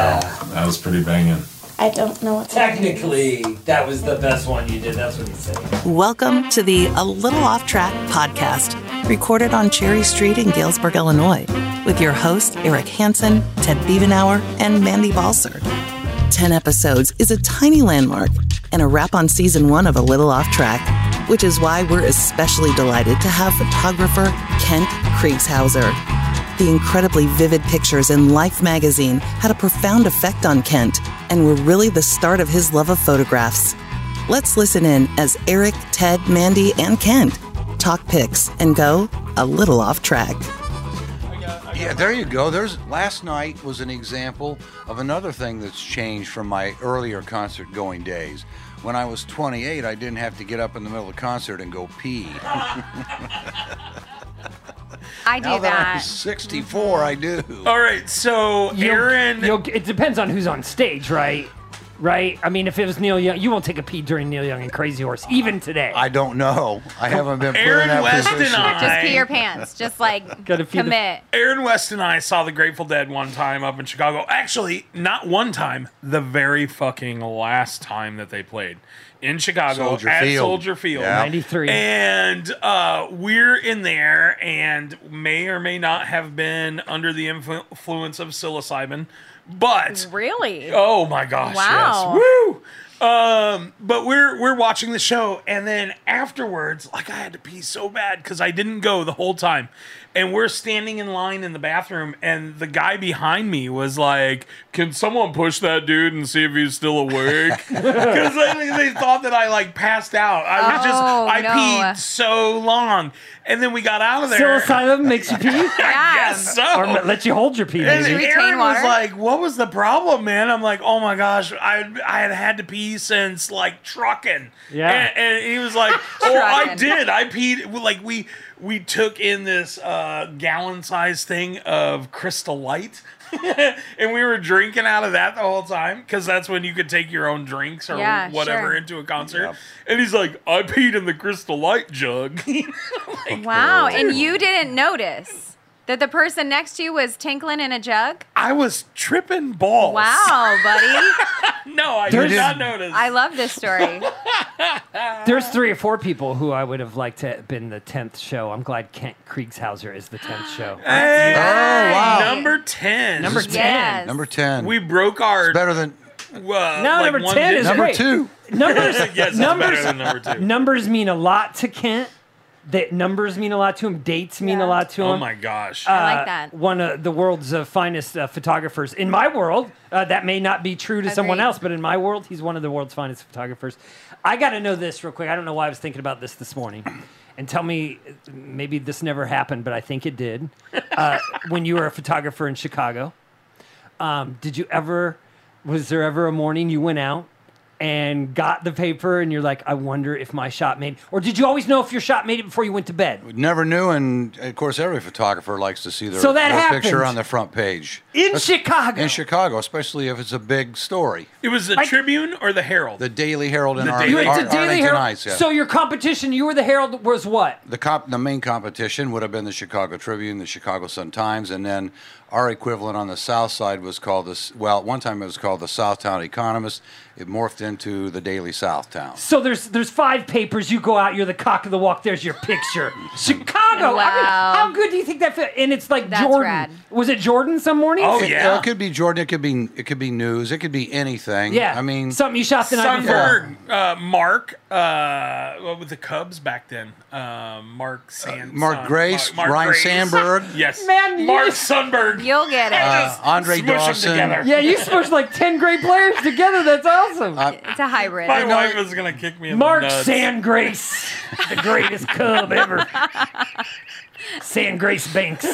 that was pretty banging. I don't know what that means. Technically, that was the best one you did. That's what he's saying. Welcome to the A Little Off Track podcast, recorded on Cherry Street in Galesburg, Illinois, with your hosts Eric Hansen, Ted Biebenauer, and Mandy Balser. Ten episodes is a tiny landmark and a wrap on season one of A Little Off Track, which is why we're especially delighted to have photographer Kent Kriegshauser. The incredibly vivid pictures in Life magazine had a profound effect on Kent and were really the start of his love of photographs. Let's listen in as Eric, Ted, Mandy, and Kent talk pics and go a little off track. Yeah, there you go. There's last night was an example of another thing that's changed from my earlier concert going days. When I was 28, I didn't have to get up in the middle of concert and go pee. I do now that I'm that. 64, I do. All right, so You'll- Aaron. you'll- it depends on who's on stage, right? Right? I mean, if it was Neil Young, you won't take a pee during Neil Young and Crazy Horse, even today. I don't know. I haven't been put Aaron in that West and position. I- Just pee your pants. Just like Gotta feed the- commit. Aaron West and I saw the Grateful Dead one time up in Chicago. Actually, not one time, the very fucking last time that they played in Chicago Soldier at Field. Soldier Field. Yeah. 93. And uh, we're in there and may or may not have been under the influ- influence of psilocybin, but Really? Oh my gosh! Wow. Yes. Woo! Um, but we're we're watching the show, and then afterwards, like I had to pee so bad because I didn't go the whole time, and we're standing in line in the bathroom, and the guy behind me was like, "Can someone push that dude and see if he's still awake?" Because they thought that I like passed out. I was just Oh, I no. peed so long, and then we got out of there. Psilocybin makes you pee? Yeah. Yes, so or m- lets you hold your pee, and Did maybe. you Aaron retain was water? like, "What was the problem, man?" I'm like, "Oh my gosh, I I had had to pee since like trucking." Yeah. and, and he was like, "Oh, I Trucking. did. I peed." Well, Like we we took in this uh, gallon size thing of Crystal Light. and we were drinking out of that the whole time because that's when you could take your own drinks or Yeah, whatever sure. into a concert. And he's like, I peed in the crystal light jug. wow. And you didn't notice that the person next to you was tinkling in a jug? I was tripping balls. Wow, buddy. No, I There's- did not notice. I love this story. There's three or four people who I would have liked to have been the 10th show. I'm glad Kent Kriegshauser is the 10th show. Hey! Oh, wow. Number 10. Number 10. Yes. Number 10. We broke our. better than Uh, No, like number one 10 digit- is number great. two. Numbers, yes, it's numbers, better than number two. numbers mean a lot to Kent. That numbers mean a lot to him. Dates mean Yeah. a lot to him. oh my gosh. I uh, like that. One of the world's uh, finest uh, photographers. In my world, uh, that may not be true to someone Agreed. else, but in my world, he's one of the world's finest photographers. I got to know this real quick. I don't know why I was thinking about this this morning. And tell me, maybe this never happened, but I think it did. Uh, when you were a photographer in Chicago, um, did you ever, was there ever a morning you went out? And got the paper, and you're like, I wonder if my shot made, or did you always know if your shot made it before you went to bed? Never knew, and of course, every photographer likes to see their, So that their happened. picture on the front page. In Chicago. In Chicago, especially if it's a big story. it was the Tribune or the Herald? The Daily Herald in The Ar- Daily- You went Ar- to Daily Arlington Herald. Heights, yeah. So your competition, you were the Herald, was what? the comp, the main competition would have been the Chicago Tribune, the Chicago Sun Times, and then our equivalent on the South Side was called the S- well. At one time, it was called the Southtown Economist. It morphed into the Daily Southtown. So there's there's five papers. You go out, you're the cock of the walk. There's your picture. Chicago. I mean, Wow. how good do you think that fit? And it's like That's Jordan. rad. Was it Jordan some morning? Oh, It, yeah. it could be Jordan. It could be it could be news. It could be anything. yeah. I mean, something you shot the night before. Sunberg, uh, Mark, uh, what with the Cubs back then? Uh, Mark Sand. Mark Sun- Grace, Mark Ryan Grace. Sandberg. Yes. Man, you- Mark Sunberg. You'll get it. uh, Andre Smush 'em Dawson. together. Yeah, you smushed like ten great players together. That's awesome. it's a hybrid. My know, wife I- is gonna kick me in Mark the nuts. Sandgrace, the greatest cub ever. Sandgrace Banks.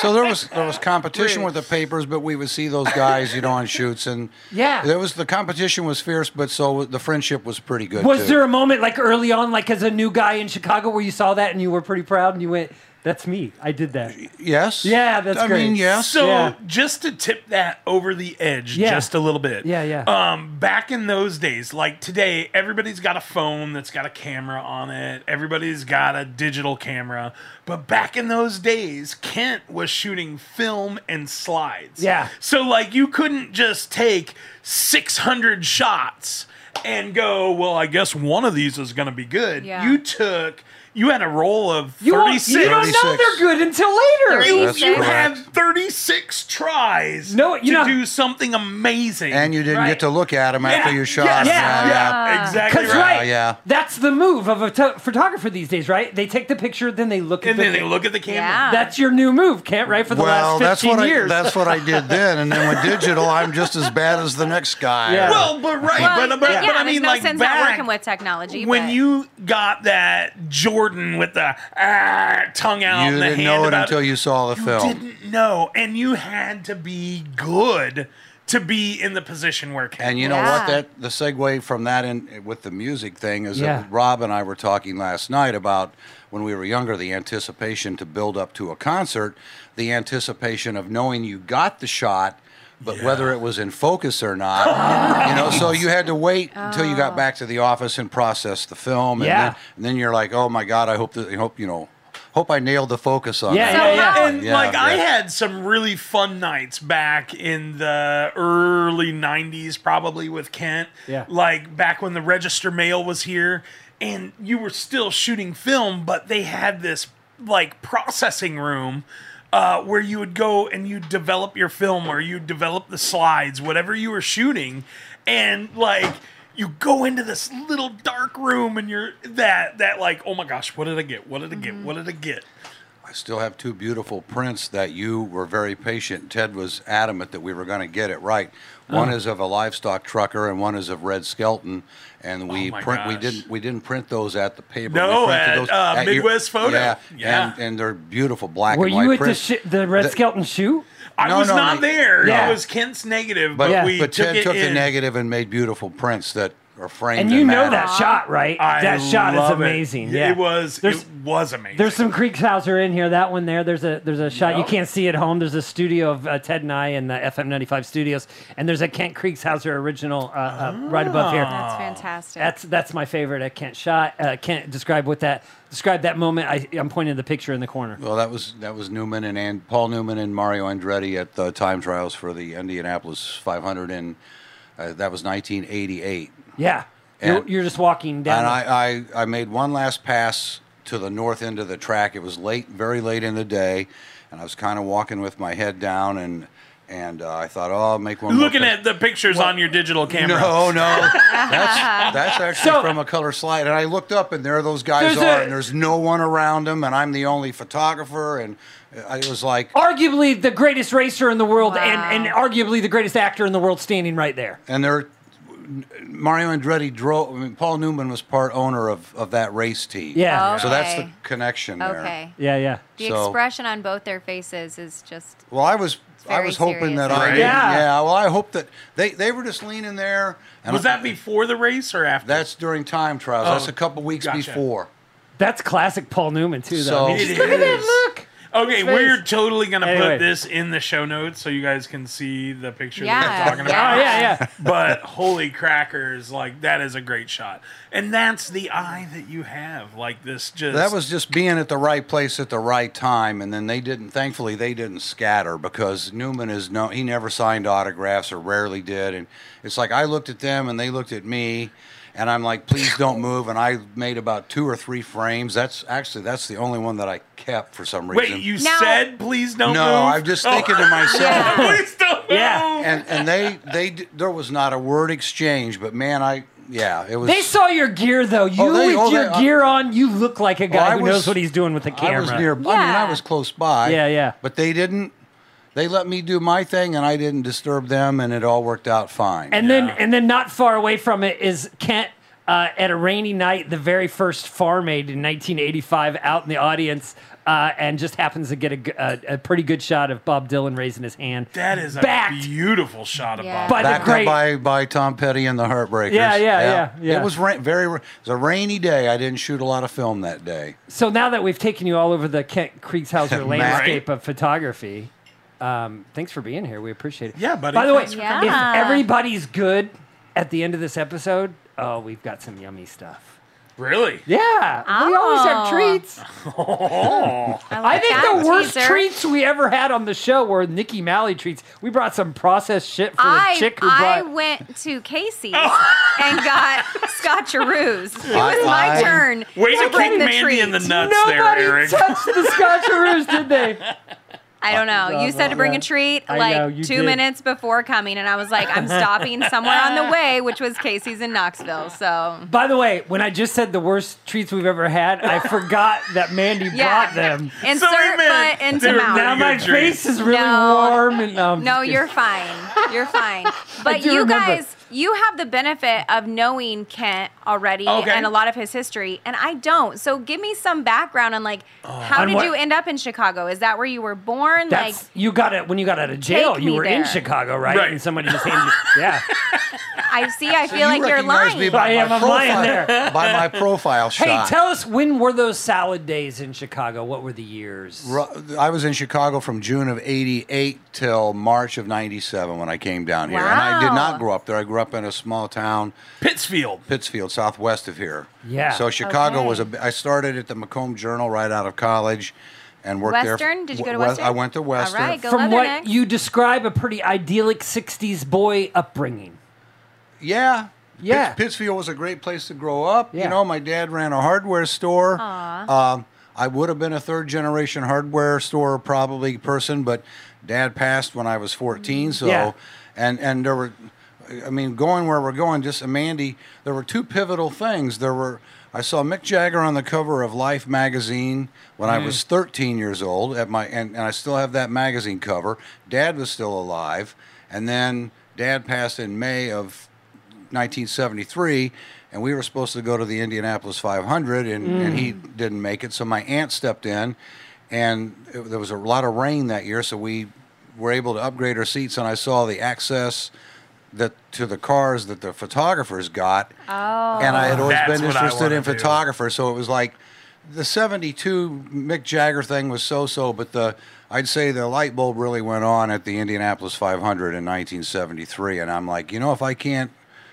So there was there was competition with the papers, but we would see those guys, you know, on shoots, and Yeah. there was the competition was fierce, but so was- the friendship was pretty good. Was too. there a moment like early on, like as a new guy in Chicago, where you saw that and you were pretty proud and you went, That's me. I did that. Yes. Yeah, that's I great. mean, yes. So Yeah. just to tip that over the edge Yeah. just a little bit. Yeah, yeah. Um, back in those days, like today, everybody's got a phone that's got a camera on it. Everybody's got a digital camera. But back in those days, Kent was shooting film and slides. Yeah. So like you couldn't just take 600 shots and go, well, I guess one of these is going to be good. Yeah. You took you had a roll of You, won't- 36 you don't know 36. they're good until later. Three- That's You you correct. had 36 tries No, you to know- do something amazing. and you didn't Right. get to look at him after you shot yes, him. yeah, exactly Because right. right, yeah. that's the move of a t- photographer these days, right? They take the picture, then they look at And the then they look at the camera. Yeah. That's your new move, Kent, right? For the Well, last that's what 15 I years. that's what I did then, and then with digital, I'm just as bad as the next guy. Yeah. Well, but right, Well, but, but, yeah, but I there's mean, no like sense back not working with technology. when but- you got that Jordan with the ah, tongue out, you and the didn't hand know it about until you saw the film. didn't know, and you had to be good to be in the position where. Ken- And you know what? Yeah. That the segue from that in with the music thing is Yeah. that Rob and I were talking last night about when we were younger, the anticipation to build up to a concert, the anticipation of knowing you got the shot, but whether it was in focus or not, you know. So you had to wait until you got back to the office and process the film, and, Yeah. then, and then you're like, oh my god, I hope that I hope you know, hope I nailed the focus on Yeah, that. yeah, yeah. how- And Yeah, like I yeah. had some really fun nights back in the early '90s, probably with Kent. Yeah. Like back when the Register Mail was here, and you were still shooting film, but they had this like processing room. Uh, where you would go and you develop your film or you develop the slides, whatever you were shooting, and like you go into this little dark room and you're that that like oh my gosh, what did I get? What did I get? Mm-hmm. What did I get? I still have two beautiful prints that you were very patient. Ted was adamant that we were going to get it right. Oh. One is of a livestock trucker, and one is of Red Skelton. And we Oh my print. We gosh. didn't. We didn't print those at the paper. No, we printed at, uh, your- Midwest Photo. Yeah, Yeah. And, and they're beautiful black Were and white you at the, prints. sh- the Red The- Skelton shoe? I No, was no, not no. there. Yeah. It was Kent's negative, but but, Yeah. we but took Ted it took the in. negative and made beautiful prints that are framed. And you know matter. that shot, right? I that shot is love it. amazing. Yeah, it was. There's it was amazing. there's some Kriegshauser in here. That one there. There's a there's a shot you Yep. can't see at home. There's a studio of uh, Ted and I in the FM95 studios, and there's a Kent Kriegshauser original uh, uh, right above here. Ah. That's Oh, fantastic. That's that's my favorite at Kent shot. Uh, Kent, describe what that describe that moment. I, I'm pointing to the picture in the corner. Well, that was that was Newman and, and Paul Newman and Mario Andretti at the time trials for the Indianapolis 500, and uh, that was 1988. Yeah, And- you're, you're just walking down. And I, I, I made one last pass to the north end of the track. It was late, very late in the day, and I was kind of walking with my head down, and and uh, I thought, oh, I'll make one. more Looking pass." at the pictures on your digital camera. No, no, that's that's actually So- from a color slide. And I looked up, and there those guys There's are, a- and there's no one around them, and I'm the only photographer, and I was like, arguably the greatest racer in the world and, and Wow. arguably the greatest actor in the world standing right there. and there. Mario Andretti drove. I mean, Paul Newman was part owner of, of that race team. Yeah. So that's the Okay. connection there. okay. Yeah, yeah. The So- expression on both their faces is just Well, I was I very was hoping that serious. I Right. didn't- Yeah. yeah. Well, I hope that they they were just leaning there. And Was that before the race or after? That's during time trials. Oh, That's a couple weeks gotcha. before. That's classic Paul Newman too, though. I mean, So- just look at that is. look. Okay, Space. we're totally gonna Anyway. put this in the show notes so you guys can see the picture that Yeah, we're talking about. Oh yeah, yeah. but holy crackers, like that is a great shot, and that's the eye that you have. Like this, just That was just being at the right place at the right time, and then they didn't. Thankfully, they didn't scatter because Newman is no. He never signed autographs or rarely did, and it's like I looked at them and they looked at me, and I'm like, please don't move. And I made about two or three frames. That's actually that's the only one that I kept for some reason. Wait, you Now- said please don't. no, move? I'm just Oh. thinking to myself. please don't. Yeah. move. and and they they d- there was not a word exchange, but man, I yeah, it was. They saw your gear though. You they- with oh, they- your gear on, you look like a guy I who was- knows what he's doing with the camera. I was near. I mean, I Yeah. was close by. Yeah, yeah. But they didn't. They let me do my thing, and I didn't disturb them, and it all worked out fine. And then and then not far away from it is Kent uh, at a rainy night, the very first farm aid in 1985, out in the audience, uh, and just happens to get a g- a, a pretty good shot of Bob Dylan raising his hand. That is a backed beautiful shot of Yeah. Bob. by the Backed great. up by, by Tom Petty and the Heartbreakers. Yeah, yeah, yeah, yeah. It was ra- very. ra- It was a rainy day. I didn't shoot a lot of film that day. so now that we've taken you all over the Kent Kriegshauser landscape of photography, um, thanks for being here. We appreciate it. Yeah, buddy. By the way, Thanks for coming. Yeah. if everybody's good at the end of this episode, oh, we've got some yummy stuff. Really? Yeah, we always have Oh. treats. Oh. I think that the worst teaser. treats we ever had on the show were Nikki Malley treats. We brought some processed shit for I, the chick who I brought. went to Casey's Oh. and got scotcheroos. It I- was my I- turn Way to to bring kick the Mandy treat. in the nuts Nobody there, Eric. touched the Scotcheroos, did they? I don't know. You said to bring Oh, yeah. a treat I like know, you two did. minutes before coming, and I was like, I'm stopping somewhere on the way, which was Casey's in Knoxville. So By the way, when I just said the worst treats we've ever had, I forgot that Mandy yeah, brought them. insert Sorry, man. foot into Dude, mouth. Now Pretty good my treat. face is really No. warm and um. No, you're fine. You're fine. But do you remember. guys, you have the benefit of knowing Kent already Okay. and a lot of his history, and I don't. So give me some background on like, Oh. how On did what- you end up in Chicago? Is that where you were born? That's you got it when you got out of jail. Take You me were in there. Chicago, right? Right. And somebody just handed you. Yeah. like, I see. I feel You like you're recognize lying. Me by I am, my I'm lying profile- By my profile hey, shot. tell us when were those salad days in Chicago? What were the years? Ru- I was in Chicago from June of '88 till March of '97 when I came down here, and I did Wow. not grow up there. I grew up in a small town, Pittsfield. Pittsfield, southwest of here. Yeah. So Chicago Okay. was a. b- I started at the Macomb Journal right out of college, and worked there. Western? Did you go to we- Western? I went to All Western. right, go- From leather what next. you describe a pretty idyllic '60s boy upbringing. Yeah. Yeah. Pitts- Pittsfield was a great place to grow up. Yeah. You know, my dad ran a hardware store. Um, I would have been a third generation hardware store probably person, but dad passed when I was Mm. 14. So, Yeah. and, and there were, I mean, going where we're going, just Mandy, there were two pivotal things. There were, I saw Mick Jagger on the cover of Life magazine when I was 13 years old at my, and, and I still have that magazine cover. Dad was still alive. And then dad passed in May of 1973, and we were supposed to go to the Indianapolis 500, and, and he didn't make it. So my aunt stepped in, and it, there was a lot of rain that year, so we were able to upgrade our seats. And I saw the access that to the cars that the photographers got, oh. and I had always That's been what I interested wanna in do. photographers, so it was like. The '72 Mick Jagger thing was so-so, but the I'd say the light bulb really went on at the Indianapolis 500 in 1973, and I'm like, you know, if I can't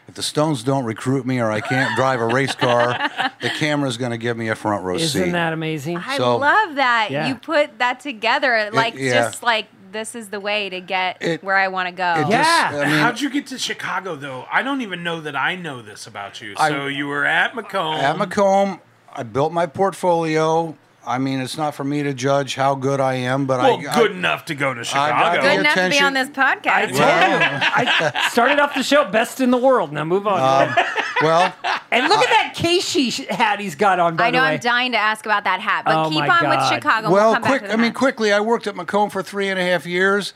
if the Stones don't recruit me or I can't drive a race car, the camera's going to give me a front row Isn't seat. that amazing? I So- love that Yeah. you put that together. Like yeah. just like this is the way to get It- where I want to go. It Yeah. just- I mean, How'd you get to Chicago, though? I don't even know that I know this about you. I- So you were at Macomb. at Macomb, I built my portfolio. I mean, it's not for me to judge how good I am, but well, I good I, enough to go to got Chicago. Good enough to be attention- on this podcast. I told you. I started off the show best in the world. Now move on. Um, well, and look at that Casey sh- hat he's got on. By I know the way, I'm dying to ask about that hat, but Oh keep my on with God. Chicago. and we'll well, come quick. Back to the I mean, hat. quickly. I worked at Macomb for three and a half years.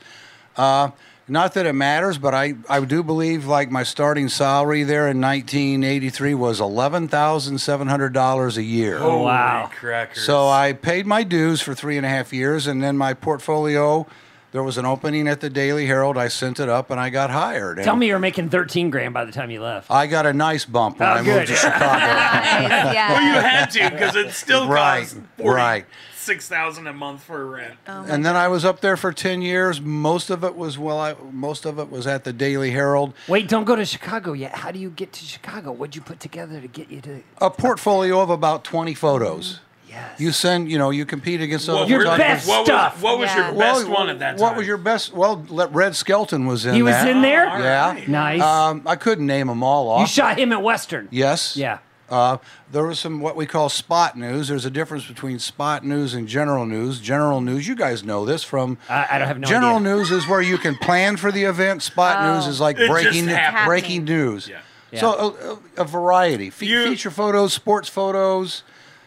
Uh, not that it matters, but I, I do believe like my starting salary there in 1983 was eleven thousand seven hundred dollars a year. Oh, Holy Wow. crackers. So I paid my dues for three and a half years, and then my portfolio. There was an opening at the Daily Herald. I sent it up, and I got hired. And tell me you were making 13 grand by the time you left. I got a nice bump when Oh, I good. moved to Chicago. Nice, yeah. Well, Oh, you had to because it still Right, costs right. six thousand a month for rent. and then I was up there for ten years. Most of it was well, I, most of it was at the Daily Herald. Wait, don't go to Chicago yet. How do you get to Chicago? What'd you put together to get you to? A portfolio of about twenty photos. Yes. You send, you know, you compete against other Your were- photographers. best what stuff. Was, what was Yeah. your best one at that time? What was your best? Well, Red Skelton was in. He was that. in there. All Yeah. right. Nice. Um, I couldn't name them all off. you shot him at Western. Yes. Yeah. Uh, there was some what we call spot news. There's a difference between spot news and general news. General news, you guys know this from. I- I don't have no general idea. news is where you can plan for the event. Spot Oh. news is like It just breaking happened. breaking news. Yeah. So a, a, a variety, Fe- You- feature photos, sports photos.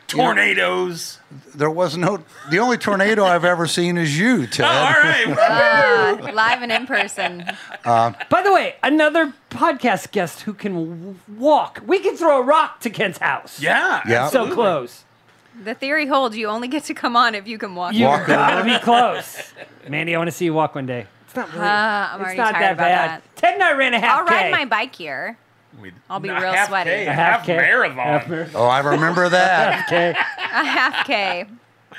tornadoes. There was no. The only tornado I've ever seen is you, Ted. Oh, All right. Ah, live and in person. By the way, another podcast guest who can w- walk. We can throw a rock to Kent's house. Yeah. Yeah. So close. The theory holds you only get to come on if you can walk. You Walk gotta be close. Mandy, I want to see you walk one day. It's not really. Ah, I'm it's already not tired that about bad. that. Ted and I ran a half I'll ride K. my bike here. We'd- I'll be a real half sweaty. K, a A half, K. marathon. Half marathon. Oh, I remember that. Okay. A half K.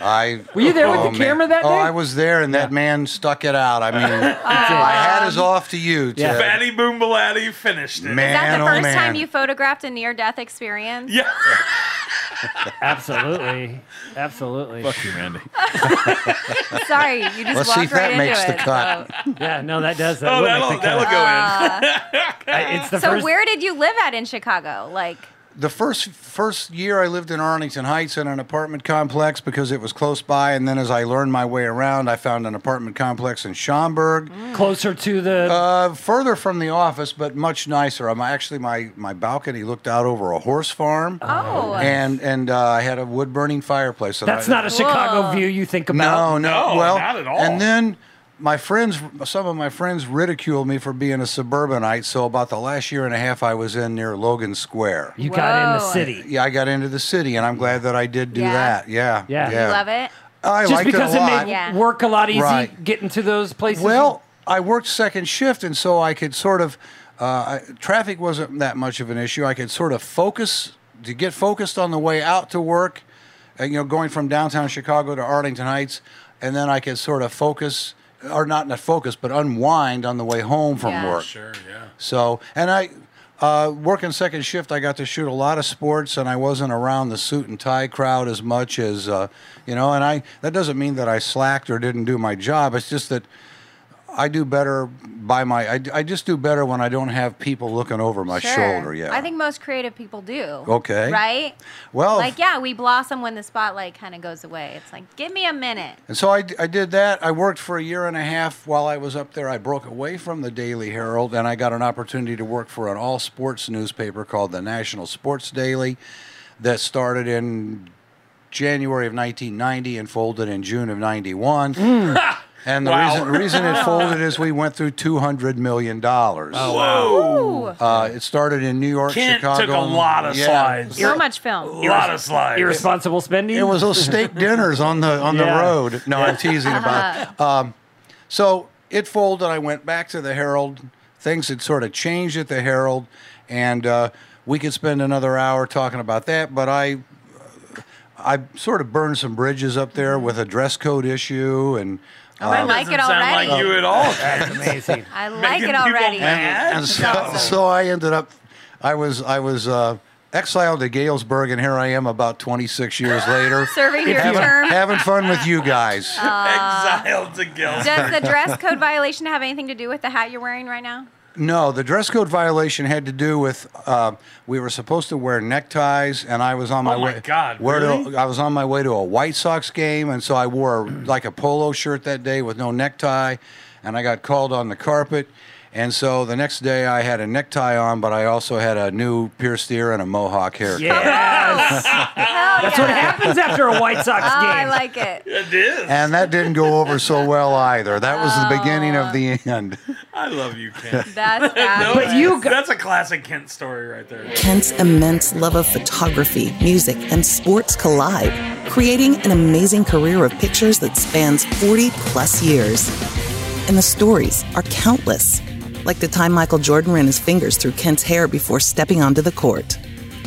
I Were you there with the camera that Oh, day? I was there, and that man stuck it out. I mean, my hat is off to you, Yeah. Ted. Fatty Boom Balatti finished it. Man, Is that the oh first man. time you photographed a near death experience? Yeah. Absolutely. Absolutely. Fuck you, Randy. Sorry, you just Let's see if walked right that makes into the it. cut. So- Yeah, no, that does. That Oh, will make that'll, the cut. that'll go Ah. I- it's the So, first. where did you live at in Chicago? Like, the first first year I lived in Arlington Heights in an apartment complex because it was close by, and then as I learned my way around, I found an apartment complex in Schaumburg, Closer to the. uh, further from the office, but much nicer. I'm actually my my balcony looked out over a horse farm, oh, and and uh, I had a wood burning fireplace. that that's I, not a Chicago Whoa. view you think No, no, about. No, well, not at all. And then my friends, some of my friends ridiculed me for being a suburbanite. So about the last year and a half, I was in near Logan Square. You got in the Whoa. city. Yeah, I got into the city, and I'm glad that I did do Yeah. that. Yeah, Yeah. You you love it? I Just liked because it it, a lot. made Yeah. work a lot easy Right. getting to those places. Well, I worked second shift, and so I could sort of uh, I, traffic wasn't that much of an issue. I could sort of focus to get focused on the way out to work, and, you know, going from downtown Chicago to Arlington Heights, and then I could sort of focus, or not not focus, but unwind on the way home from Yeah. work. Sure, yeah. So, and I. Uh, working second shift, I got to shoot a lot of sports, and I wasn't around the suit and tie crowd as much as uh, you know. And I that doesn't mean that I slacked or didn't do my job. It's just that I do better by my. I, I just do better when I don't have people looking over my Sure. shoulder. Yeah. I think most creative people do. Okay. Oh. Right? Well, Like, yeah, we blossom when the spotlight kind of goes away. It's like, give me a minute. and so I, d- I did that. I worked for a year and a half while I was up there. I broke away from the Daily Herald and I got an opportunity to work for an all sports newspaper called the National Sports Daily that started in January of 1990 and folded in June of 91. And the Mm. Wow. reason, reason it folded is we went through $200 million. Oh, in. Whoa. Ooh, Uh, it started in New York, Oh. Kent Chicago. took a lot of Yeah. slides. so much film. A lot of slides. irresponsible spending. It was those steak dinners on the on Yeah. Uh-huh. the road. No, I'm teasing about. It. Um, so it folded. I went back to the Herald. Things had sort of changed at the Herald, and uh, we could spend another hour talking about that. But I, I sort of burned some bridges up there with a dress code issue and. Oh, uh, I like Doesn't it sound already. like you at all. amazing. I like Making it people already. mad. and so, so I ended up, I was I was uh, exiled to Galesburg, and here I am about 26 years later, Serving your having, term. having fun with you guys. Exiled to Gilbert. Does the dress code violation have anything to do with the hat you're wearing right now? No, the dress code violation had to do with uh, we were supposed to wear neckties, and I was on my Oh my way. God, where to- really? I was on my way to a White Sox game, and so I wore like a polo shirt that day with no necktie, and I got called on the carpet. And so the next day I had a necktie on, but I also had a new pierced ear and a mohawk haircut. Oh, Yes. Hell That's yeah. what happens after a White Sox Oh, game. I like it. It is. And that didn't go over so well either. That was the beginning of the end. I love you, Kent. That's fabulous. But you got- That's a classic Kent story right there. Kent's immense love of photography, music, and sports collide, creating an amazing career of pictures that spans 40 plus years. And the stories are countless, like the time Michael Jordan ran his fingers through Kent's hair before stepping onto the court.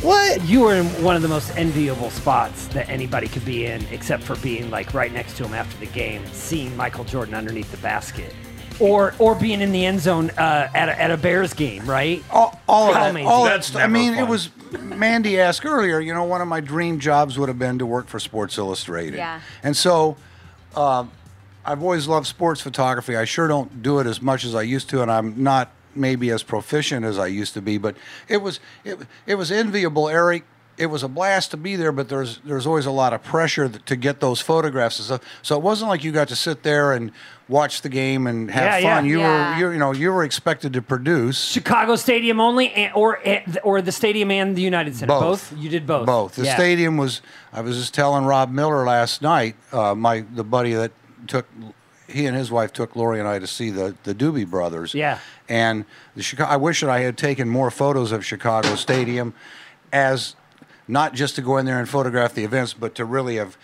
What? You were in one of the most enviable spots that anybody could be in, except for being like right next to him after the game, seeing Michael Jordan underneath the basket, or or being in the end zone uh, at, a, at a Bears game, right? all, all of How that. amazing. All that That's stuff. I never mean, it fun. was Mandy asked earlier. You know, one of my dream jobs would have been to work for Sports Illustrated. Yeah. And so, um, I've always loved sports photography. I sure don't do it as much as I used to, and I'm not maybe as proficient as I used to be. But it was it, it was enviable, Eric. it was a blast to be there, but there's there's always a lot of pressure th- to get those photographs and stuff. So it wasn't like you got to sit there and watch the game and have Yeah, fun. yeah. You Yeah. were you, you know you were expected to produce Chicago Stadium only, and, or and- or the stadium and the United Center. Both. Both. You did both. both. The Yeah. stadium was. I was just telling Rob Miller last night, uh, my the buddy that took he and his wife took Lori and I to see the the Doobie Brothers. Yeah. And the Chicago. I wish that I had taken more photos of Chicago Stadium, as not just to go in there and photograph the events, but to really have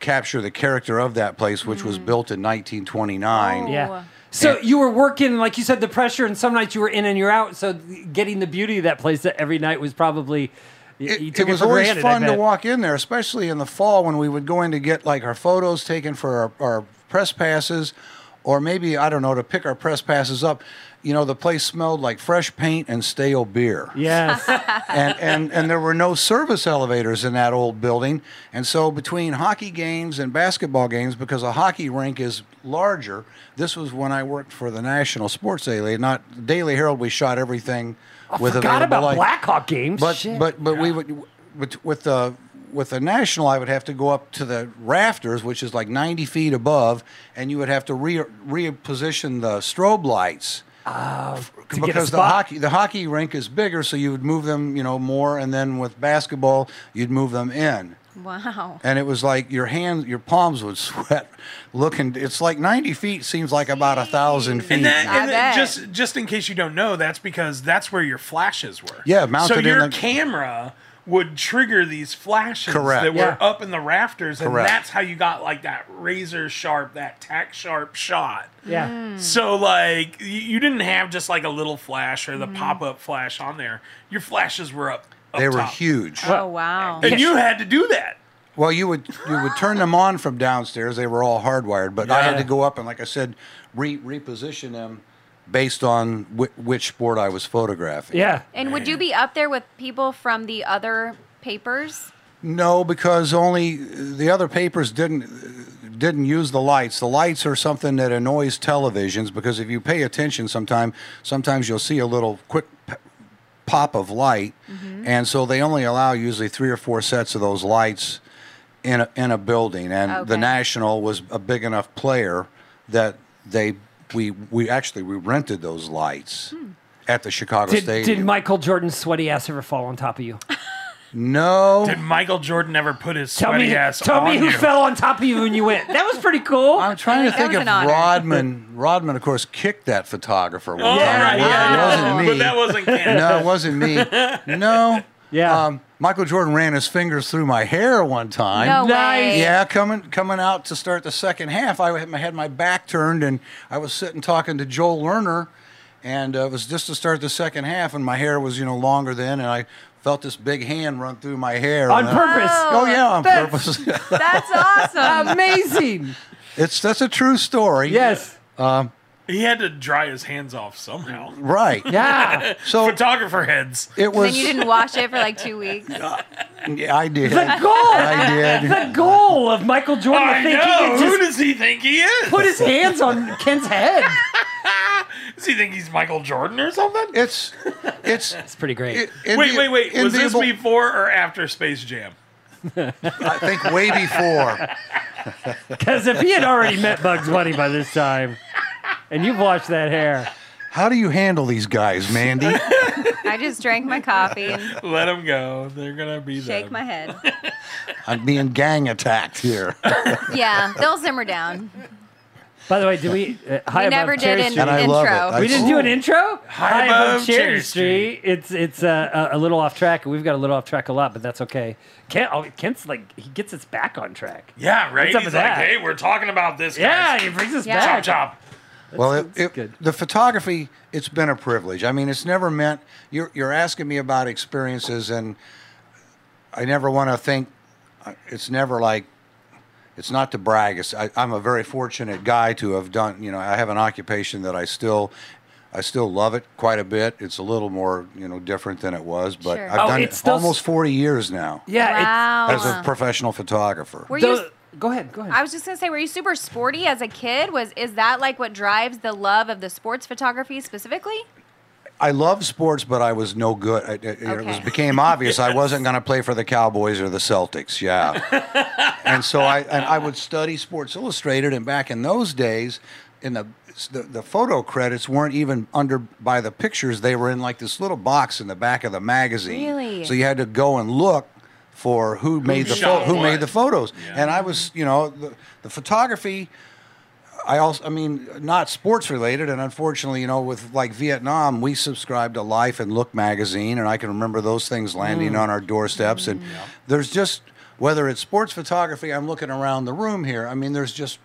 capture the character of that place, which was built in 1929. Oh. Yeah. So you were working, like you said, the pressure, and some nights you were in and you're out. So getting the beauty of that place that every night was probably you, it, you it took it, was for always granted. I fun to bet. walk in there, especially in the fall when we would go in to get like our photos taken for our, our press passes, or maybe I don't know to pick our press passes up. You know, the place smelled like fresh paint and stale beer, Yes. and, and and there were no service elevators in that old building. And so between hockey games and basketball games, because a hockey rink is larger, this was when I worked for the National Sports Daily, not Daily Herald. We shot everything with Oh, Forgot available light. about Blackhawk games. But Shit. but but we would with, with the with the national, I would have to go up to the rafters, which is like ninety feet above, and you would have to re reposition the strobe lights Oh, To get a because the spot. hockey the hockey rink is bigger, so you would move them you know more, and then with basketball you'd move them in. Wow. And it was like your hands, your palms would sweat. Looking, it's like ninety feet seems like about a thousand feet. And that, I and that- bet. just just in case you don't know, that's because that's where your flashes were. Yeah, mounted So in your the- camera would trigger these flashes Correct. that were Yeah. up in the rafters, and Correct. that's how you got like that razor sharp, that tack sharp shot. Mm. yeah. So like y- you didn't have just like a little flash or the Mm-hmm. pop up flash on there. Your flashes were up. up they were top. huge. Oh wow. and you had to do that. Well, you would you would turn them on from downstairs. They were all hardwired, but I had to go up and, like I said, re- reposition them based on whi- which sport I was photographing. Yeah. And would you be up there with people from the other papers? No, because only the other papers didn't didn't use the lights. The lights are something that annoys televisions because if you pay attention, sometime sometimes you'll see a little quick p- pop of light, and so they only allow usually three or four sets of those lights in a, in a building. And the Okay. National was a big enough player that they we we actually we rented those lights at the Chicago Did, Stadium. did Michael Jordan's sweaty ass ever fall on top of you? no, Did Michael Jordan ever put his Tell sweaty me, ass tell on me who you? fell on top of you when you went. That was pretty cool. I'm trying to That think was if an honor. Rodman. Rodman, of course, kicked that photographer. One Oh, time. right, yeah, it wasn't me. But that wasn't canon. no, it wasn't me. No. Um, Yeah. Michael Jordan ran his fingers through my hair one time. No Nice. way. Yeah, coming coming out to start the second half, I had my, had my back turned and I was sitting talking to Joel Lerner, and uh, it was just to start the second half, and my hair was you know longer then, and I felt this big hand run through my hair on and I- purpose. Oh yeah, on That's- purpose. That's awesome. Amazing. it's that's a true story. yes. He had to dry his hands off somehow. Right. Yeah. So Photographer heads. it And was. then you didn't wash it for like two weeks. Yeah, I did. The goal. I did. The goal of Michael Jordan. I think he know. could Who just does he think he is? put his hands on Ken's head. Does he think he's Michael Jordan or something? It's it's It's pretty great. it, in wait, the- wait, wait. in Was the this able- before or after Space Jam? I think way before. Because if he had already met Bugs Bunny by this time, and you've watched that hair, How do you handle these guys, Mandy? I just drank my coffee and Let him go. They're gonna be shake them. my head. I'm being gang attacked here, Yeah, they'll simmer down. by the way, did we? Uh, hi, We above never did Cherry an Street. And I love it. intro. I- we didn't do an intro. Hi, above Cherry Street. It's it's uh, a, a little off track. We've got a little off track a lot, but that's okay. Ken, oh, Ken's like he gets us back on track. Yeah, right. What's up He's with like, that? hey, we're talking about this. Yeah, guys. he brings us Yeah. back. chop chop. well, it, it- good. the photography, it's been a privilege. I mean, it's never meant you're you're asking me about experiences, and I never want to think. uh, It's never like it's not to brag. It's, I, I'm a very fortunate guy to have done. You know, I have an occupation that I still. I still love it quite a bit. It's a little more, you know, different than it was, but Sure. I've Oh, done it's it still s- almost 40 years now Yeah, it's- Oh, Wow. as a professional photographer. Were those- you go ahead. Go ahead. I was just gonna say, were you super sporty as a kid? Was is that like what drives the love of the sports photography specifically? I love sports, but I was no good. I, I- It was, Okay. became obvious I wasn't going to play for the Cowboys or the Celtics. Yeah, and so I and I would study Sports Illustrated, and back in those days, in the the, the photo credits weren't even under by the pictures; they were in like this little box in the back of the magazine. Really? So you had to go and look for who made the pho- shot who what? made the photos, and I was you know the, the photography. I also, I mean, not sports related, and unfortunately, you know, with like Vietnam, we subscribed to Life and Look magazine, and I can remember those things landing Mm. on our doorsteps. And there's just whether it's sports photography, I'm looking around the room here. I mean, there's just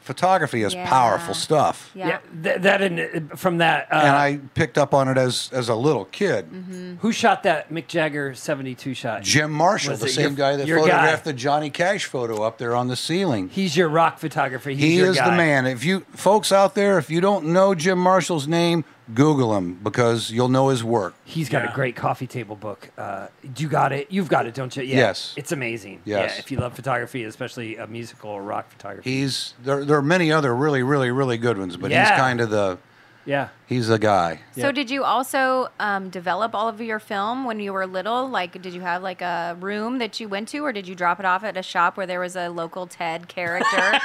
photography is Yeah. powerful stuff, Yeah. Yeah, th- that and uh, from that. Uh, and I picked up on it as as a little kid. Mm-hmm. who shot that Mick Jagger seventy-two shot? Jim Marshall, Was the it same your- guy that your guy? photographed the Johnny Cash photo up there on the ceiling. He's your rock photographer. He's He your is guy. the man. If you folks out there, if you don't know Jim Marshall's name, Google him because you'll know his work. He's got Yeah. a great coffee table book. Uh, you got it. You've got it, don't you? Yeah. Yes. It's amazing. Yes. Yeah. If you love photography, especially uh, musical or rock photography. He's there. There are many other really, really, really good ones, but he's Yeah. kind of the yeah. he's the guy. Yeah. So did you also um, develop all of your film when you were little? Like, did you have like a room that you went to, or did you drop it off at a shop where there was a local Ted character?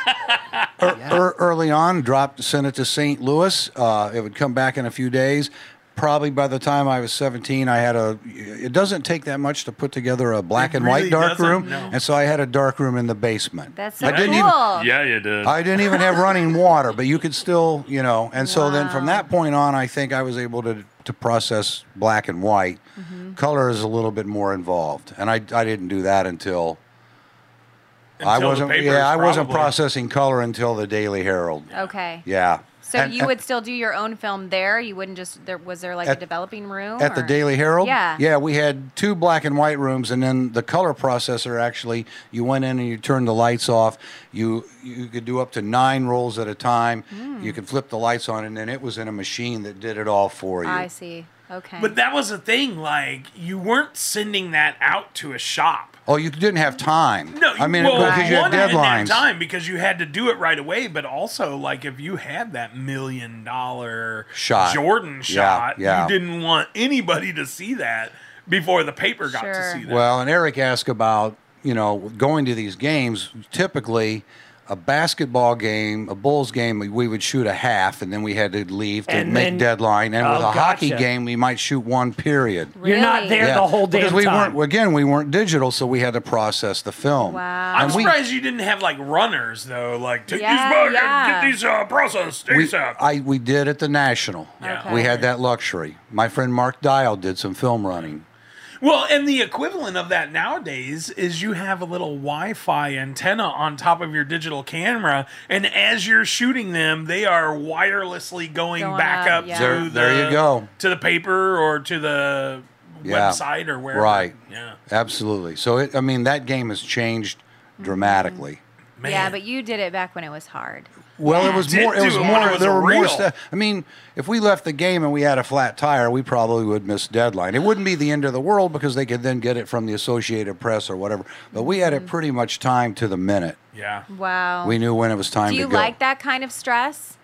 Er- er- early on, dropped sent it to St. Louis. Uh, it would come back in a few days. Probably by the time I was 17, I had a. It doesn't take that much to put together a black It and really white dark doesn't, room, no. and so I had a dark room in the basement. That's so I cool. didn't even Yeah, you did. I didn't even have running water, but you could still, you know. And so then from that point on, I think I was able to to process black and white. Mm-hmm. Color is a little bit more involved, and I I didn't do that until, I Until the wasn't papers, yeah I wasn't probably. processing color until the Daily Herald. okay. Yeah. Oh. So And- you would still do your own film there? You wouldn't just there was there like At- a developing room at the or- Daily Herald. Yeah. Yeah, we had two black and white rooms, and then the color processor actually. You went in and you turned the lights off. You you could do up to nine rolls at a time. Hmm. You could flip the lights on, and then it was in a machine that did it all for you. I see. Okay. But that was the thing. Like, you weren't sending that out to a shop. Oh, you didn't have time. No, I mean well, because you had one, I didn't have deadlines. time because you had to do it right away. But also, like if you had that million dollar Shot. Jordan shot, yeah. you didn't want anybody to see that before the paper got to Sure. see that. Well, and Eric asked about, you know, going to these games. Typically, a basketball game, a Bulls game, we- we would shoot a half and then we had to leave to And make then- deadline. And with a Oh, hockey gotcha. game, we might shoot one period. You're not Really? there the whole damn because we time. weren't again we weren't digital, so we had to process the film. Wow. I'm And we, surprised you didn't have like runners though. Like take Yeah, these back yeah. and get these uh, processed we, ASAP. I, we did at the National. Yeah. Okay. We had that luxury. My friend Mark Dial did some film running. Well, and the equivalent of that nowadays is you have a little Wi Fi antenna on top of your digital camera, and as you're shooting them, they are wirelessly going, Going back up, up yeah. to There- the, there you go. to the paper or to the Yeah. website or wherever. Right. Yeah. Absolutely. So it, I mean that game has changed dramatically. Man. yeah, but you did it back when it was hard. Well, it was Did more. It do was it when more. it was there were more real. stuff. I mean, if we left the game and we had a flat tire, we probably would miss deadline. It wouldn't be the end of the world because they could then get it from the Associated Press or whatever. But we Mm-hmm. had it pretty much timed to the minute. yeah. Wow. We knew when it was time Oh. Do you to go. like that kind of stress?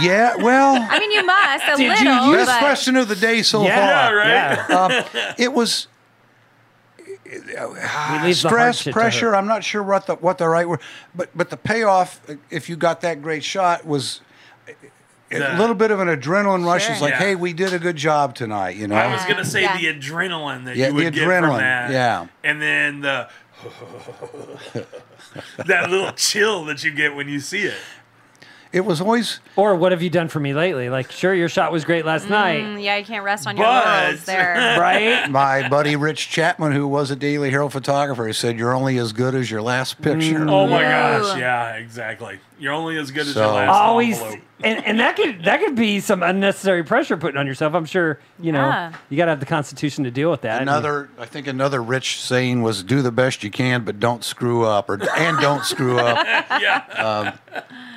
Yeah. Well, I mean, you must a Did you little. use- best Oh, but question of the day so yeah, far. right? Um, it was uh, We leave the hard stress, shit to her. pressure. I'm not sure what the what the right word, but but the payoff uh, if you got that great shot was a The- little bit of an adrenaline rush. Sure. It's like, Yeah. hey, we did a good job tonight. You know, I was going to say Yeah. the adrenaline that Yeah, you the would get adrenaline, from that. yeah. And then the. that little chill that you get when you see it. it was always Or what have you done for me lately? Like, sure, your shot was great last night, Mm, yeah, you can't rest on your But- laurels Mm. there. right? my buddy Rich Chapman, who was a Daily Herald photographer, he said, "You're only as good as your last picture." Oh my Ooh. gosh! Yeah, exactly. You're only as good as your So- last Always. envelope. And, and that could that could be some unnecessary pressure putting on yourself. I'm sure you know Yeah. you got to have the constitution to deal with that. Another, I think another Rich saying was, "Do the best you can, but don't screw up," or and don't screw up. Yeah,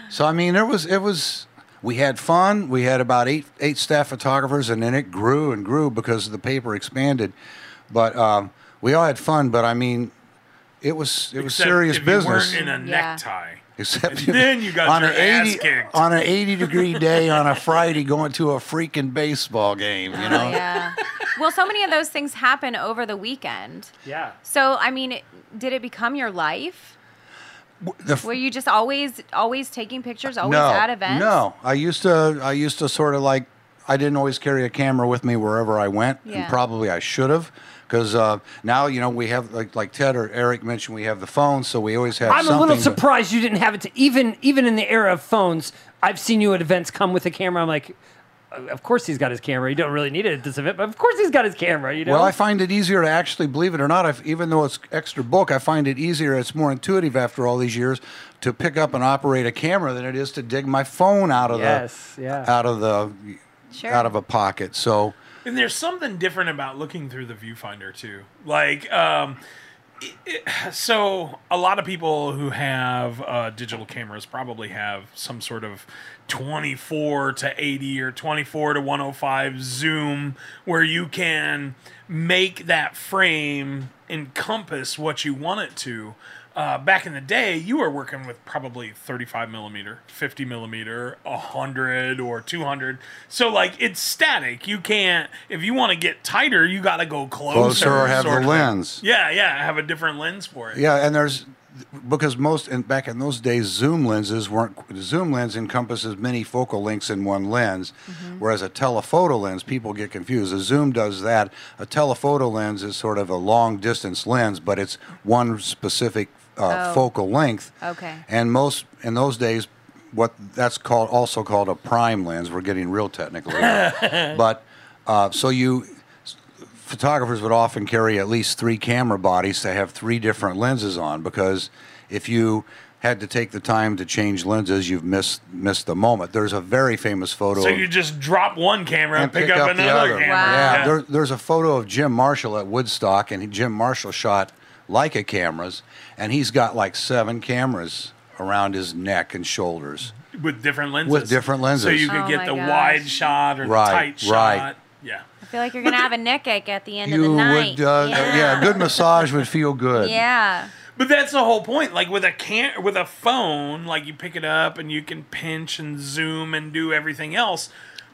So I mean, there was it was we had fun. We had about eight eight staff photographers, and then it grew and grew because the paper expanded. But um, we all had fun. But I mean, it was it was Except serious if you business. weren't in a Yeah. necktie. Except then you got your ass kicked. on an 80 degree day on a Friday going to a freaking baseball game, you know? Oh, yeah. Well, so many of those things happen over the weekend. Yeah. So, I mean, it- did it become your life? The f- Were you just always, always taking pictures, always no, at events? No, I used to. I used to sort of like. I didn't always carry a camera with me wherever I went, and Yeah. probably I should have, because uh, now you know we have like like Ted or Eric mentioned we have the phone, so we always have. I'm a something little to- surprised you didn't have it to even even in the era of phones. I've seen you at events come with a camera. I'm like, "Uh, of course he's got his camera. You don't really need it at this event, but of course he's got his camera. You know. Well, I find it easier to actually believe it or not. I've, even though it's extra book, I find it easier. It's more intuitive after all these years to pick up and operate a camera than it is to dig my phone out of Yes, the yeah. out of the Sure. out of a pocket. So And there's something different about looking through the viewfinder too. Like, um, it- it- so a lot of people who have uh, digital cameras probably have some sort of 24 to 80 or 24 to 105 zoom where you can make that frame encompass what you want it to. Uh, back in the day, you were working with probably 35 millimeter, 50 millimeter, 100 or 200. So, like, it's static. You can't, if you want to get tighter, you got to go closer. closer or have sort the of thing. lens. Yeah, yeah, I have a different lens for it. Yeah, and there's because most and back in those days, zoom lenses weren't. Zoom lens encompasses many focal lengths in one lens, Mm-hmm. whereas a telephoto lens, people get confused. A zoom does that. A telephoto lens is sort of a long distance lens, but it's one specific uh, Oh. focal length. Okay. And most in those days, what that's called also called a prime lens. We're getting real technical, here. but uh, so you photographers would often carry at least three camera bodies to have three different lenses on because if you had to take the time to change lenses, you've missed missed the moment. There's a very famous photo. So of- you just drop one camera and pick, up, another camera. Wow. Yeah, Yeah. There, there's a photo of Jim Marshall at Woodstock, and he- Jim Marshall shot Leica cameras, and he's got like seven cameras around his neck and shoulders. With different lenses. With different So you lenses. could Oh get my the gosh. wide shot or Right, the tight right. shot. Yeah. I feel like you're going to have a neck ache at the end of You the night. would, uh, yeah. a good massage would feel good. Yeah. But that's the whole point. Like with a can with a phone, like you pick it up and you can pinch and zoom and do everything else.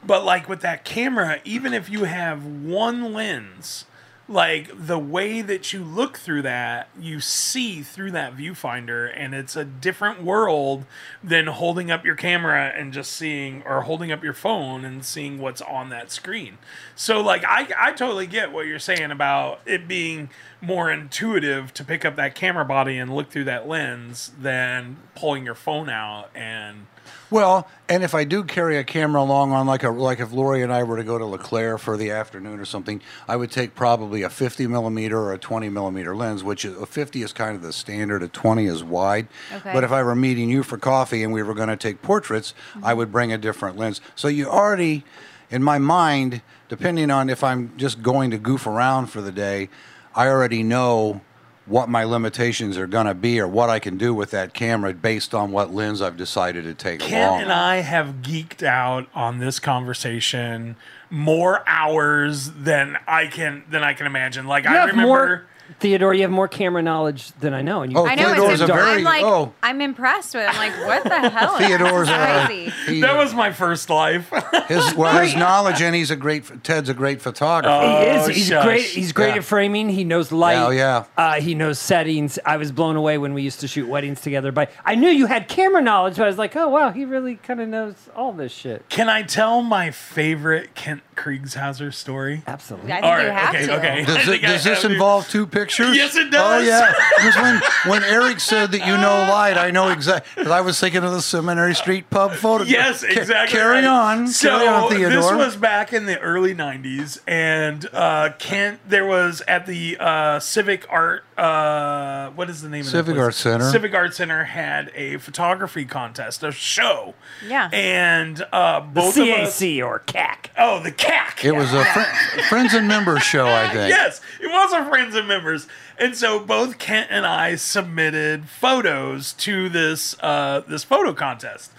But like with that camera, even if you have one lens, like the way that you look through that, you see through that viewfinder and it's a different world than holding up your camera and just seeing or holding up your phone and seeing what's on that screen. So like I I totally get what you're saying about it being more intuitive to pick up that camera body and look through that lens than pulling your phone out and Well, and if I do carry a camera along on like a like if Lori and I were to go to LeClaire for the afternoon or something, I would take probably a 50 millimeter or a 20 millimeter lens, which is, a 50 is kind of the standard, a 20 is wide. Okay. But if I were meeting you for coffee and we were going to take portraits, I would bring a different lens. So you already, in my mind, depending on if I'm just going to goof around for the day, I already know. What my limitations are going to be, or what I can do with that camera based on what lens I've decided to take Ken along. and I have geeked out on this conversation more hours than I can than I can imagine. Like you I have remember more, Theodore. You have more camera knowledge than I know, and you. Oh, I know. Theodore's It's a imp- very- I'm like, oh. I'm impressed with it. I'm like, what the hell? Theodore's That's a, crazy. he- that was my first life. his well, his knowledge, and he's a great Ted's a great photographer. He is. Oh, He's shush. great. He's great Yeah. at framing. He knows light. Oh, yeah. Uh, he knows settings. I was blown away when we used to shoot weddings together. But I knew you had camera knowledge. But I was like, oh wow, he really kind of knows all this shit. can I tell my favorite Kent Kriegshauser story? Absolutely. I think All you right, have okay, to. okay. I Does, it, think I does this have to. involve two pictures? Yes, it Oh does. yeah, because when when Eric said that you know light, I know exactly. Because I was thinking of the Seminary Street pub photo. Yes, Ca- exactly. Carry right. on, So carry on, Theodore. this was back in the early '90s, and uh, Kent. There was at the uh, Civic Art. Uh, what is the name of Civic that place? Arts Center. Civic Art Center had a photography contest, a show. Yeah. And uh, both of us. CAC or CAC. Oh, the CAC. it was a fri friends and members show, I think. Yes, it was our friends and members. And so both Kent and I submitted photos to this uh, this photo contest.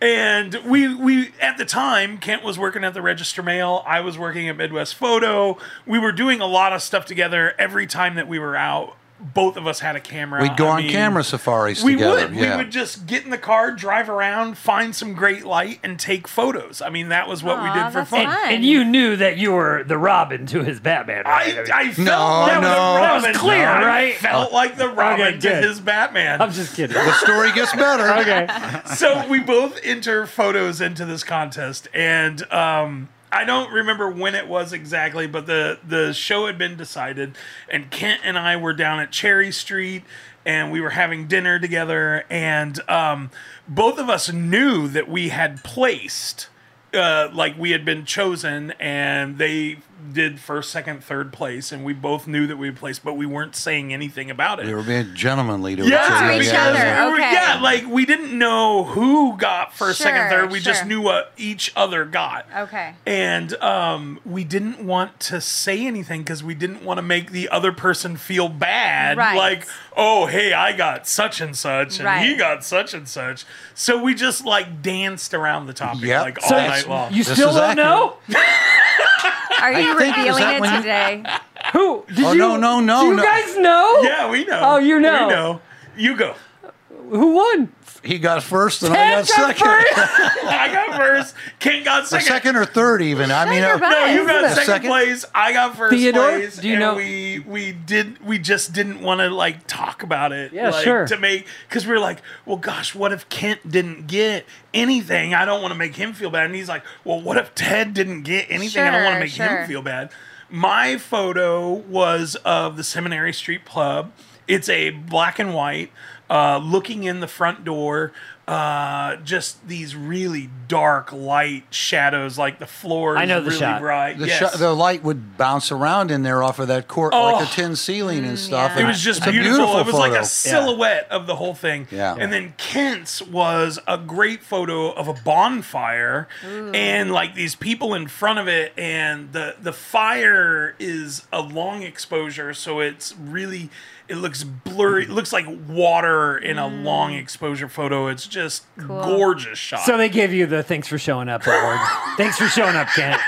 And we we at the time Kent was working at the Register Mail, I was working at Midwest Photo. We were doing a lot of stuff together every time that we were out both of us had a camera. We'd go I on mean, camera safaris We together. would. Yeah. We would just get in the car, drive around, find some great light, and take photos. I mean, that was what we Aw, did for that's fun. fun. And you knew that you were the Robin to his Batman. Right? I, mean, I felt No, no, like the that was Robin. clear, I right? Felt like the Robin to good. his Batman. I'm just kidding. the story gets better. okay. so we both enter photos into this contest and um I don't remember when it was exactly, but the the show had been decided and Kent and I were down at Cherry Street and we were having dinner together and um both of us knew that we had placed uh, like we had been chosen and they did first, second, third place, and we both knew that we had placed, but we weren't saying anything about it They were being gentlemanly to yeah, To each each other. other. because we were- okay. yeah, like we didn't know who got first, second, Sure, third. We just sure. knew what each other got. Okay. And um, we didn't want to say anything because we didn't want to make the other person feel bad. Right. Like, oh, hey, I got such and such, and he Right. got such and such. So we just like danced around the topic Yep. like So all it's- night long. You This still is don't accurate. know Are you think- was revealing that when it you- today? who? Did Oh, you, no, no, no, Do you no. guys know? yeah, we know. Oh, you know. We know. You go. Who won? He got first, and I Ted got Oh, second. first. I got first. Kent got Or second. second or third, even. I mean, your uh, butt. No, you got Isn't it? second, Second? place. I got first Theodore, place. do you and know- We we did we just didn't want to like talk about it. Yeah, like, sure. To make because we were like, well, gosh, what if Kent didn't get anything? I don't want to make him feel bad. And he's like, well, what if Ted didn't get anything? I don't want to Sure, make sure. him feel bad. My photo was of the Seminary Street Club. It's a black and white, uh, looking in the front door. Uh, just these really dark light shadows, like the floor. I is know the really shot. Bright. the, yes. sh- the light would bounce around in there off of that court, like a tin ceiling and stuff. Oh. Mm, yeah. and It was just it's a beautiful. It was like photo. a silhouette of the whole thing. Yeah. And then Kent's was a great photo of a bonfire and like these people in front of it, and the the fire is a long exposure, so it's really it looks blurry. It looks like water in a long exposure photo. It's just gorgeous shot. So they give you the thanks for showing up award. thanks for showing up, Kent.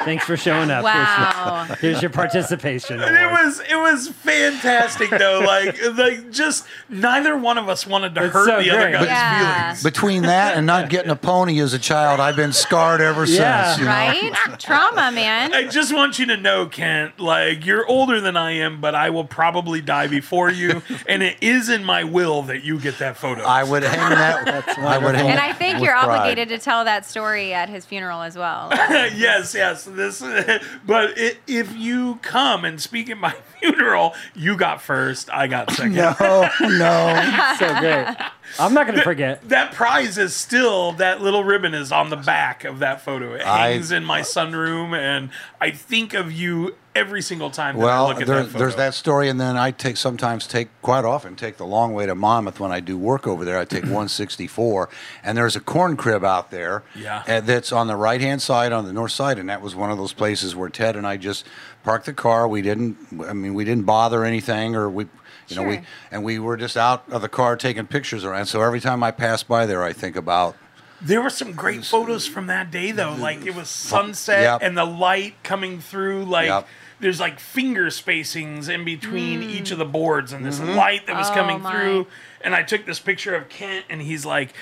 Thanks for showing up. Wow. Here's your, here's your participation award. it was it was fantastic though. like like just neither one of us wanted to It's hurt so the other great. guy's Yeah. feelings. Between that and not getting a pony as a child, I've been scarred ever Yeah. since. You know? Right? Trauma, man. I just want you to know, Kent, like you're older than I am, but I will probably die before you, and it is in my will that you get that photo. I would hang that. I would hang And I think you're with pride. obligated to tell that story at his funeral as well. yes, yes. This, but i if you come and speak at my funeral, you got first, I got second. No, no. so great. I'm not going to forget. That prize is still that little ribbon is on the back of that photo. It I- hangs in my sunroom, and I think of you every single time. That I Well, look at there, that photo. there's that story, and then I take sometimes take quite often take the long way to Monmouth when I do work over there. I take 164, and there's a corn crib out there, Yeah. uh, that's on the right hand side on the north side, and that was one of those places where Ted and I just parked the car. We didn't, I mean, we didn't bother anything, or we, you know, we Sure. and we were just out of the car taking pictures around. So every time I pass by there, I think about There were some great photos from that day though. Like it was sunset Yep. and the light coming through. Like Yep. there's like finger spacings in between each of the boards and this Mm-hmm. light that was Hmm. Oh, coming my. through. And I took this picture of Kent and he's like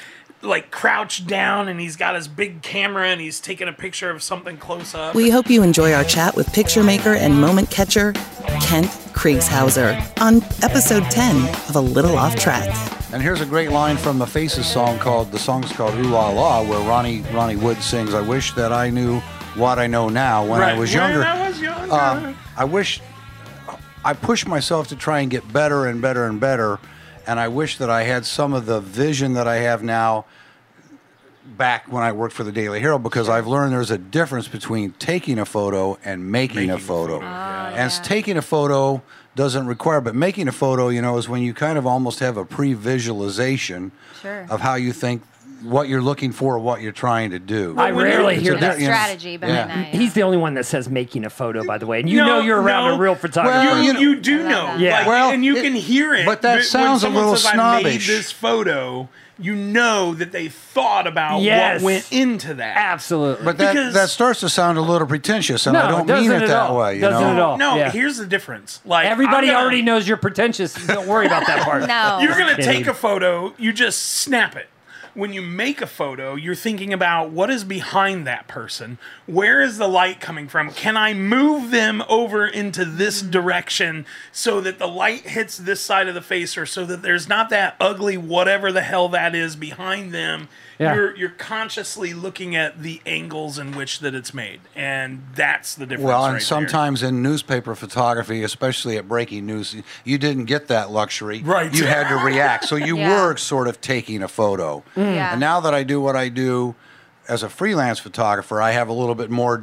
like crouched down and he's got his big camera and he's taking a picture of something close up. We hope you enjoy our chat with picture maker and moment catcher Kent Kriegshauser on episode 10 of A Little Off Track. And here's a great line from the Faces song called the song's called Ooh La La, where Ronnie Ronnie Wood sings, "I wish that I knew what I know now when I Right. was younger." When I was younger. Um, I wish I push myself to try and get better and better and better, and I wish that I had some of the vision that I have now back when I worked for the Daily Herald because I've learned there's a difference between taking a photo and making, a photo. And s- taking a photo doesn't require, but making a photo, you know, is when you kind of almost have a pre visualization Sure. of how you think what you're looking for or what you're trying to do. I when rarely you're- hear It's a There's that. There, a you know, strategy behind yeah. that. yeah. He's the only one that says making a photo, by the way. And you No, know you're around no. a real photographer. Well, you, you know- you do know. Yeah. Like, Well, and you it- can hear it. but that when sounds a someone little says, I made snobbish." this photo, you know that they thought about Yes. what went into that. Absolutely. But that, Because- that starts to sound a little pretentious, and no, I don't doesn't mean it at that all. way. You doesn't know? at all. No, Yeah. here's the difference. Like Everybody I'm gonna- already knows you're pretentious. Don't worry about that part. No. You're gonna Kidding. take a photo. You just snap it. When you make a photo, you're thinking about what is behind that person. Where is the light coming from? Can I move them over into this direction so that the light hits this side of the face, or so that there's not that ugly whatever the hell that is behind them? Yeah. You're you're consciously looking at the angles in which that it's made, and that's the difference. Well, right and there. sometimes in newspaper photography, especially at breaking news, you didn't get that luxury. Right. You had to react. So you Yeah. were sort of taking a photo. Mm. Yeah. And now that I do what I do as a freelance photographer, I have a little bit more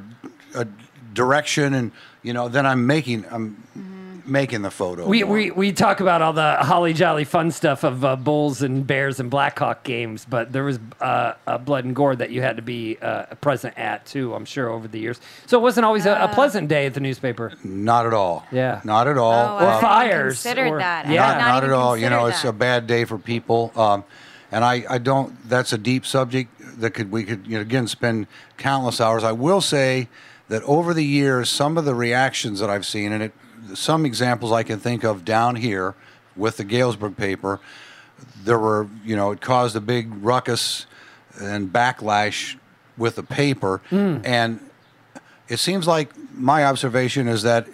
uh, direction and, you know, then I'm making, I'm making the photo. Mm-hmm. We, more. we, we talk about all the holly jolly fun stuff of uh, Bulls and Bears and Blackhawk games, but there was uh, a blood and gore that you had to be uh, present at too, I'm sure, over the years. So it wasn't always Uh, a, a pleasant day at the newspaper. Not at all. Yeah. Not at all. Oh, I Um, hadn't fires, Considered or- that. I had Yeah. not, not even at all. You know, considered it's that. a bad day for people. Um, and I, I don't. That's a deep subject that could we could you know again spend countless hours. I will say that over the years, some of the reactions that I've seen, and it, some examples I can think of down here with the Galesburg paper, there were you know it caused a big ruckus and backlash with the paper, and it seems like my observation is that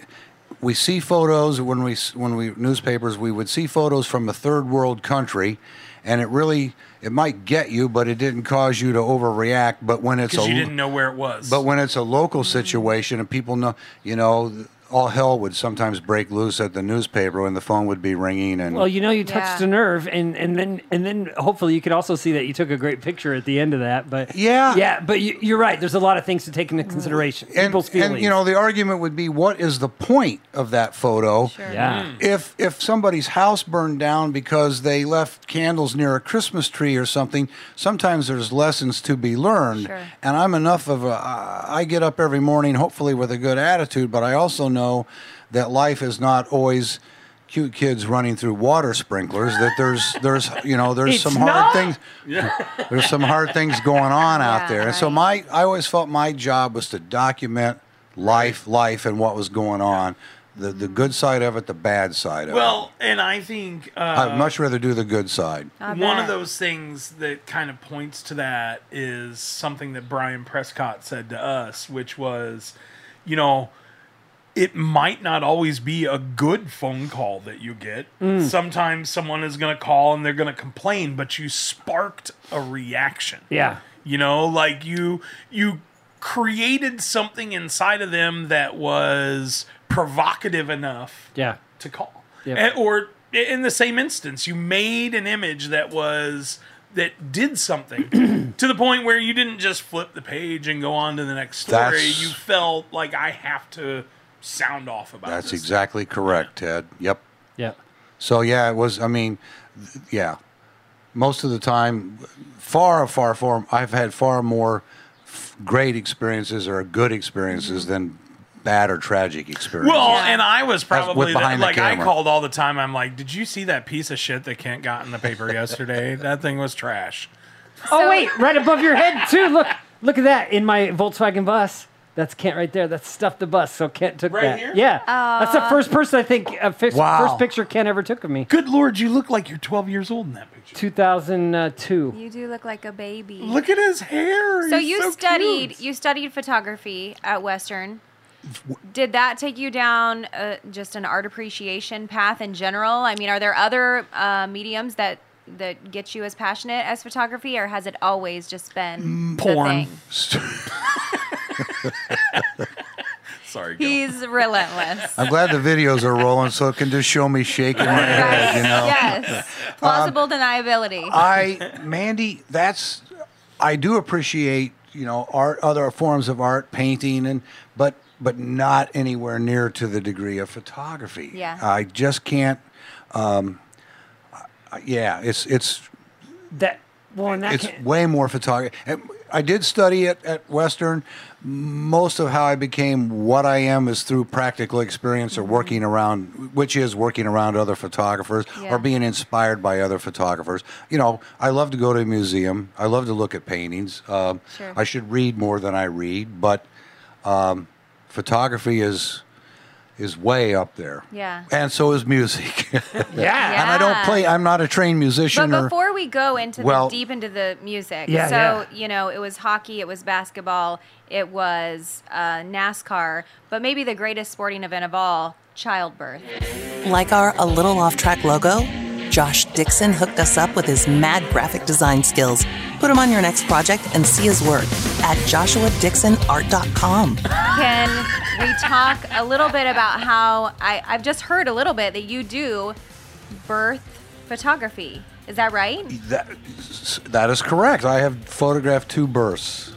we see photos when we when we newspapers we would see photos from a third world country and it really it might get you but it didn't cause you to overreact but when it's because a you didn't know where it was. but when it's a local situation and people know you know all hell would sometimes break loose at the newspaper when the phone would be ringing and Well, you know, you touched Yeah. a nerve, and, and then and then hopefully you could also see that you took a great picture at the end of that. But Yeah. yeah, but you, you're right. There's a lot of things to take into consideration. and, People's feelings. and you know the argument would be what is the point of that photo Hmm. Sure. yeah. if if somebody's house burned down because they left candles near a Christmas tree or something, sometimes there's lessons to be learned. Sure. And I'm enough of a I get up every morning hopefully with a good attitude, but I also know that life is not always cute kids running through water sprinklers that there's there's you know there's It's some hard not. things there's some hard things going on out Yeah, there and so right. my i always felt my job was to document life life and what was going on the the good side of it the bad side of it well, and I think uh, Oh. I'd much rather do the good side. I One of bet. those things that kind of points to that is something that Brian Prescott said to us, which was, you know, it might not always be a good phone call that you get. Sometimes someone is going to call and they're going to complain, but you sparked a reaction. Yeah. You know, like you you created something inside of them that was provocative enough Yeah. to call. Yep. And- or i- in the same instance, you made an image that was that did something to the point where you didn't just flip the page and go on to the next story. That's- you felt like I have to sound off about That's this. exactly correct, Ted. Yep. Yeah. So yeah, it was. I mean, th- yeah. Most of the time, far, far, far. I've had far more f- great experiences or good experiences than bad or tragic experiences. Mm-hmm. Well, Yeah. and I was probably the- behind the like I camera. called all the time. I'm like, did you see that piece of shit that Kent got in the paper yesterday? that thing was trash. Oh wait, right above your head too. Look, look at that in my Volkswagen bus. That's Kent right there. That's stuffed the bus. So Kent took Right that. here? Yeah, that's the first person I think uh, fix, Wow. first picture Kent ever took of me. Good lord, you look like you're 12 years old in that picture. 2002. You do look like a baby. Look at his hair. so He's you cute. studied you studied photography at Western. Did that take you down uh, just an art appreciation path in general? I mean, are there other uh, mediums that that get you as passionate as photography, or has it always just been the porn. thing? Sorry, Gil. He's relentless. I'm glad the videos are rolling, so it can just show me shaking my head. You know. Yes, plausible deniability. I, Mandy, that's I do appreciate you know art, other forms of art, painting, and but but not anywhere near to the degree of photography. Yeah. I just can't. Um, I- yeah, it's it's That Well, and that it's can- way more photography. I did study it at Western. Most of how I became what I am is through practical experience or working around, which is working around other photographers Mm-hmm. Yeah. or being inspired by other photographers. You know, I love to go to a museum. I love to look at paintings. Um, Sure. I should read more than I read, but um, photography is is way up there. Yeah. And so is music. yeah. And I don't Yeah. play. I'm not a trained musician. But or, before we go into Well- the deep into the music, Yeah, so yeah. you know, it was hockey, it was basketball, it was uh, NASCAR, but maybe the greatest sporting event of all, childbirth. Like our A Little Off Track logo, Josh Dixon hooked us up with his mad graphic design skills. Put him on your next project and see his work at joshuadixonart.com. Can we talk a little bit about how I, I've just heard a little bit that you do birth photography? Is that right? That, that is correct. I have photographed two births,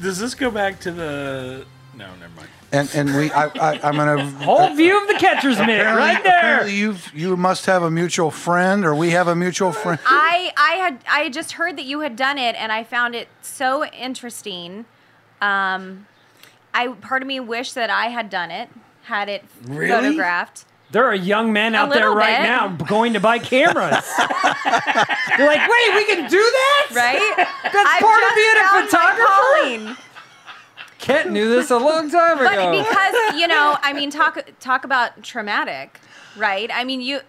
Does this go back to the? No, never mind. and and we. I, I I'm gonna. Whole view of the catcher's mitt right Apparently there. you you must have a mutual friend, or we have a mutual friend. I I had I had just heard that you had done it, and I found it so interesting. Um, I part of me wished that I had done it, had it Really? photographed. There are young men out there little right bit. now going to buy cameras. They're like, wait, we can do that? Right? That's part of being a photographer? calling. Kent knew this a long time But ago. because you know, I mean, talk talk about traumatic, right? I mean, you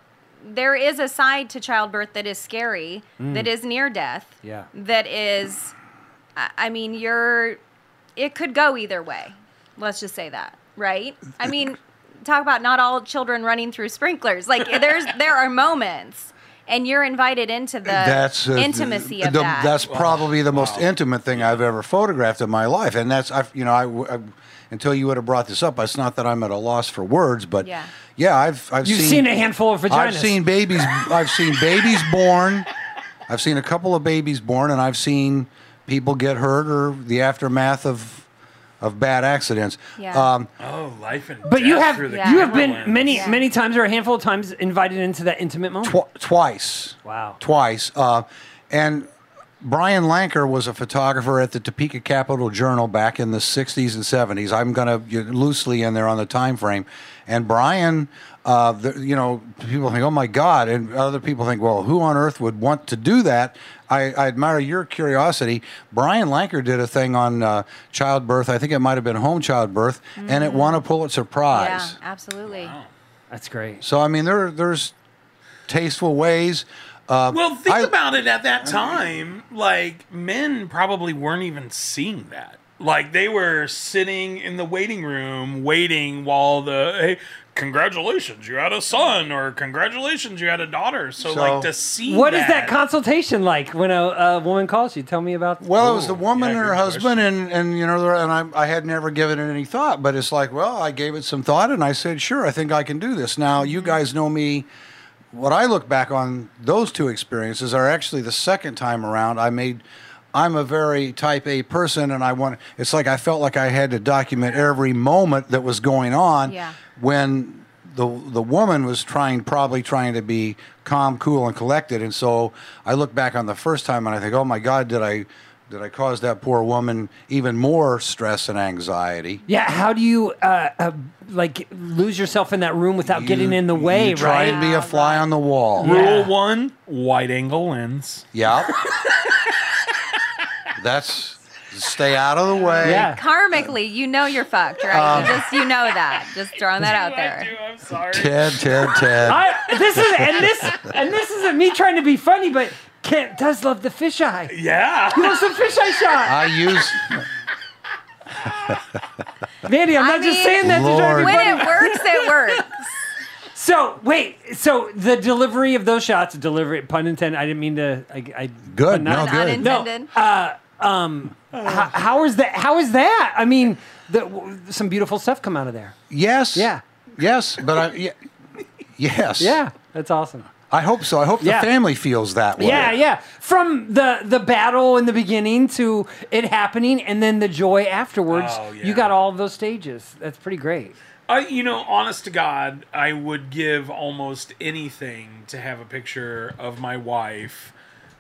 there is a side to childbirth that is scary, Mm. that is near death, Yeah. that is, I I mean, you're it could go either way. Let's just say that, right? I mean, talk about not all children running through sprinklers. Like there's there are moments, and you're invited into the That's uh, intimacy of the- that. That's probably the most intimate thing I've ever photographed in my life, and that's I. You know, I, w- I- until you would have brought this up, it's not that I'm at a loss for words, but Yeah. yeah, yeah I've I've You've seen a handful of vaginas. I've seen babies. I've seen babies born. I've seen a couple of babies born, and I've seen people get hurt or the aftermath of of bad accidents. Yeah. Um, Oh, life and But you death have through the Yeah. you have camera been lens. many Yeah. many times or a handful of times invited into that intimate moment. tw- twice. Wow. Twice. Uh, and Brian Lanker was a photographer at the Topeka Capital Journal back in the 60s and 70s. I'm going to loosely in there on the time frame. And Brian, uh, the, you know, people think, oh my God. And other people think, well, who on earth would want to do that? I, I admire your curiosity. Brian Lanker did a thing on uh, childbirth. I think it might have been home childbirth, and it won a Pulitzer yeah, Prize. absolutely. That's great. So I mean, there there's tasteful ways. Uh, Well, think I- about it. At that time, like men probably weren't even seeing that. Like they were sitting in the waiting room, waiting while the hey, congratulations, you had a son, or congratulations, you had a daughter. So, So- like to see What that, is that consultation like when a, a woman calls you? Tell me about. Well, it was the Ooh, woman yeah, and her good husband, and, and you know, there- and I, I had never given it any thought, but it's like, well, I gave it some thought, and I said, sure, I think I can do this. Now, Mm-hmm. you guys know me. What I look back on those two experiences are actually the second time around. I made, I'm a very type A person, and I want. It's like I felt like I had to document every moment that was going on. Yeah. when the the woman was trying probably trying to be calm, cool, and collected. And so I look back on the first time and I think, oh my God, did I did I cause that poor woman even more stress and anxiety? Yeah, how do you uh, uh, like lose yourself in that room without getting in the way? you try right? and be a fly on the wall. Yeah. Rule one: wide angle lens. Yeah. That's stay out of the way. Yeah. karmically, you know you're fucked, Uh, right? you just you know that. Just throwing that out I do. there. I'm sorry. Ted, Ted, Ted. I, this is and this and this isn't me trying to be funny, but Kent does love the fisheye. yeah. Loves the fisheye shot. I use Mandy, I'm I not just mean, saying that to try to Lord. be When funny. it works, it works. So wait, so the delivery of those shots, delivery pun intended. I didn't mean to. I, I good. pun No, not- good. unintended. Intended. No, uh, um, h- how is that? How is that? I mean, the, w- some beautiful stuff come out of there. Yes. Yeah. Yes, but I. Yeah, yes. Yeah, that's awesome. I hope so. I hope Yeah. the family feels that way. Yeah, yeah. From the the battle in the beginning to it happening, and then the joy afterwards. Oh, yeah. You got all of those stages. That's pretty great. I, you know, honest to God, I would give almost anything to have a picture of my wife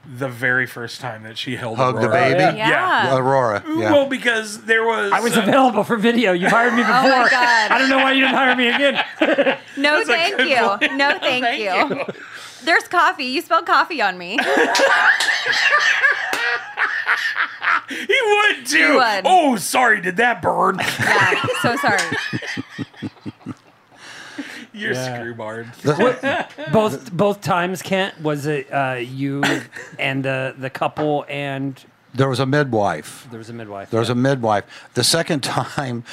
the very first time that she held Hug the Aurora. baby. yeah. Yeah. Aurora. Yeah. Well, because there was I was uh, available for video. You hired me before. Oh my God. I don't know why you didn't hire me again. No, a thank good you. No, thank, Thank you. There's coffee. You spilled coffee on me. He would too. would. Oh, sorry, did that burn? yeah, so sorry. You're Yeah. screw barred. both both times, Kent was it uh, you and the the couple and There was a midwife. there was a midwife. There was a midwife. The second time,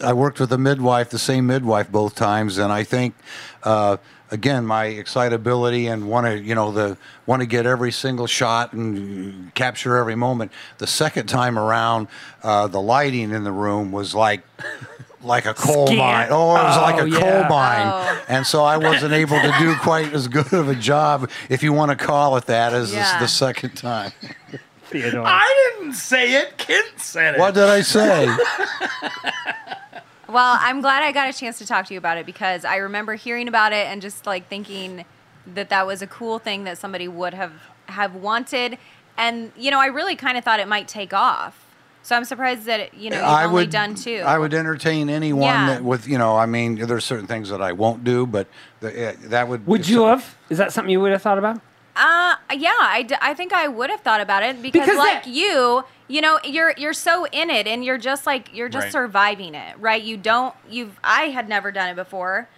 I worked with a midwife, the same midwife both times, and I think, uh, again, my excitability and want to, you know, the want to get every single shot and capture every moment. The second time around, uh, the lighting in the room was like. Like a coal Scant. mine. Oh, it was like Oh, a yeah. coal mine. Oh. And so I wasn't able to do quite as good of a job, if you want to call it that, as this- Yeah. the second time. Theodore. I didn't say it. Kent said it. What did I say? Well, I'm glad I got a chance to talk to you about it because I remember hearing about it and just like thinking that that was a cool thing that somebody would have have wanted, and you know, I really kind of thought it might take off. So I'm surprised that it, you know you've only done two. I would entertain anyone Yeah. that with you know. I mean, there's certain things that I won't do, but the, uh, that would. would if you some- have? Is that something you would have thought about? Uh, yeah, I, d- I think I would have thought about it because, Because like that- you, you know, you're you're so in it and you're just like you're just Right. surviving it, right? You don't you've I had never done it before.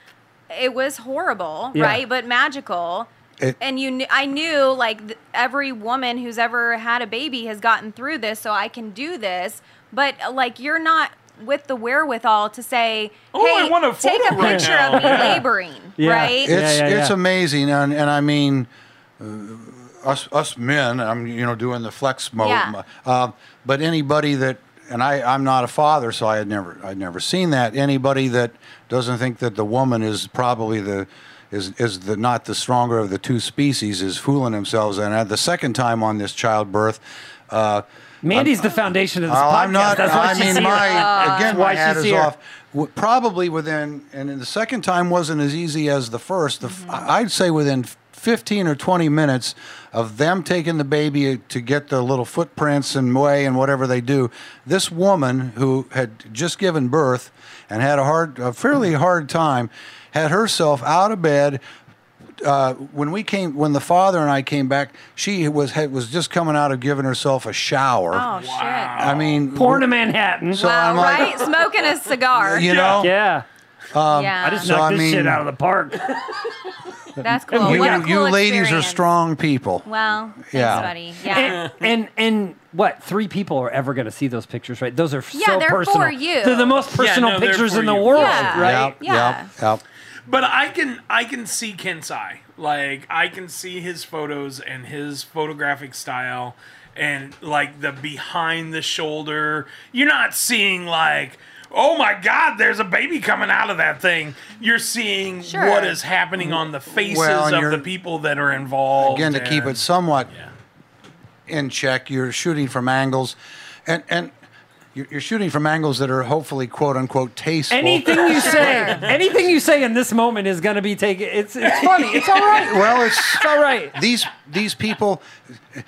It was horrible, Yeah. right? But magical. It- and you kn- I knew like th- every woman who's ever had a baby has gotten through this, so I can do this. But uh, like you're not with the wherewithal to say, Oh, I "Hey, want a take a photo right picture now." of me Yeah. laboring," Yeah. right? Yeah, It's yeah, it's yeah. amazing, and and I mean, uh, us us men. I'm you know doing the flex mode, Yeah. uh, but anybody that. And I, I'm not a father, so I had never, I'd never seen that. Anybody that doesn't think that the woman is probably the, is, is the not the stronger of the two species is fooling themselves. And at the second time on this childbirth, uh, Mandy's the foundation of this Oh, podcast. I'm not. That's why I she's mean, here. my again, That's why my hat she's is here. off. W- Probably within, and then the second time wasn't as easy as the first. The, f Mm-hmm. I'd say within 15 or 20 minutes of them taking the baby to get the little footprints and way and whatever they do, this woman who had just given birth and had a hard, a fairly Mm-hmm. hard time, had herself out of bed, uh, when we came, when the father and I came back, she was had, was just coming out of giving herself a shower. Oh shit. I mean, Born to Manhattan. So Wow, I'm like- right? Smoking a cigar. you know, yeah. yeah, I just So, knocked I this shit mean- out of the park. that's cool. you, what a you cool ladies experience. are strong people. Well, thanks, Yeah. buddy. Yeah. and, and and what three people are ever going to see those pictures, right? Those are Yeah, so they're for personal. you. They're the most no, personal they're pictures for in the you. world, Yeah. right? Yep, Yeah. yep, yep. But I can I can see Kent's eye. Like I can see his photos and his photographic style and like the behind the shoulder. You're not seeing like Oh my God! There's a baby coming out of that thing. You're seeing Sure. what is happening on the faces Well, and of you're- the people that are involved. Again, to keep and- it somewhat in check, you're shooting from angles, and and you're you're shooting from angles that are hopefully quote unquote tasteful. Anything you say, anything you say in this moment is going to be taken. It's it's funny. It's all right. Well, it's It's all right. these these people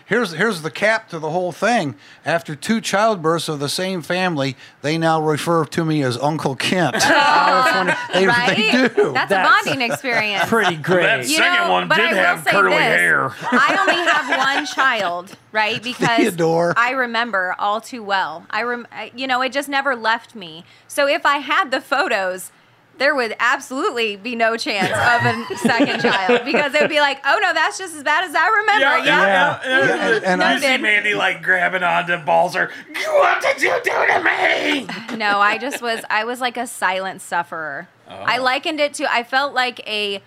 here's here's the cap to the whole thing after two childbirths of the same family they now refer to me as uncle kent they, right? they do That's, a That's- bonding experience. Pretty That great. You second know, one but did I will have say curly this. hair. I only have one child, right? Because Theodore. I remember all too well. I rem- I- you know, it just never left me. So if I had the photos, there would absolutely be no chance of a second child because it would be like, oh no, that's just as bad as I remember. Yeah, yeah. Yeah, and- and you I- see Mandy like grabbing onto Balzer. What did you do to me? No, I just was I was like a silent sufferer. I Oh. likened it to I felt like a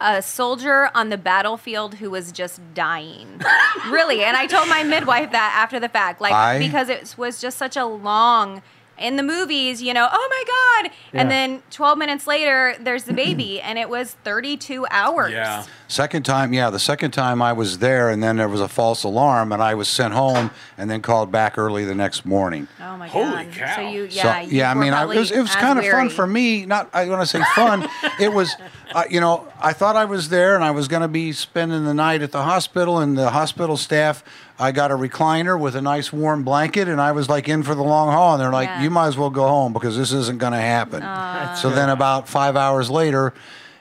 a soldier on the battlefield who was just dying. really, and I told my midwife that after the fact, like I- because it was just such a long in the movies, you know, oh my god. And Yeah. then 12 minutes later there's the baby and it was 32 hours. Yeah. Second time, yeah, the second time I was there, and then there was a false alarm, and I was sent home, and then called back early the next morning. Oh my Holy god. cow. So you So, yeah, you yeah, I were mean, I, it probably was, it was as kind of fun weary. for me. Not, I want to say fun. it was uh, you know, I thought I was there and I was going to be spending the night at the hospital, and the hospital staff, I got a recliner with a nice warm blanket, and I was like in for the long haul. And they're like, Yeah. you might as well go home because this isn't going to happen. so then about five hours later,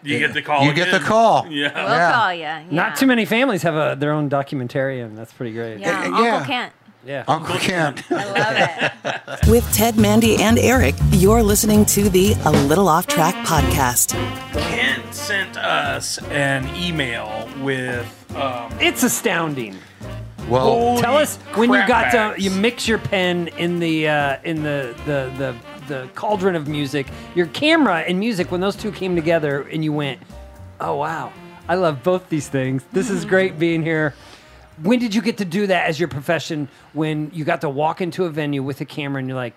You get the call. You get the again. call. Yeah. We'll Yeah. call you. Yeah. Not too many families have a, their own documentarian. That's pretty great. Yeah. Eh, eh, Uncle yeah. Kent. Yeah. Uncle Kent. I love it. With Ted, Mandy, and Eric, you're listening to the A Little Off Track podcast. Kent sent us an email with. Um, It's astounding. Well, Holy Tell us when you crap got to bags. you mix your pen in the uh, in the the the the cauldron of music, your camera and music when those two came together and you went, "Oh wow, I love both these things. This Mm-hmm. is great being here." When did you get to do that as your profession when you got to walk into a venue with a camera and you're like,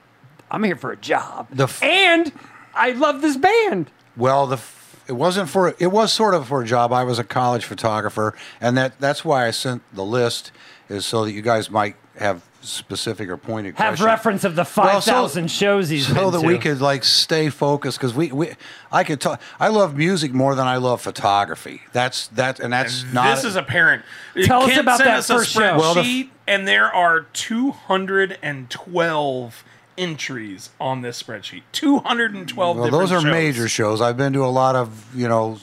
"I'm here for a job." The f- and I love this band. Well, the f- it wasn't for it was sort of for a job. I was a college photographer, and that that's why I sent the list is so that you guys might have specific or pointed Have questions. reference of the Well, 5,000 shows he's so been that we to. could like stay focused because we, we I could talk. I love music more than I love photography. That's that, and that's not. this is apparent. Tell us Kent about sent that us first a show. spreadsheet, Well, the- and there are 212 entries on this spreadsheet. 212. Well, those are different major shows. shows. I've been to a lot of, you know,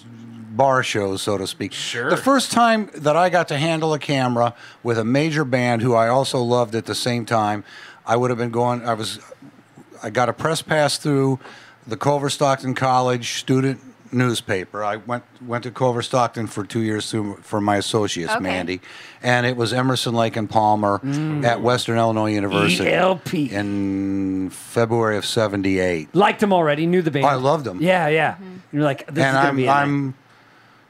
bar shows, so to speak. Sure. The first time that I got to handle a camera with a major band who I also loved at the same time, I would have been going, I was, I got a press pass through the Culver Stockton College student newspaper. I went went to Culver Stockton for two years through, for my associates, Okay. Mandy, and it was Emerson Lake and Palmer at Western Illinois University E ELP. in February of '78. Liked them already, knew the band. Oh, I loved 'em. Yeah, yeah. Mm-hmm. You're like, this and is gonna I'm, be a night. I'm,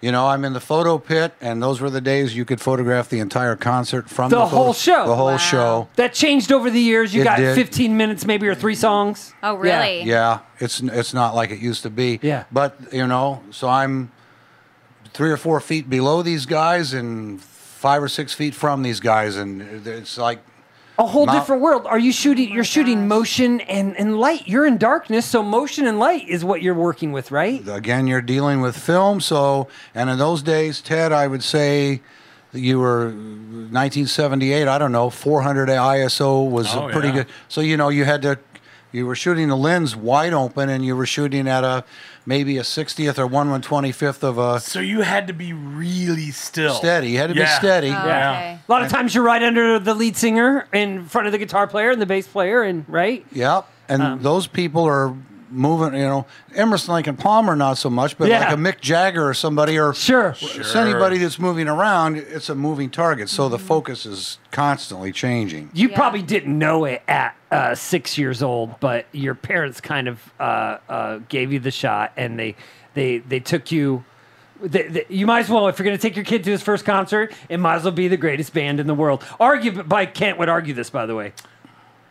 you know, I'm in the photo pit, and those were the days you could photograph the entire concert from The the, photo- whole show. the whole Wow. show. That changed over the years. You It got did. 15 minutes, maybe, or three songs. Oh, really? Yeah, it's it's not like it used to be. Yeah. but you know, so I'm three or four feet below these guys, and five or six feet from these guys, and it's like A whole Mount- different world. Are you shooting? Oh You're shooting motion and, and light. You're in darkness, so motion and light is what you're working with, right? again, you're dealing with film. So, and in those days, Ted, I would say that you were 1978. I don't know, 400 ISO was Oh, a pretty yeah. good. So you know, you had to, you were shooting the lens wide open, and you were shooting at a maybe a 60th or one 125th of a So you had to be really still. steady. You had to Yeah. be steady. Oh, Yeah. Okay. A lot of times you're right under the lead singer, in front of the guitar player and the bass player, and right. Yep. And those people are moving. You know, Emerson, Lincoln, Palmer, not so much, but Yeah. like a Mick Jagger or somebody or Sure. It's anybody that's moving around, it's a moving target. So the focus is constantly changing. You Yeah. probably didn't know it at uh, six years old, but your parents kind of uh, uh, gave you the shot, and they they they took you. They, they- you might as well, if you're going to take your kid to his first concert, it might as well be the greatest band in the world. Argue by Kent would argue this, by the way.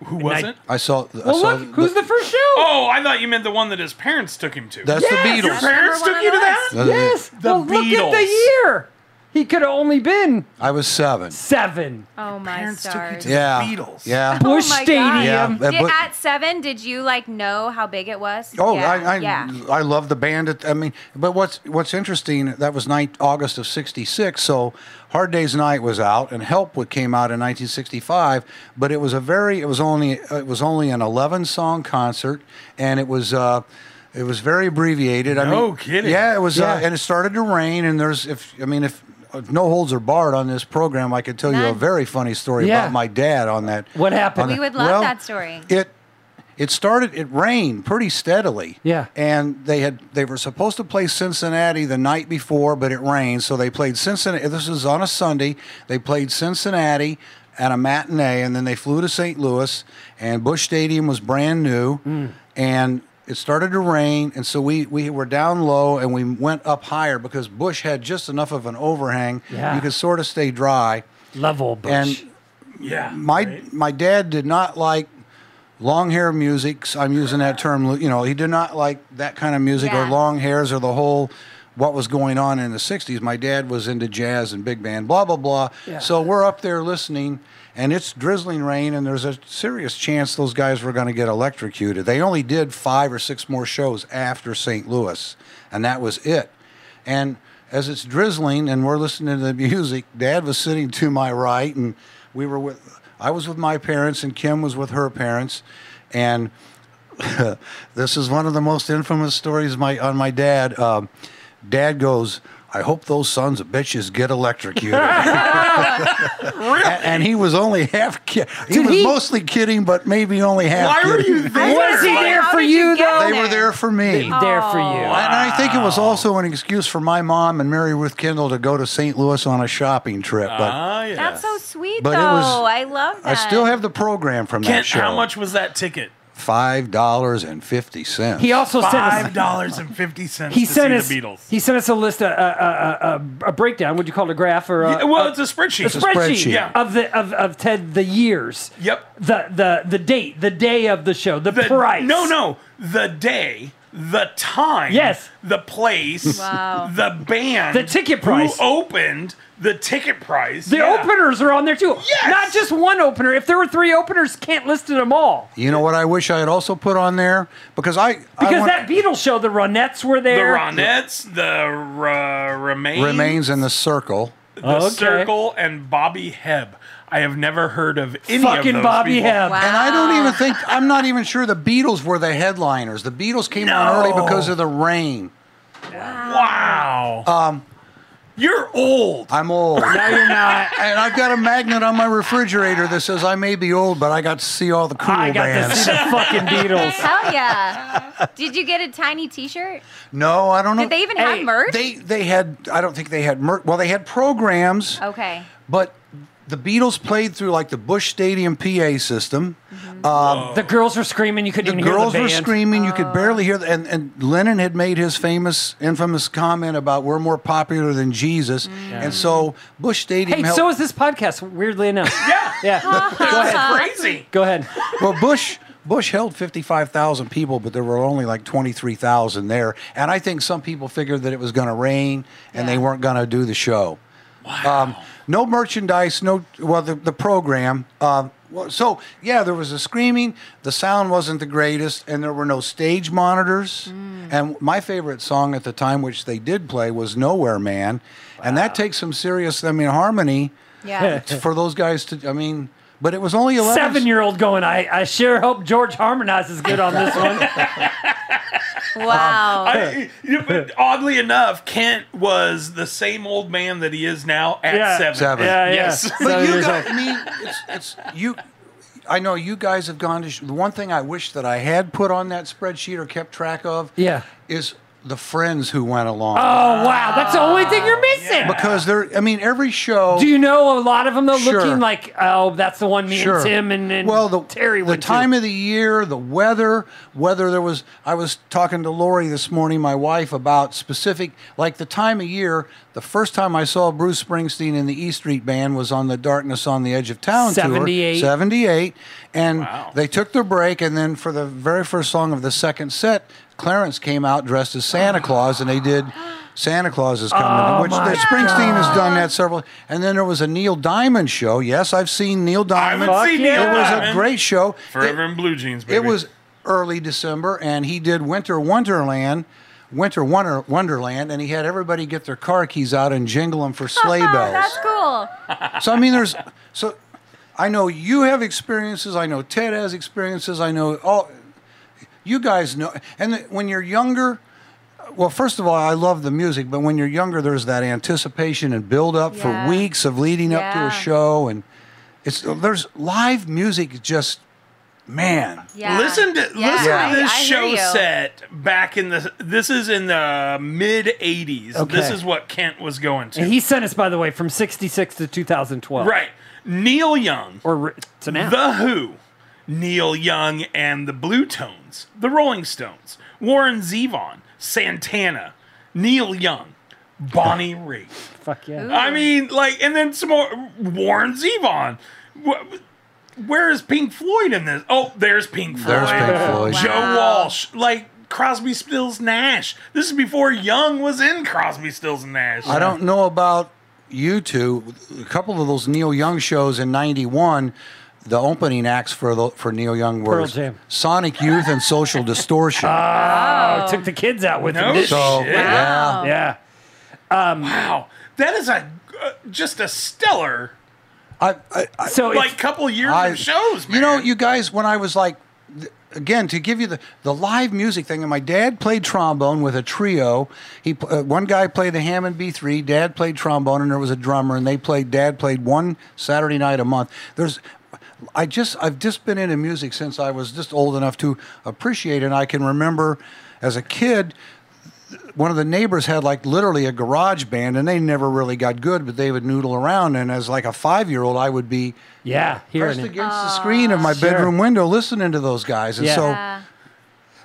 Who was I- it? I saw. I Well, saw look, who's the first show? Oh, I thought you meant the one that his parents took him to. That's Yes! the Your Beatles. parents Number took one you to on the that? Uh, yes. The well, look at the Beatles. year. He could have only been I was seven. seven. Oh my Parents took you stars. to- Yeah. Beatles. Yeah. Oh Bush my Stadium. God. Yeah, but- Did, at seven, did you like know how big it was? Oh, yeah. I I, yeah. I love the band. At, I mean, but what's what's interesting? That was nine, August of '66. So Hard Day's Night was out, and Help would came out in 1965. But it was a very it was only it was only an 11 song concert, and it was. Uh, it was very abbreviated. I No mean, kidding. Yeah, it was, uh, Yeah. and it started to rain. And there's, if I mean, if, if no holds are barred on this program, I could tell you a None. very funny story Yeah. about my dad on that. What happened? on We that- would love that story. It it started. It rained pretty steadily. Yeah. And they had they were supposed to play Cincinnati the night before, but it rained, so they played Cincinnati. This was on a Sunday. They played Cincinnati at a matinee, and then they flew to St. Louis. And Bush Stadium was brand new, Mm. and it started to rain, and so we we were down low, and we went up higher because Bush had just enough of an overhang. Yeah. You could sort of stay dry, Love old Bush. and Yeah. my right? my dad did not like long hair music. So I'm using that term. lo- You know, he did not like that kind of music or Yeah. long hairs or the whole what was going on in the '60s. My dad was into jazz and big band, blah blah blah. Yeah. So we're up there listening, and it's drizzling rain, and there's a serious chance those guys were going to get electrocuted. They only did five or six more shows after St. Louis, and that was it. And as it's drizzling and we're listening to the music, Dad was sitting to my right, and we were with, I was with my parents, and Kim was with her parents, and this is one of the most infamous stories my on my dad. Um, dad goes, "I hope those sons of bitches get electrocuted." and, and he was only half. Ki- he was he- mostly kidding, but maybe only half. Why were kidding. you there? Was he there How for did you, you get Oh. though? They were there for me. There for you. And I think it was also an excuse for my mom and Mary Ruth Kendall to go to St. Louis on a shopping trip. But Uh-huh. Ah, yeah. That's so sweet, But it though. was- I love I that. still have the program from that Kent, show. how much was that ticket? Five dollars and fifty cents. He also sent us. Five dollars and fifty cents. He to sent see us. the Beatles. He sent us a list, uh, a uh, a, a, a breakdown. Would you call it a graph or a, Yeah, well, it's a spreadsheet. a a spreadsheet, spreadsheet. Yeah. of the of, of Ted the years. Yep. The the the date, the day of the show, the, The- price. No, no. The day, the time. Yes. The place. Wow. The band. The ticket price. Who opened the ticket price? The yeah. openers are on there too. Yes! Not just one opener. If there were three openers, can't list them all. You know what I wish I had also put on there because I I Because want that Beatles show, the Ronettes were The there. Ronettes. The uh, remains. remains in the circle. The Okay. circle and Bobby Hebb. I have never heard of any of Fucking those Bobby people. Hebb. Wow. And I don't even think Ah. I'm not even sure the Beatles were the headliners. The Beatles came on early because of the rain. Wow. Um, you're old. I'm old. No, you're not. And I've got a magnet on my refrigerator that says I may be old, but I got to see all the cool I got to bands. see the fucking Beatles. Hell yeah! Did you get a tiny T-shirt? No, I don't know. Did they even Hey, have merch? They they had I don't think they had mer- well they had programs. okay. But the Beatles played through like the Bush Stadium PA system. The girls were screaming. You couldn't The even girls hear the were band. screaming. You could barely hear. The, and and Lennon had made his famous, infamous comment about we're more popular than Jesus. And so Bush Stadium. Hey, held- so is this podcast? Weirdly enough. yeah. Yeah. Go ahead. Crazy. Go ahead. well, Bush. Bush held 55,000 people, but there were only like 23,000 there. And I think some people figured that it was going to rain and they weren't going to do the show. Um, no merchandise, no, well, the, the program. Um, well, so, yeah, there was a screaming. The sound wasn't the greatest, and there were no stage monitors. And my favorite song at the time, which they did play, was Nowhere Man. And that takes some serious, I mean, harmony Yeah. for those guys to, I mean, but it was only 11. Seven-year-old going. I, I sure hope George harmonizes good on this one. Wow. I, you- but oddly enough, Kent was the same old man that he is now at Yeah. seven. Seven. Yeah. Yes. Yeah. But Seven you years guys, old. I mean, it's, it's you. I know you guys have gone to. Sh- the one thing I wish that I had put on that spreadsheet or kept track of, Yeah. is the friends who went along Oh wow, that's the only thing you're missing. because they're. I mean, every show. Do you know a lot of them though? Sure. Looking like, oh, that's the one me Sure. and Tim and, and well, the Terry the went time to. of the year, the weather, whether there was. I was talking to Lori this morning, my wife, about specific like the time of year. The first time I saw Bruce Springsteen in the E Street Band was on the Darkness on the Edge of Town tour, 78. seventy-eight, and Wow. they took their break, and then for the very first song of the second set, Clarence came out dressed as Santa Claus, and they did. Santa Claus is coming, which the Springsteen has done that several. And then there was a Neil Diamond show. Yes, I've seen Neil I Diamond. haven't seen yeah. Neil It was a Diamond. great show. Forever in blue jeans, baby. It was early December, and he did Winter Wonderland, Winter Wonder Wonderland, and he had everybody get their car keys out and jingle them for sleigh Oh, that's bells. cool. so I mean, there's so I know you have experiences. I know Ted has experiences. I know all you guys know. And th- when you're younger. Well, first of all, I love the music, but when you're younger, there's that anticipation and build up Yeah. for weeks of leading up to Yeah. a show, and it's there's live music. Just man, Yeah. Listen to Yeah, listen I- to this I hear show you. set back in the. This is in the mid '80s. This Okay. is what Kent was going to. And he sent us, by the way, from '66 to 2012. right, Neil Young, Or re- to now. The Who, Neil Young and the Blue Tones, The Rolling Stones, Warren Zevon, Santana, Neil Young, Bonnie Raitt. Fuck yeah. I mean, like, and then some more Warren Zevon. Wh- Where is Pink Floyd in this? Oh, there's Pink Floyd. There's Pink Floyd. Wow. Joe Walsh, like Crosby, Stills, Nash. This is before Young was in Crosby, Stills, and Nash. I don't know about you two. A couple of those Neil Young shows in '91, the opening acts for the, for Neil Young were Pearl Jam. Oh, Sonic Youth and Social Distortion. Took the kids out with No him. didn't so shit. yeah, he? Yeah. wow, that is a uh, just a stellar I, I, I, So it's- like couple years I- of shows. Man. You know, you guys, when I was like, th- again, to give you the, the live music thing, and my dad played trombone with a trio. He pl- uh, one guy played the Hammond B3, dad played trombone, and there was a drummer, and they played. Dad played one Saturday night a month. There's. I just I've just been into music since I was just old enough to appreciate it. And I can remember as a kid one of the neighbors had like literally a garage band and they never really got good, but they would noodle around and as like a five year old I would be Yeah, hearing pressed it. against the screen of my bedroom window listening to those guys. And Yeah. so Uh,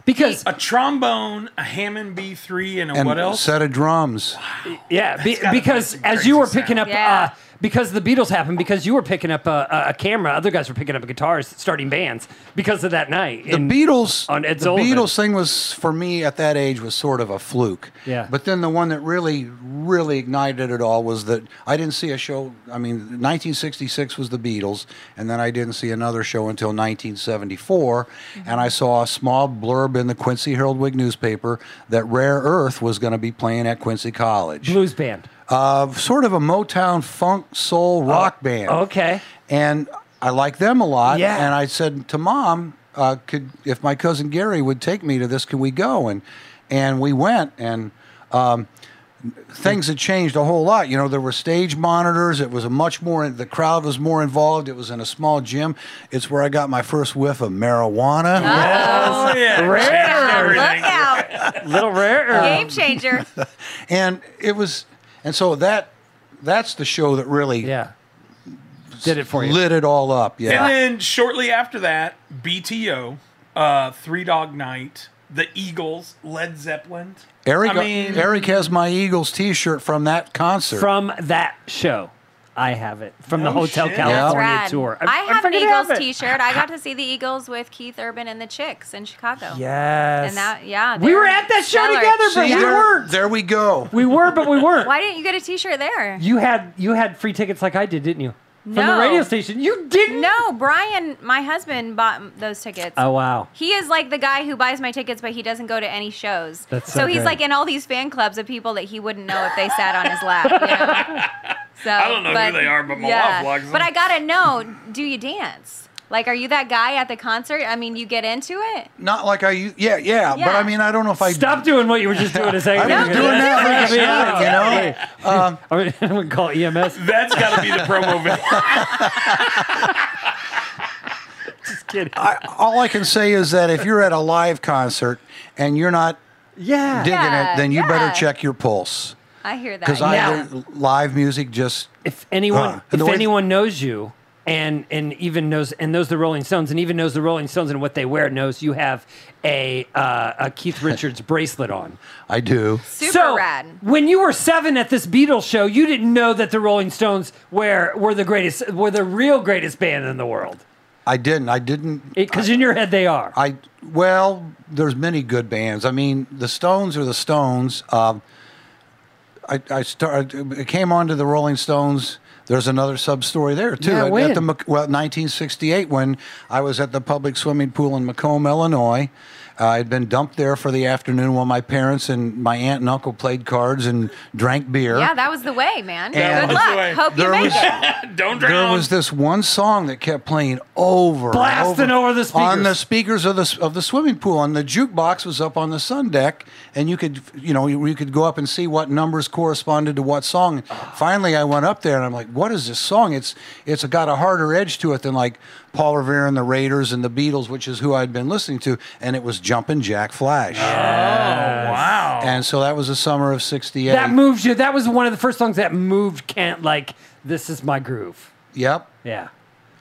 Because a trombone, a Hammond B3, and a and what else? set of drums. yeah, be, gotta be because some as you were crazy picking up, sound. Yeah. uh, because the Beatles happened, because you were picking up a, a, a camera, other guys were picking up guitars, starting bands because of that night. The Beatles on Ed the Sullivan. Beatles thing was for me at that age was sort of a fluke. Yeah. But then the one that really, really ignited it all was that I didn't see a show I mean, nineteen sixty six was the Beatles, and then I didn't see another show until nineteen and I saw a small blurb in the Quincy Herald-Whig newspaper that Rare Earth was gonna be playing at Quincy College. blues band. Uh, sort of a Motown funk soul rock band. Oh, Okay. and I like them a lot. Yeah. And I said to mom, uh, could if my cousin Gary would take me to this, could we go? And and we went and. Um, Things had changed a whole lot. You know, there were stage monitors. It was a much more, the crowd was more involved. It was in a small gym. It's where I got my first whiff of marijuana. oh yeah, changed yeah, everything. look out. Little rare. or- Game changer. And it was, and so that, that's the show that really yeah. Did it for you. lit it all up. Yeah. And then shortly after that, BTO, uh, Three Dog Night, The Eagles, Led Zeppelin. Eric, uh, I mean- Eric has my Eagles t shirt from that concert. From that show. I have it from the Hotel shit. That's California rad. tour. I have an freaking Eagles it. T-shirt. I got to see the Eagles with Keith Urban and the Chicks in Chicago. Yes. And that, yeah, We they're were at that show stellar. together, but See, we there- weren't. there we go. We were, but we weren't. Why didn't you get a T-shirt there? You had you had free tickets like I did, didn't you? From the No. radio station. You didn't. No, Brian, my husband, bought m- those tickets. Oh wow. He is like the guy who buys my tickets, but he doesn't go to any shows. That's so so he's great. like in all these fan clubs of people that he wouldn't know if they sat on his lap. You know? So I don't know who they are, but my wife likes them. But I gotta know: Do you dance? Like, are you that guy at the concert? I mean, you get into it. Not like I, u- yeah, yeah, but I Yeah. mean, I don't know if I. Stop doing what you were just doing a second I was ago. doing that when I Freaking me out. started, you know? Um, I mean, I'm gonna call E EMS. That's got to be the promo video. Just kidding. I, all I can say is that if you're at a live concert and you're not Yeah. digging Yeah, it, then you yeah. better check your pulse. I hear that. Because yeah. either live music just. if anyone Huh. if The way- anyone knows you and and even knows and knows the Rolling Stones and even knows the Rolling Stones and what they wear knows you have a uh, a Keith Richards bracelet on. I do. super so rad. when you were seven at this Beatles show, you didn't know that the Rolling Stones were were the greatest were the real greatest band in the world I didn't. I didn't. because in your head they are. I well, there's many good bands. I mean, the Stones are the Stones. Um, I I started came onto the Rolling Stones. There's another sub story there too. Yeah, at, when? at the Mc- well, 1968 when I was at the public swimming pool in Macomb, Illinois. Uh, I'd been dumped there for the afternoon while my parents and my aunt and uncle played cards and drank beer. Yeah, that was the way, man. That Good was the way. luck. Hope you There make was- it. Don't there drown. was this one song that kept playing over, and Blasting over the speakers. on the speakers of the of the swimming pool, and the jukebox was up on the sun deck, and you could you know you, you could go up and see what numbers corresponded to what song. Finally, I went up there and I'm like, "What is this song? It's it's got a harder edge to it than like Paul Revere and the Raiders and the Beatles, which is who I'd been listening to, and it was Jumpin' Jack Flash, Oh, wow. and so that was the summer of '68. that moves you. That was one of the first songs that moved Kent like this is my groove. yep, Yeah.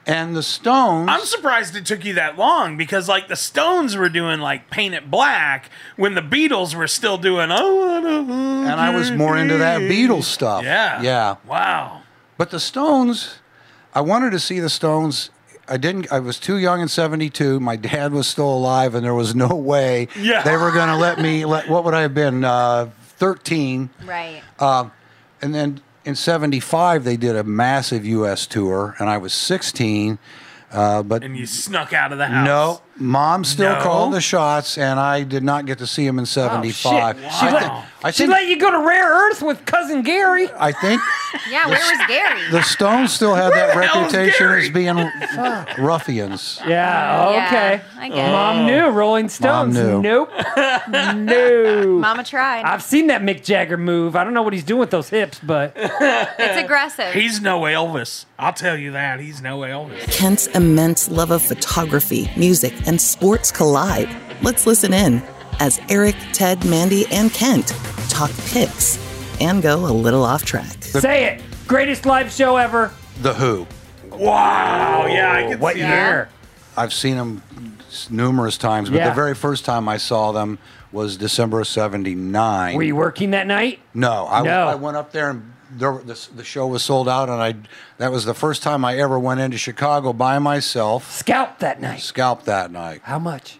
and the Stones. I'm surprised it took you that long because, like, the Stones were doing like Paint It Black when the Beatles were still doing Oh, and I was more into that Beatles stuff. Yeah. Yeah. Wow. But the Stones, I wanted to see the Stones. I didn't. I was too young in '72. My dad was still alive, and there was no way Yeah. they were going to let me. Let what would I have been? Uh, Thirteen. Right. Um, and then in 75, they did a massive U.S. tour, and I was 16. Uh, but And you snuck out of the house. no, Mom still No. called the shots, and I did not get to see him in '75. She, I, let, thi- I she think. let you go to Rare Earth with cousin Gary. I think Yeah, where was Gary? the Stones still have that the hell's reputation Gary? as being ruffians. Yeah, Yeah, okay. Uh-huh. I get it. Mom knew Rolling Stones. knew. Nope. no. Mama tried. I've seen that Mick Jagger move. I don't know what he's doing with those hips, but it's aggressive. He's no Elvis. I'll tell you that. He's no Elvis. Kent's immense love of photography, music, and sports collide. Let's listen in as Eric, Ted, Mandy, and Kent talk picks and go a little off track. say it. Greatest live show ever. The Who. Wow. Yeah, I can What see that. year? I've seen them numerous times, but Yeah. the very first time I saw them was December of '79. Were you working that night? No, I, No. I went up there and there, were- the, the show was sold out, and I that was the first time I ever went into Chicago by myself. Scalp that night. Scalped that night. How much?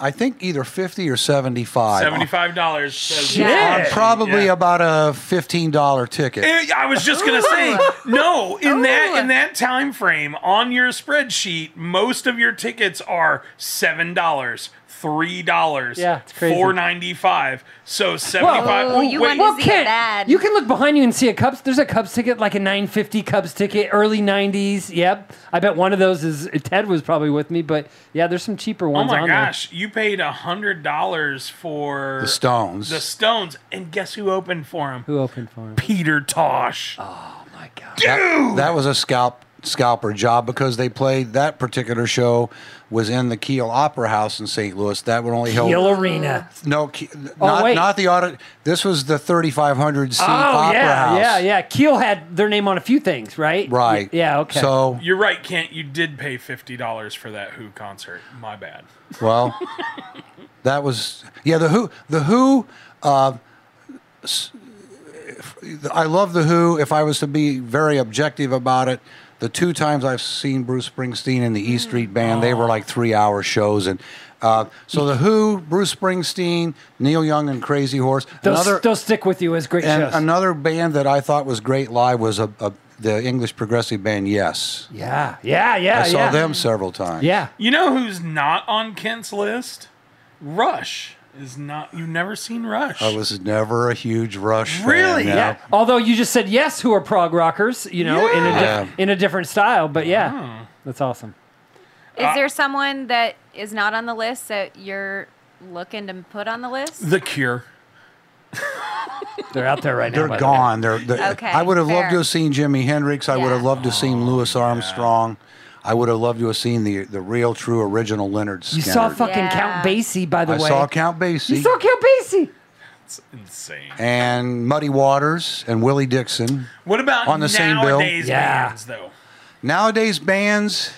I think either fifty or seventy-five. Seventy-five dollars. Yeah. On probably about a fifteen dollar ticket. Eh, I was just gonna say no. In that in that time frame on your spreadsheet, most of your tickets are seven dollars, three dollars, Yeah, it's crazy. four ninety five. So seventy five. Whoa. You wait, went- Well, See, Kent, bad. you can look behind you and see a Cubs. There's a Cubs ticket, like a 950 Cubs ticket, early 90s. Yep. I bet one of those is Ted was probably with me, but yeah, there's some cheaper oh ones my on gosh! You paid hundred dollars for The Stones. The Stones, and guess who opened for him? there. Who opened for him? Peter Tosh. my God. That, that was a scalp scalper job because they played that particular show was in the Kiel Opera House in St. Louis. That would only help. Yellow Arena. No, Ke- not, Oh, wait. not the audit. This was the 3,500 seat Oh, opera yeah, house. yeah, yeah. Keel had their name on a few things, right? Right. Y- Yeah, okay. So, You're right, Kent. You did pay fifty dollars for that Who concert. My bad. well, that was yeah. The Who, the Who. Uh, s- if- I love the Who. If I was to be very objective about it, the two times I've seen Bruce Springsteen and the E Street Band, they were like three-hour shows, and uh, so the Who, Bruce Springsteen, Neil Young, and Crazy Horse. those, another those stick with you as great and shows. another band that I thought was great live was a, a the English progressive band Yes. yeah, yeah, yeah. I saw yeah. them several times. Yeah. You know who's not on Kent's list? Rush is not. You've never seen Rush. I was never a huge Rush fan, Really? no. Yeah. Although you just said yes, who are prog rockers, you know, in a Yeah. di- in a different style, but yeah, that's awesome. uh, Is there someone that is not on the list that you're looking to put on the list? the Cure. They're out there right now. They're by the way. gone. They're, they're- Okay, I would have loved fair. to have seen Jimi Hendrix. I would have Yeah. loved to have seen Louis Oh, Armstrong. I would have loved to have seen the the real, true, original Leonard You Skinner. saw fucking Yeah. Count Basie, by the I way. saw Count Basie you saw Count Basie. It's insane. and Muddy Waters and Willie Dixon. What about On the same bill? nowadays Yeah. bands though? Nowadays, bands,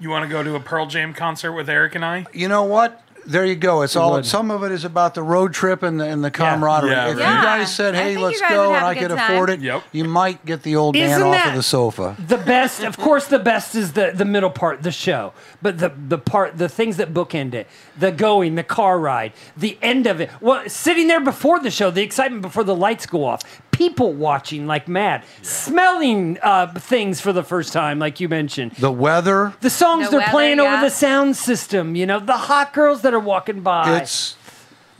You want to go to a Pearl Jam concert with Eric and I? you know what? There you go. It's all. would. Some of it is about the road trip and the, and the camaraderie. if Yeah, right. you Yeah. guys said, I "Hey, think you let's guys go," would and have I a could good afford it, time. Yep. you might get the old man Isn't off that- of the sofa. The best, of course, the best is the the middle part, the show. But the the part, the things that bookend it, the going, the car ride, the end of it. Well, sitting there before the show, the excitement before the lights go off, people watching like mad, smelling uh, things for the first time, like you mentioned. The weather. The songs The they're weather, playing yeah. over the sound system, you know, the hot girls that are walking by, It's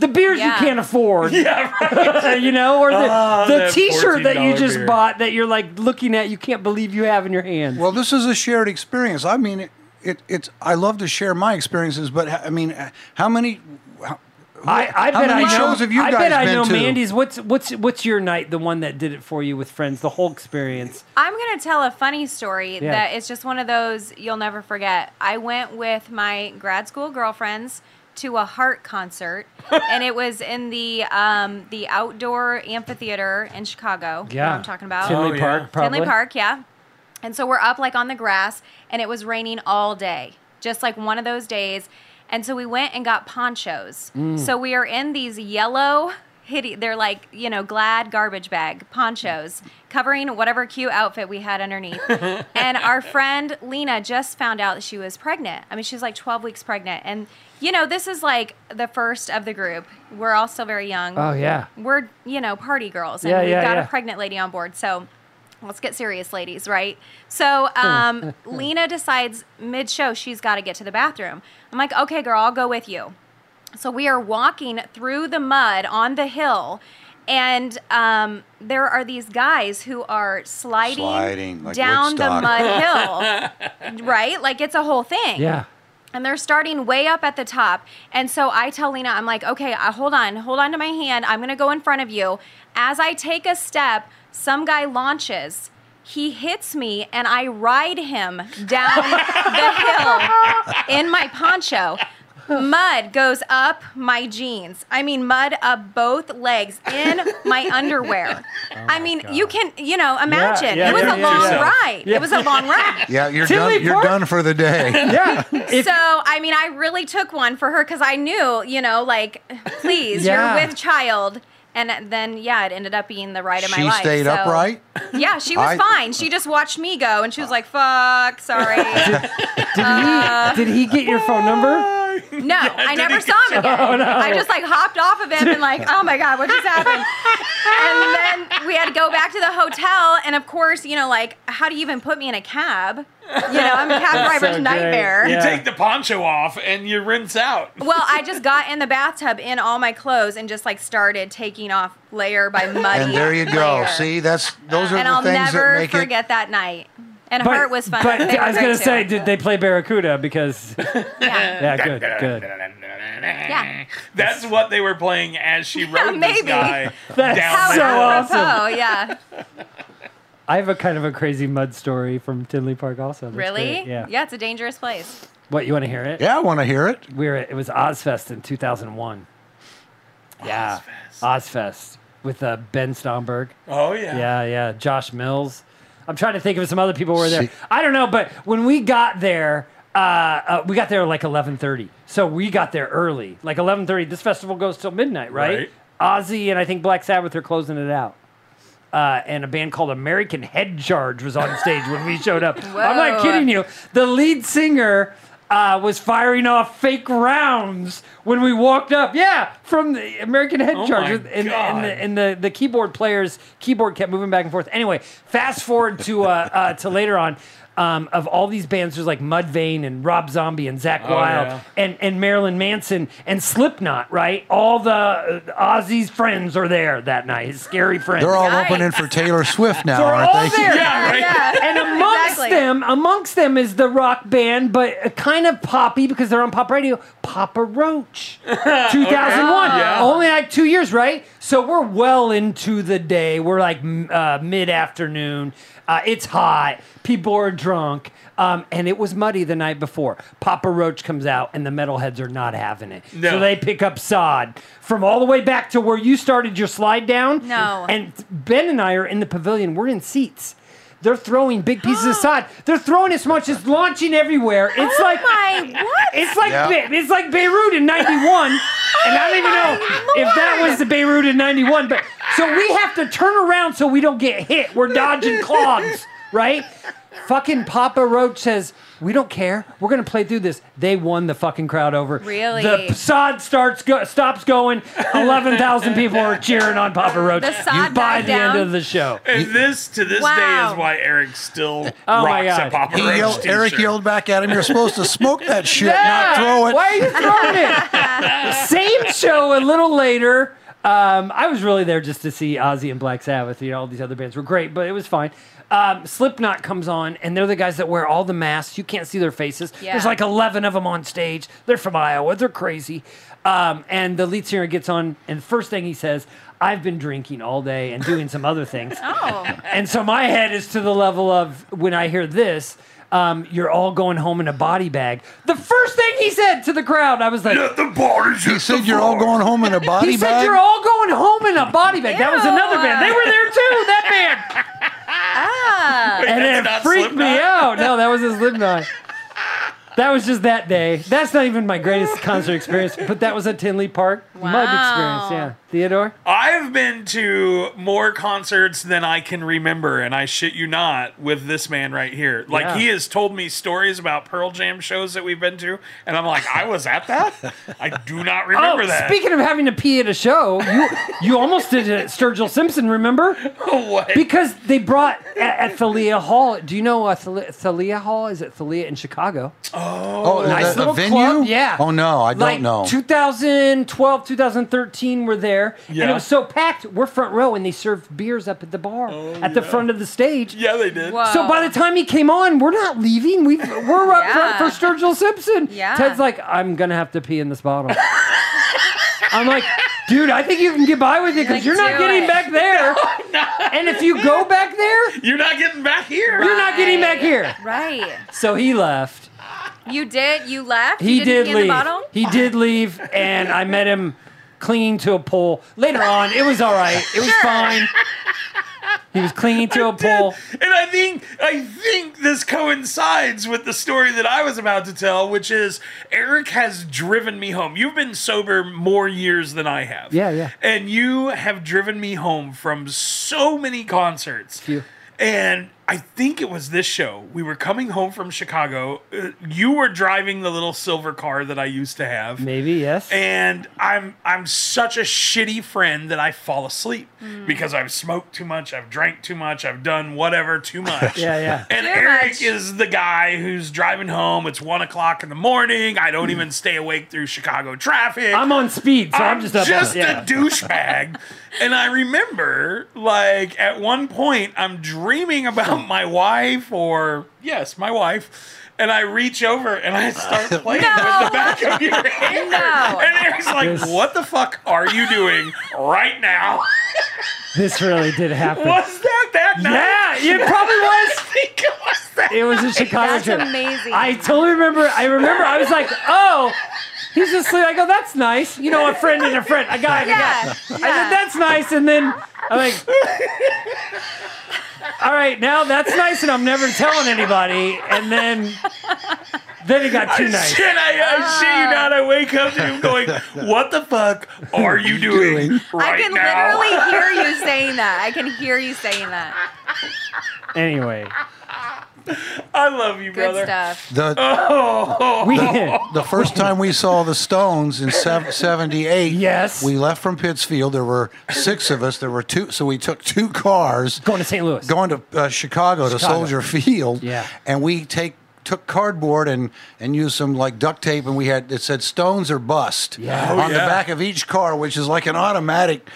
the beers Yeah. you can't afford. Yeah. Right. Ah, you know, or the, the that T-shirt that you $14 just beer. bought that you're like looking at, you can't believe you have in your hand. Well, this is a shared experience. I mean, it, it it's. I love to share my experiences, but h- I mean, uh, how many? How, I, I how bet many I know, shows have you I guys bet I been know to? Mandy's. What's what's what's your night? The one that did it for you with friends, the whole experience. I'm going to tell a funny story Yeah. that it's just one of those you'll never forget. I went with my grad school girlfriends to a heart concert and it was in the um, the outdoor amphitheater in Chicago. You know what I'm talking about. Tinley Oh, yeah. Park, probably. Tinley Park, yeah. And so we're up like on the grass, and it was raining all day, just like one of those days. And so we went and got ponchos. Mm. So we are in these yellow, hide- they're like, you know, glad garbage bag ponchos, covering whatever cute outfit we had underneath. and our friend Lena just found out that she was pregnant. I mean, she's like 12 weeks pregnant. And, you know, this is like the first of the group. We're all still very young Oh yeah, we're you know party girls and Yeah, we've yeah, got yeah. a pregnant lady on board so Let's get serious, ladies, right? So Hmm. um, Lena decides mid show she's got to get to the bathroom. I'm like, okay, girl, I'll go with you. So we are walking through the mud on the hill, and um, there are these guys who are sliding, Sliding, like down Woodstock. the mud hill, right? Like it's a whole thing. Yeah. And they're starting way up at the top. And so I tell Lena, I'm like, okay, uh, hold on, hold on to my hand. I'm going to go in front of you. As I take a step, some guy launches. He hits me and I ride him down the hill in my poncho. Mud goes up my jeans. I mean, mud up both legs in my underwear. I mean, you can, you know, imagine. yeah, it was yeah, a yeah, long yeah. ride. Yeah. It was a long ride. Yeah, you're Tilly done. You're Park? done for the day. Yeah. If- so I mean, I really took one for her because I knew, you know, like, please, Yeah. you're with child. And then yeah, it ended up being the right of my she life. stayed so- upright. Yeah, she was I- fine. She just watched me go, and she was like, "Fuck, sorry." no, did, uh, he, did he get your phone number? I never saw him again. Oh, I just like hopped off of him and like, "Oh my god, what just happened?" and then we had to go back to the hotel, and of course, you know, like, how do you even put me in a cab? You know, I'm a cab driver's great. nightmare. Yeah. Take the poncho off and you rinse out. Well, I just got in the bathtub in all my clothes and just like started taking off layer by muddy. And there you go. layer. See, that's those are and the I'll things never that make forget that night. And But- Hart was fun. But They were I was great gonna too. say, did they play Barracuda? Because yeah. yeah, good, good. Yeah. That's what they were playing as she rode this maybe. guy That's down. so the hill. awesome. Oh yeah, I have a kind of a crazy mud story from Tinley Park, also. That's really? great. Yeah. it's a dangerous place. What you want to hear it? it. Yeah, I want to hear it. we were at, it was Ozfest in 2001. Yeah, Ozfest, with uh, Ben Stomberg. Oh yeah. Yeah, yeah, Josh Mills. I'm trying to think of some other people who were there. See- I don't know, but when we got there, uh, uh, we got there like 11:30, so we got there early. Like 11:30, this festival goes till midnight, right? Ozzy and I think Black Sabbath are closing it out. Uh, and a band called American Head Charge was on stage when we showed up. I'm not Whoa. kidding you. The lead singer uh, was firing off fake rounds when we walked up. Yeah, from the American Head Oh Charge. my And, and, God. the, and the, the keyboard player's keyboard kept moving back and forth. Anyway, fast forward to uh, uh, to later on. Um, of all these bands, there's like Mudvayne and Rob Zombie and Zach Wild yeah. and, and Marilyn Manson and Slipknot, right? All the uh, Ozzy's friends are there that night. His scary friends. They're all Yikes. opening for Taylor Swift now, They're aren't all they? there. Yeah, right. Yeah, And amongst exactly. them, amongst them is the rock band, but kind of poppy because they're on pop radio. Papa Roach, 2001. Oh, Yeah. Only like two years, right? So we're well into the day. We're like m- uh, mid afternoon. Uh, it's hot. People are drunk. Um, and it was muddy the night before. Papa Roach comes out, and the metalheads are not having it. No. So they pick up sod from all the way back to where you started your slide down. No. And Ben and I are in the pavilion. We're in seats. They're throwing big pieces of sod. They're throwing as much as launching everywhere. It's like Oh My what? it's like Yeah. Be- it's like Beirut in '91, and I don't even Oh know if that was the Beirut in '91. But so we have to turn around so we don't get hit. We're dodging clogs, right? Fucking Papa Roach says we don't care. We're gonna play through this. They won the fucking crowd over. Really? The sod starts go- stops going. Eleven thousand people are cheering on Papa Roach. The sod by died the down? end of the show. And this to this day Wow. is why Eric still Oh my rocks God. a Papa He Roach yelled, t-shirt. Eric yelled back at him, You're supposed to smoke that shit, Yeah. not throw it. Why are you throwing it? Same show a little later. Um, I was really there just to see Ozzy and Black Sabbath. You know, all these other bands were great, but it was fine. Um, Slipknot comes on, and they're the guys that wear all the masks. You can't see their faces. Yeah. There's like 11 of them on stage. They're from Iowa. They're crazy. Um, and the lead singer gets on, and first thing he says, I've been drinking all day and doing some other things. Oh, And so my head is to the level of when I hear this, um, you're all going home in a body bag. The first thing he said to the crowd, I was like, Let the bodies He hit said, the You're all floor." going home in a body he said, bag. You're all going home in a body bag. That was Ew. another band. They were there too, that band. ah, Wait, And that's it not freaked me Slipknot? out. No, that was his Slipknot. That was just that day. That's not even my greatest concert experience, but that was a Tinley Park mud Wow. experience. Theodore? I've been to more concerts than I can remember, and I shit you not, with this man right here. Like Yeah. he has told me stories about Pearl Jam shows that we've been to, and I'm like, I was at that. I do not remember that. Oh, Speaking of having to pee at a show, you you almost did it at Sturgill Simpson, remember? What? Because they brought at, at Thalia Hall. Do you know uh, Thalia, Thalia Hall? Is it Thalia in Chicago? Oh, the- nice the, little venue? club. Yeah. Oh no, I don't like know. 2012, 2013 were there, and Yeah. it was so packed. We're front row, and they served beers up at the bar Oh, at the front of the stage. yeah, they did. Whoa. So by the time he came on, we're not leaving. We we're up Yeah. front for Sturgill Simpson. Yeah. Ted's like, I'm gonna have to pee in this bottle. I'm like, dude, I think you can get by with it because Like, you're not do getting it." back there. And if you go back there, You're not getting back here. you're not getting back here. Right. So he left. You did. You left. He you did didn't get in leave. The bottle? He did leave, and I met him clinging to a pole. Later on, it was all right. It was fine. He was clinging to a pole. And I think I think this coincides with the story that I was about to tell, which is Eric has driven me home. You've been sober more years than I have. Yeah, yeah. And you have driven me home from so many concerts. Few. And I think it was this show. We were coming home from Chicago. Uh, You were driving the little silver car that I used to have Maybe yes. and I'm I'm such a shitty friend that I fall asleep Hmm. because I've smoked too much, I've drank too much, I've done whatever too much. Yeah, yeah. And Too Eric much. is the guy who's driving home. It's one o'clock in the morning. I don't even stay awake through Chicago traffic. Hmm. I'm on speed, so I'm, just up. on it. a Yeah. douchebag. and I remember, like, at one point, I'm dreaming about my wife, or yes, my wife. And I reach over and I start playing with the back of your hand. No. And Eric's like, This- what the fuck are you doing right now? This really did happen. Was that that Yeah, night? it probably was. I think it was that. It was a Chicago That's trip. amazing. I totally remember. I remember. I was like, oh, he's asleep. I go, that's nice. You know, a friend and a friend. I got it. I got it. yeah. I said, that's nice. And then I'm like, all right, now that's nice, and I'm never telling anybody. And then, then it got too nice. Shit, I, I shit you not. I wake up to him going, what the fuck are you doing, right I can now? literally hear you saying that. I can hear you saying that. Anyway, I love you, Good brother. stuff. the we the first time we saw the Stones in sev- 78, Yes. we left from Pittsfield. There were six of us. There were two, so we took two cars going to St. Louis. going to uh, Chicago, to Chicago. Soldier Field. Yeah. and we take took cardboard and and used some like duct tape, and we had it said Stones or Bust Yeah. Oh, on the yeah. back of each car, which is like an automatic.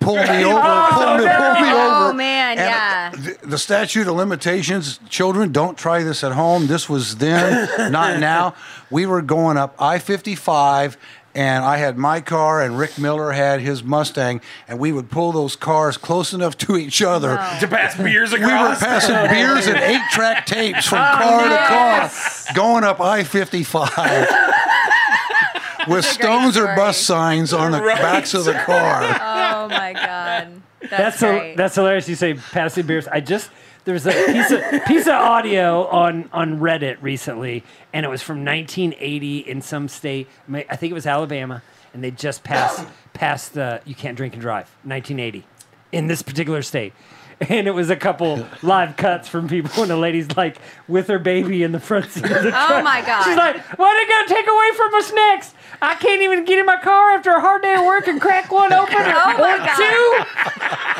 Pull me over, pull, me, no. pull me Oh, over. man, And, uh, yeah. th- The, statute of limitations, children, don't try this at home. This was then, not now. We were going up I 55, and I had my car, and Rick Miller had his Mustang, and we would pull those cars close enough to each other to pass beers we were across. passing beers and eight track tapes from Oh, car to car, going up I 55 with a great stones or story. bus signs on the Right. backs of the car. Oh my god. That's, That's a, great. that's hilarious. You say passing beers. I just there's a piece of piece of audio on on Reddit recently, and it was from 1980 in some state. ma- I think it was Alabama, and they just passed passed the you can't drink and drive 1980 in this particular state. And it was a couple live cuts from people, and a lady's like with her baby in the front seat of the Oh truck. my God. She's like, "What are they gonna take away from us next? I can't even get in my car after a hard day of work and crack one open or, Oh my or God. two."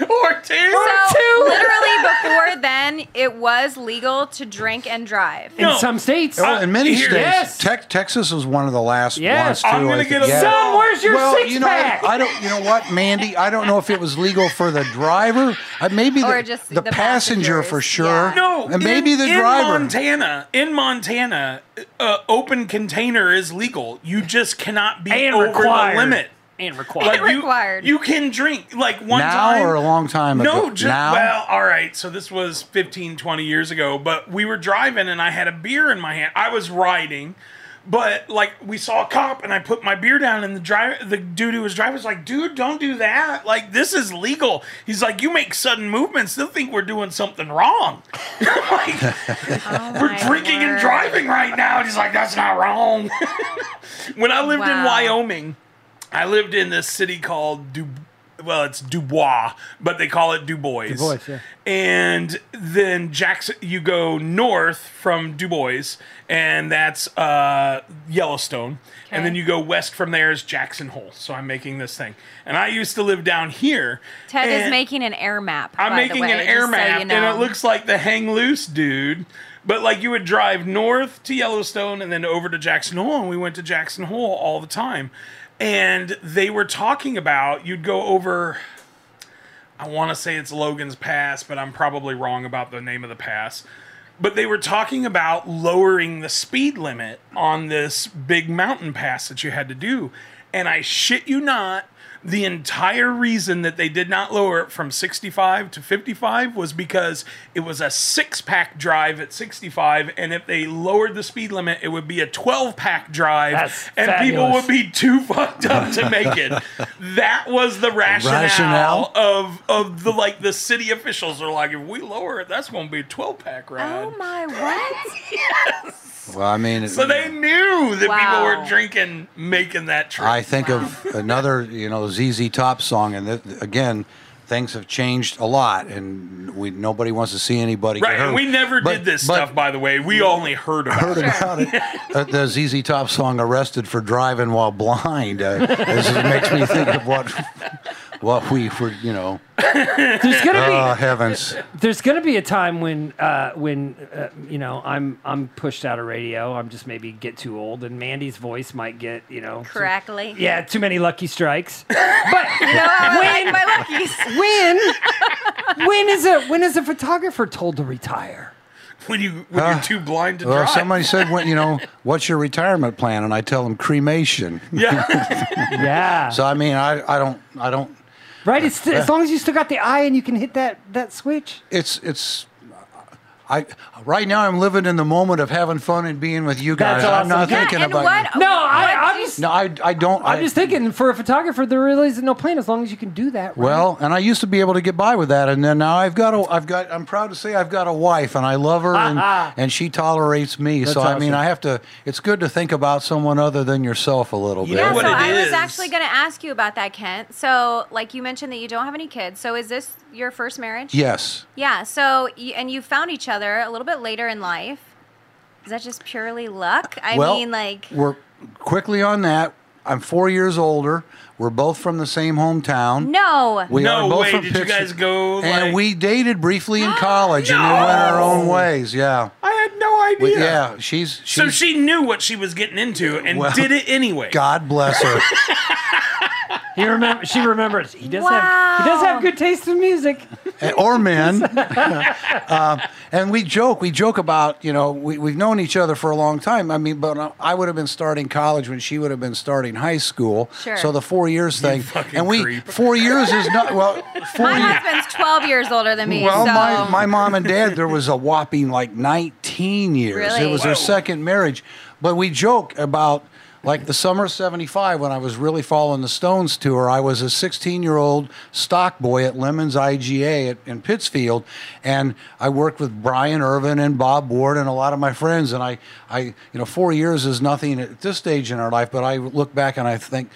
or two. so too. literally before then, it was legal to drink and drive. in No. some states. Oh, in many Here- states, Yes. Tex- Texas was one of the last ones Yes. too. I'm gonna I get think. a Yeah. cell Son, where's your well, six you know, pack? I don't. You know what, Mandy? I don't know if it was legal for the driver. Uh, maybe the, Or just the, the passenger passengers, for sure. yeah. No, and maybe in, the in driver. Montana, in Montana, uh, open container is legal. You just cannot be and over required. the limit. And required. Like you, required. you can drink like one Now time or a long time No, ago? just Now? well, all right. So this was 15, 20 years ago, but we were driving and I had a beer in my hand. I was riding, but like we saw a cop and I put my beer down and the driver, the dude who was driving was like, "Dude, don't do that. Like this is legal." He's like, "You make sudden movements, they'll think we're doing something wrong." I'm like, Oh my we're drinking and word. driving right now. And he's like, that's not wrong. when I lived in Wow. Wyoming, I lived in this city called Du. Well, it's Dubois, but they call it Du Bois. Du Bois, yeah. And then Jackson, you go north from Du Bois, and that's uh, Yellowstone. And then Okay. you go west from there is Jackson Hole. So I'm making this thing. And I used to live down here. Ted is and- making an air map. I'm by the making way, an air just so map, you know. and it looks like the hang loose dude. But like you would drive north to Yellowstone and then over to Jackson Hole, and we went to Jackson Hole all the time. And they were talking about you'd go over. I want to say it's Logan's Pass, but I'm probably wrong about the name of the pass. But they were talking about lowering the speed limit on this big mountain pass that you had to do. And I shit you not, the entire reason that they did not lower it from 65 to 55 was because it was a six pack drive at 65. And if they lowered the speed limit, it would be a 12 pack drive. That's and people fabulous. would be too fucked up to make it. that was the rationale, Rationale? of of the like the city officials are like if we lower it that's going to be a 12 pack ride. Oh my what? Well, I mean, So they knew that people Wow. were drinking making that trip. I think of another, you know, ZZ Top song, and th- again, things have changed a lot, and we nobody wants to see anybody. get right, and hurt. we never But- did this but stuff by the way. We only heard about Heard it. about it. Uh, the ZZ Top song "Arrested for Driving While Blind." Uh, this is- makes me think of what what we were, you know. There's gonna be Oh heavens! there's going to be a time when uh, when uh, you know I'm I'm pushed out of radio. I'm just maybe get too old, and Mandy's voice might get you know too- Correctly. yeah, too many lucky strikes. But No, I like my luckies. when when is a when is a photographer told to retire? When you when you're too blind to Uh, Well, drive. somebody said, "What you know? What's your retirement plan?" And I tell them cremation. yeah. Yeah, So I mean, I, I don't I don't. right. It's st- as long as you still got the eye and you can hit that that switch. It's it's. I right now I'm living in the moment of having fun and being with you guys. That's I'm not awesome. Yeah, thinking and about. Oh, what? No, I, what I'm do you- just No, I I don't. I'm I- just thinking for a photographer, there really isn't no plan as long as you can do that. Right? Well, and I used to be able to get by with that, and then now I've got a, I've got, I'm proud to say I've got a wife, and I love her, and, and she tolerates me. so I mean, awesome. I have to. It's good to think about someone other than yourself a little bit. You know Yeah, what so it I is. was actually going to ask you about that, Kent. So, like you mentioned that you don't have any kids. So, is this your first marriage? Yes, Yeah. So, y- and you found each other a little bit later in life. Is that just purely luck? I Well, mean, like, we're quickly on that. I'm four years older. We're both from the same hometown. no. We No are both way. from Did you Pittsburgh. guys go, And like- we dated briefly in college, and then went our own ways. Yeah, I had no We- idea. yeah. She's, she's So she knew what she was getting into and Well, did it anyway. God bless her. he remember she remembers. He does have he does Wow. have good taste in music. or men. um, and we joke, we joke about, you know, we, we've known each other for a long time. I mean, but uh, I would have been starting college when she would have been starting high school. Sure. So the four years thing. fucking and we, creep. four years is not, well, four My years. husband's 12 years older than me. Well, so. my, my mom and dad, there was a whopping like 19 years. It Really? was their second marriage. But we joke about like the summer of 75 when I was really following the Stones tour. I was a 16 year old stock boy at Lemons IGA at, in Pittsfield. And I worked with Brian Irvin and Bob Ward and a lot of my friends. And I, I, you know, four years is nothing at this stage in our life. But I look back and I think,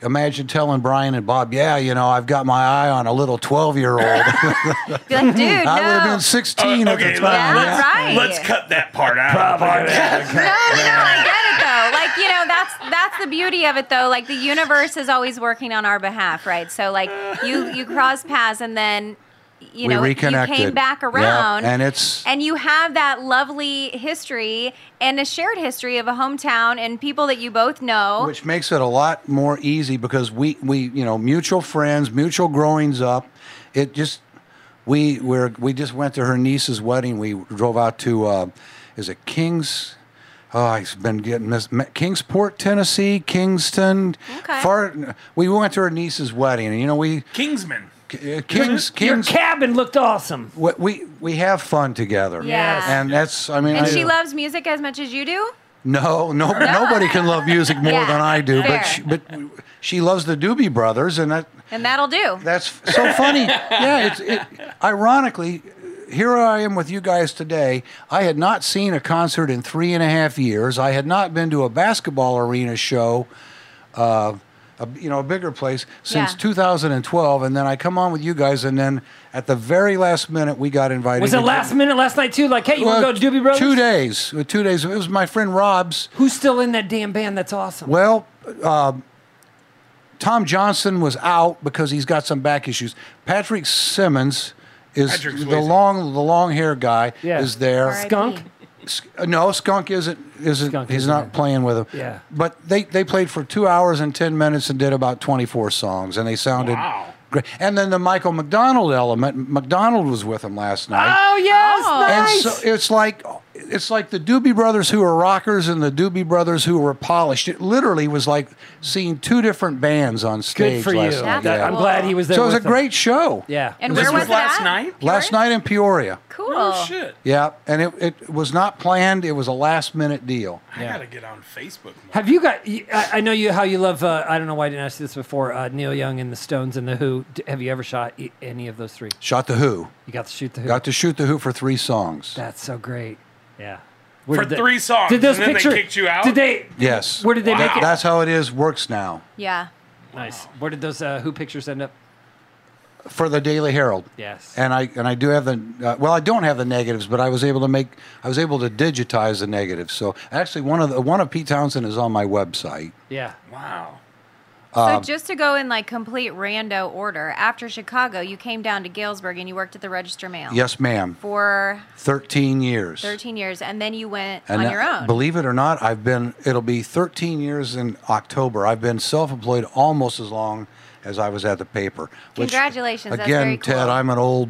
imagine telling Brian and Bob, yeah, you know, I've got my eye on a little 12 year old. Be like, dude, I would have no. been 16 okay, at the let- time. Yeah, yeah. right. Let's cut that part out. No, no, no, I get it though. Like you know, that's that's the beauty of it though. Like the universe is always working on our behalf, right? So like you you cross paths and then we you know reconnected. you came back Yeah, around, and it's and you have that lovely history and a shared history of a hometown and people that you both know. which makes it a lot more easy because we we you know mutual friends, mutual growings up. It just we were we just went to her niece's wedding. We drove out to uh, is it Kings. Oh, I've been getting mis- Ma- Kingsport, Tennessee, Kingston. Okay. Far, we went to her niece's wedding, and you know we Kingsman. K- uh, Kings Your Kings. cabin looked awesome. we- we we have fun together. Yeah. Yes. And that's I mean and I- she loves music as much as you do. No, no, nobody can love music more Yeah, than I do. fair. But she, but she loves the Doobie Brothers, and that And that'll do. that's so funny. yeah, it's it, ironically, here I am with you guys today. I had not seen a concert in three and a half years. I had not been to a basketball arena show. Uh, a, you know, a bigger place since Yeah. 2012, and then I come on with you guys, and then at the very last minute we got invited. Was to it go- last minute last night too? Like, hey, you Well, want to go to Doobie Brothers? Two days, Uh, two days. It was my friend Rob's. Who's still in that damn band? That's awesome. Well, uh, Tom Johnson was out because he's got some back issues. Patrick Simmons is Patrick the Swayze. long the long hair guy Yeah. is there. All right. Skunk. Sk- uh, no, Skunk isn't isn't Skunk he's isn't not in. playing with him. Yeah. But they they played for 2 hours and 10 minutes and did about 24 songs and they sounded Wow. great. And then the Michael McDonald element, McDonald was with him last night. Oh yes, Oh. And nice. so it's like it's like the Doobie Brothers who were rockers and the Doobie Brothers who were polished. It literally was like seeing two different bands on Good stage for you. last night. That's yeah. I'm glad he was there. So it was a with them. great show. Yeah. And This where was was it last at? night? Last night in Peoria. Cool. Oh shit! Yeah, and it, it was not planned. It was a last minute deal. I gotta get on Facebook. More. Have you got? you- I I know you how you love. Uh, I don't know why I didn't ask you this before. Uh, Neil Young and the Stones and the Who. D- Have you ever shot e- any of those three? Shot the Who. You got to shoot the Who. Got to shoot the Who for three songs. That's so great. Yeah. Where For three songs, Did those and then they pictures? kicked you out? Did they? Yes. Where did they make it? That's how it is. Works now Yeah. Nice. Where did those uh, Who pictures end up? for the Daily Herald. Yes. And I and I do have the uh, well, I don't have the negatives, but I was able to make I was able to digitize the negatives. So actually, one of the one of Pete Townsend is on my website. Yeah. Wow. so Um, just to go in like complete rando order, after Chicago, you came down to Galesburg and you worked at the Register Mail. Yes, ma'am. For Thirteen years. 13 years, and then you went And on that- your own. Believe it or not, I've been. It'll be 13 years in October. I've been self-employed almost as long as I was at the paper. which, Congratulations, that's Again, very Ted, cool. I'm an old.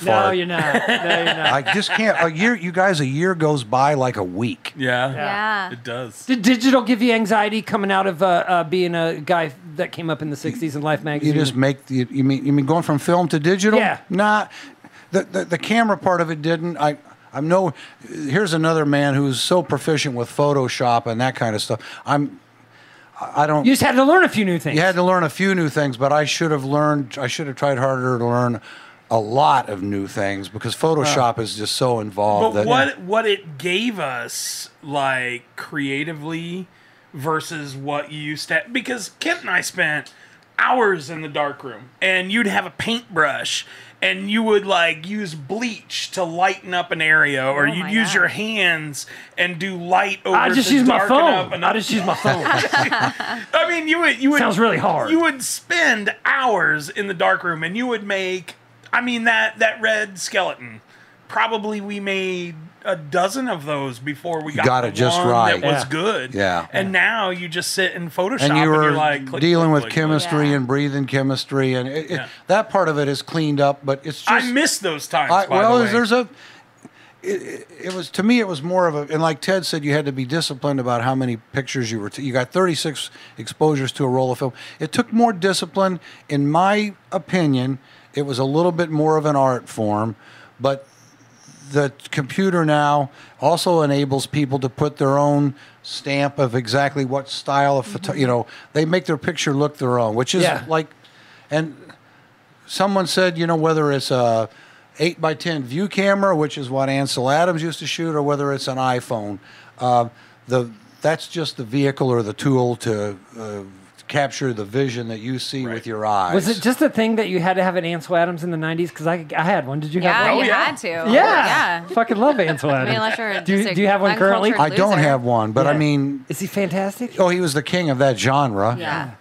No, fart. you're not. No, you're not. I just can't. A year, you guys, a year goes by like a week. Yeah. Yeah. It does. Did digital give you anxiety coming out of uh, uh, being a guy that came up in the '60s in Life You magazine? just make the, you mean you mean going from film to digital? Yeah. Nah, the, the the camera part of it didn't. I I'm no. Here's another man who's so proficient with Photoshop and that kind of stuff. I'm. I I don't. You just had to learn a few new things. You had to learn a few new things, but I should have learned. I should have tried harder to learn a lot of new things because Photoshop is just so involved. But that, what what it gave us, like creatively, versus what you used to because Kent and I spent hours in the darkroom, and you'd have a paintbrush, and you would like use bleach to lighten up an area, or Oh you'd my use God. your hands and do light over. I just to use my darken up phone. an- I just use my phone. I mean, you would you would Sounds really hard. You would spend hours in the darkroom, and you would make. I mean that that red skeleton. Probably we made a dozen of those before we got, got the it just one right. That was Yeah. good. Yeah. And now you just sit in Photoshop and you are were like click, dealing click, with click, click. chemistry Yeah. and breathing chemistry, and it, it- Yeah. that part of it is cleaned up. But it's just I miss those times. I- by well, the way. there's a. It, it was to me. It was more of a, and like Ted said, you had to be disciplined about how many pictures you were. T- you got 36 exposures to a roll of film. It took more discipline, in my opinion. It was a little bit more of an art form, but the computer now also enables people to put their own stamp of exactly what style of photo. You know, they make their picture look their own, which is Yeah. like, and someone said, you know, whether it's a eight by ten view camera, which is what Ansel Adams used to shoot, or whether it's an iPhone, uh, the that's just the vehicle or the tool to uh, capture the vision that you see with your eyes. Was it just a thing that you had to have an Ansel Adams in the '90s? Because I, I had one. Did you yeah, have you one? Oh, yeah. had to. Yeah. Yeah. Fucking love Ansel Adams. unless you're do, you- just a do you have one currently? uncultured- I don't loser. have one, but I Yeah. mean, Is he fantastic? oh, he was the king of that genre. Yeah.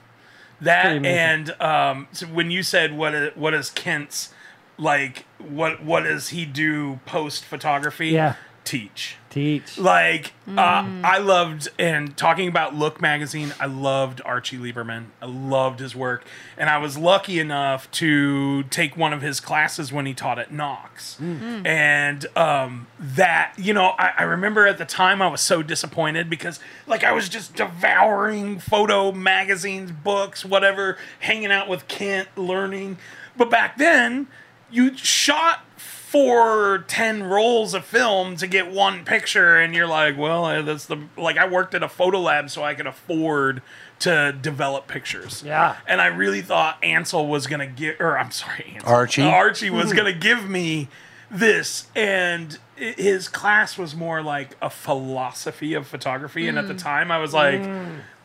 that pretty amazing. and um, so when you said what i- what is Kent's like what what does he do post photography? Yeah. Teach. Teach. Like uh, I loved and talking about Look magazine, I loved Archie Lieberman. I loved his work, and I was lucky enough to take one of his classes when he taught at Knox. And um, that you know, I, I remember at the time I was so disappointed because like I was just devouring photo magazines, books, whatever, hanging out with Kent, learning. But back then, you shot four ten rolls of film to get one picture and you're like well eh, that's the like i worked at a photo lab so i could afford to develop pictures Yeah. and i really thought ansel was gonna get or i'm sorry ansel, Archie? archie was gonna give me this and i- his class was more like a philosophy of photography, and at the time I was like,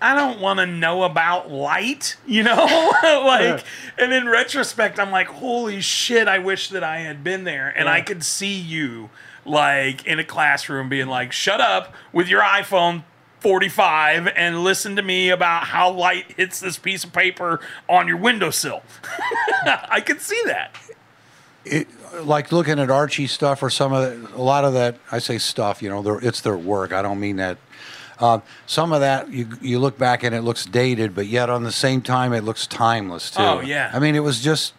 I don't want to know about light, you know, like. And in retrospect, I'm like, holy shit! I wish that I had been there, and I could see you like in a classroom being like, shut up with your iPhone. 45 and listen to me about how light hits this piece of paper on your windowsill. I could see that. it, like looking at Archie stuff or some of the, a lot of that. I say stuff, you know, their- it's their work. I don't mean that. Uh, some of that you you look back and it looks dated, but yet on the same time it looks timeless too. Oh, yeah. I mean, it was just,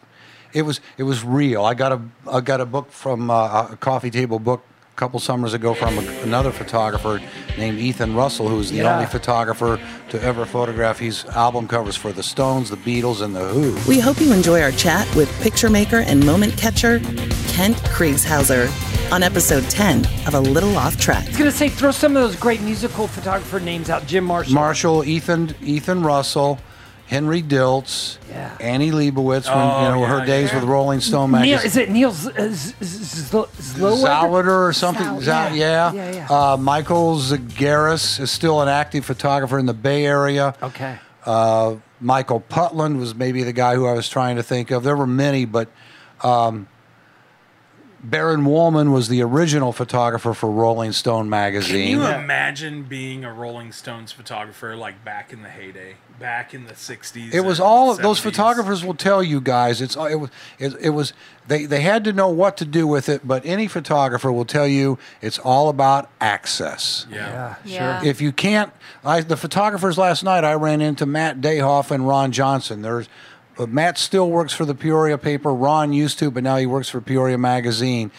it was it was real. I got a I got a book from uh, a coffee table book a couple summers ago from a, another photographer named Ethan Russell, who's the Yeah. only photographer to ever photograph his album covers for the Stones, the Beatles, and the Who. We hope you enjoy our chat with picture maker and moment catcher Kent Kriegshauser on episode 10 of A Little Off Track. I was gonna say throw some of those great musical photographer names out. Jim Marshall. Marshall, Ethan, Ethan Russell, Henry Diltz, Yeah. Annie Leibovitz, when you know her Oh, yeah, days with Rolling Stone Neil, magazine. is it Neil Z- uh, Z- Z- Zlower? Zolader or something? Zal- Zal- yeah. yeah. Yeah, yeah. Uh, Michael Zagaris is still an active photographer in the Bay Area. Okay. Uh, Michael Putland was maybe the guy who I was trying to think of. There were many, but um, Baron Woolman was the original photographer for Rolling Stone magazine. Can you imagine being a Rolling Stones photographer like back in the heyday, back in the '60s? It was and all those 70s? photographers will tell you guys. It's it was it, it was they they had to know what to do with it, but any photographer will tell you it's all about access. Yeah. Yeah, Yeah. If you can't, I, the photographers last night, I ran into Matt Dayhoff and Ron Johnson. There's uh, Matt still works for the Peoria paper. Ron used to, but now he works for Peoria magazine.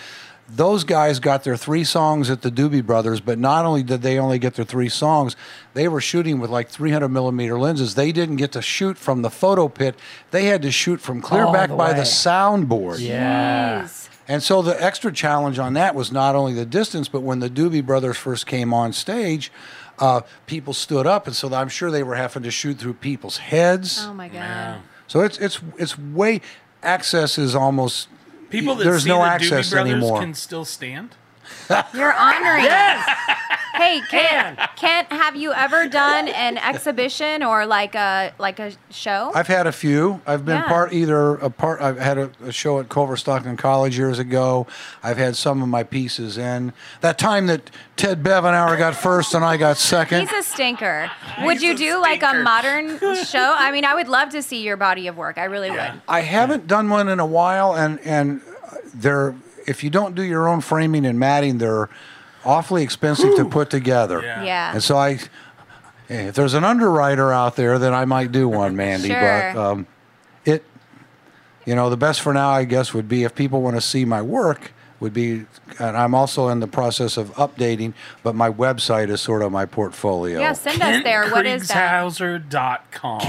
Those guys got their three songs at the Doobie Brothers, but not only did they only get their three songs, they were shooting with like 300 millimeter lenses. They didn't get to shoot from the photo pit; they had to shoot from clear All back the by the way. soundboard. Yeah. Jeez. And so the extra challenge on that was not only the distance, but when the Doobie Brothers first came on stage, uh, people stood up, and so I'm sure they were having to shoot through people's heads. Oh my god. So it's it's it's way access is almost People that There's see no the access Doobie Brothers anymore. can still stand. You're honoring. Yes. Hey, Kent, Kent, have you ever done an exhibition or like a like a show? I've had a few. I've been Yeah. part either a part. I've had a, a show at Culver Stockton College years ago. I've had some of my pieces in that time that Ted Bevanauer got first and I got second. He's a stinker. Would you a do like a stinker. modern show? I mean, I would love to see your body of work. I really would. I haven't done one in a while, and and they're if you don't do your own framing and matting, they're awfully expensive to put together. Yeah. Yeah. And so I, eh, if there's an underwriter out there, then I might do one, Mandy. Sure. But um, it, you know, the best for now, I guess, would be if people want to see my work. Would be, and I'm also in the process of updating, but my website is sort of my portfolio. yeah, send us there. What is that? KentKriegshauser.com.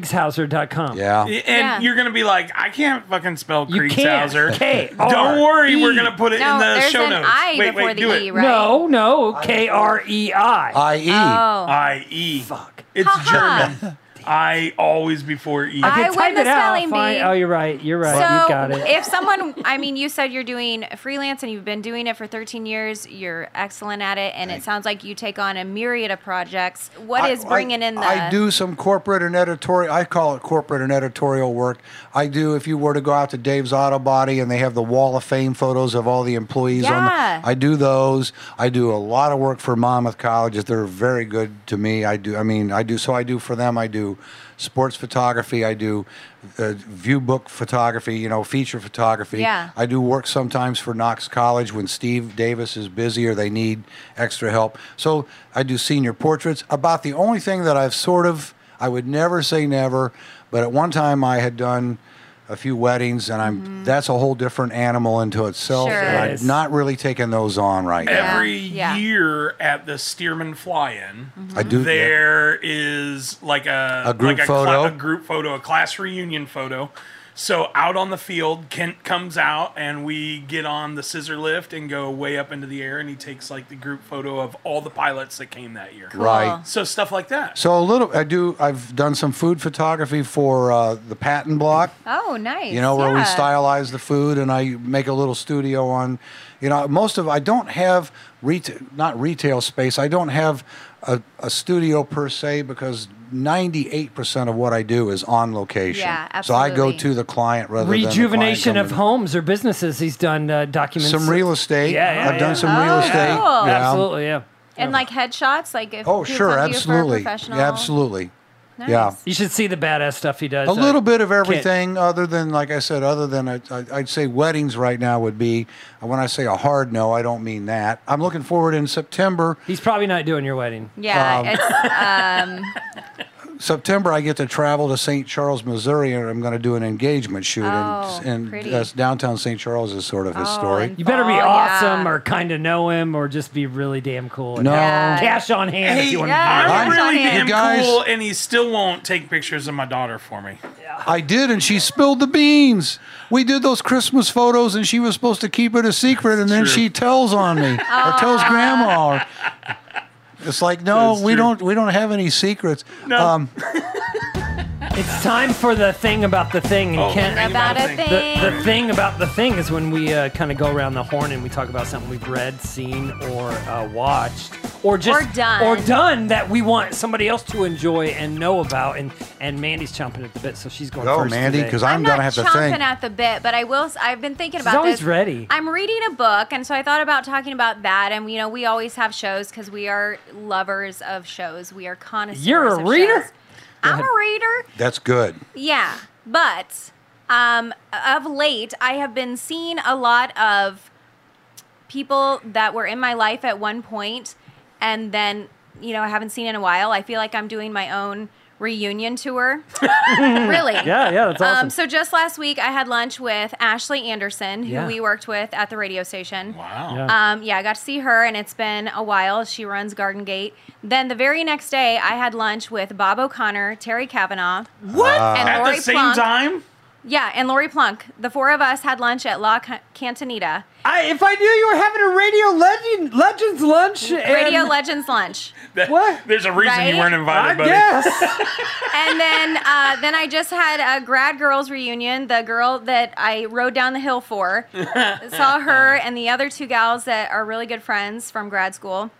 KentKriegshauser.com. Yeah. And Yeah. you're gonna be like, I can't fucking spell You can't. Kriegshauser. K. E. Don't worry, we're gonna put it No, in the there's show an notes. I wait, before wait, the do E, it. right? No, no. K R E I. I.e. Oh. I E. Fuck. It's Ha-ha. German. I always before E. I Yeah, win type the it out. spelling Fine. bee. Oh, you're right. You're right. So, you got it. if someone, I mean, you said you're doing freelance and you've been doing it for 13 years, you're excellent at it, and it sounds like you take on a myriad of projects. What I- is bringing I- in the? I do some corporate and editorial. I call it corporate and editorial work. I do. If you were to go out to Dave's Auto Body and they have the Wall of Fame photos of all the employees, on Yeah. the, I do those. I do a lot of work for Monmouth colleges. They're very good to me. I do. I mean, I do. So I do for them. I do sports photography. I do uh, view book photography. You know, feature photography. Yeah. I do work sometimes for Knox College when Steve Davis is busy or they need extra help. So I do senior portraits. About the only thing that I've sort of, I would never say never, but at one time I had done a few weddings and I'm that's a whole different animal unto itself. Mm-hmm. Sure and is. I'm not really taking those on right now. every Yeah, Mm-hmm. yeah. year at the Stearman Fly-in, I do there is like a A group like photo. a group photo, a class reunion photo, So out on the field, Kent comes out and we get on the scissor lift and go way up into the air, and he takes like the group photo of all the pilots that came that year. Right. So stuff like that. So a little, I do. I've done some food photography for uh, the Patent Block. Oh, nice. You know where we yeah. stylize the food, and I make a little studio on. You know, most of I don't have retail, not retail space. I don't have a, a studio per se because ninety-eight percent of what I do is on location. Yeah, So I go absolutely. to the client rather Rejuvenation than of the client coming- homes or businesses. He's done uh, documents. Some real estate. Yeah, yeah, I've done yeah. some real Oh, estate. cool. Yeah. Absolutely, yeah. And like headshots, like if Oh, people sure, come to you for a absolutely, professional- yeah, absolutely. Nice. Yeah. You should see the badass stuff he does. a Uh, little bit of everything other than like i said other than I, I, i'd say weddings right now would be when i say a hard no i don't mean that i'm looking forward in september He's probably not doing your wedding. Yeah, Um, it's, september i get to travel to st charles missouri and i'm going to do an engagement shoot Oh, and, and pretty. that's downtown st charles is sort of his Oh, story and- You better be Oh, yeah. awesome or kind of know him or just be really damn cool. and no Yeah. Cash on hand if Hey, you want yeah. to. I'm I'm really sorry. damn You guys- cool, and he still won't take pictures of my daughter for me. i did and she spilled the beans we did those christmas photos and she was supposed to keep it a secret and then True. she tells on me or tells grandma it's like no That's we true. don't we don't have any secrets Um, No. It's time for the thing about the thing. And Oh, Kent, thing about a thing. thing. The, the thing about the thing is when we uh, kind of go around the horn and we talk about something we've read, seen, or uh, watched, or just Or done. or done that we want somebody else to enjoy and know about. And and Mandy's chomping at the bit, so she's going Go, first. Mandy, today. because I'm, I'm, not gonna have to chomping think. at the bit, but I will. s- I've been thinking about always this. ready. I'm reading a book, and so I thought about talking about that. And you know, we always have shows because we are lovers of shows. We are connoisseurs. You're a of reader? shows. I'm a reader. That's good. Yeah, but um, of late, I have been seeing a lot of people that were in my life at one point, and then you know I haven't seen in a while. I feel like I'm doing my own reunion tour. really? yeah, yeah, that's awesome. Um, so just last week, I had lunch with Ashley Anderson, who Yeah. we worked with at the radio station. Wow. Yeah. Um, yeah, I got to see her, and it's been a while. She runs Garden Gate. Then the very next day, I had lunch with Bob O'Connor, Terry Kavanaugh, What? and At Lori the same Plonk. time? Yeah, and Lori Plunk. The four of us had lunch at La Ca- Cantonita, I, if I knew you were having a radio legend legends lunch, Radio and, Legends lunch. That- What? There's a reason Right? you weren't I invited, buddy. guess. and then uh, then I just had a grad girls reunion. The girl that I rode down the hill for saw her and the other two gals that are really good friends from grad school.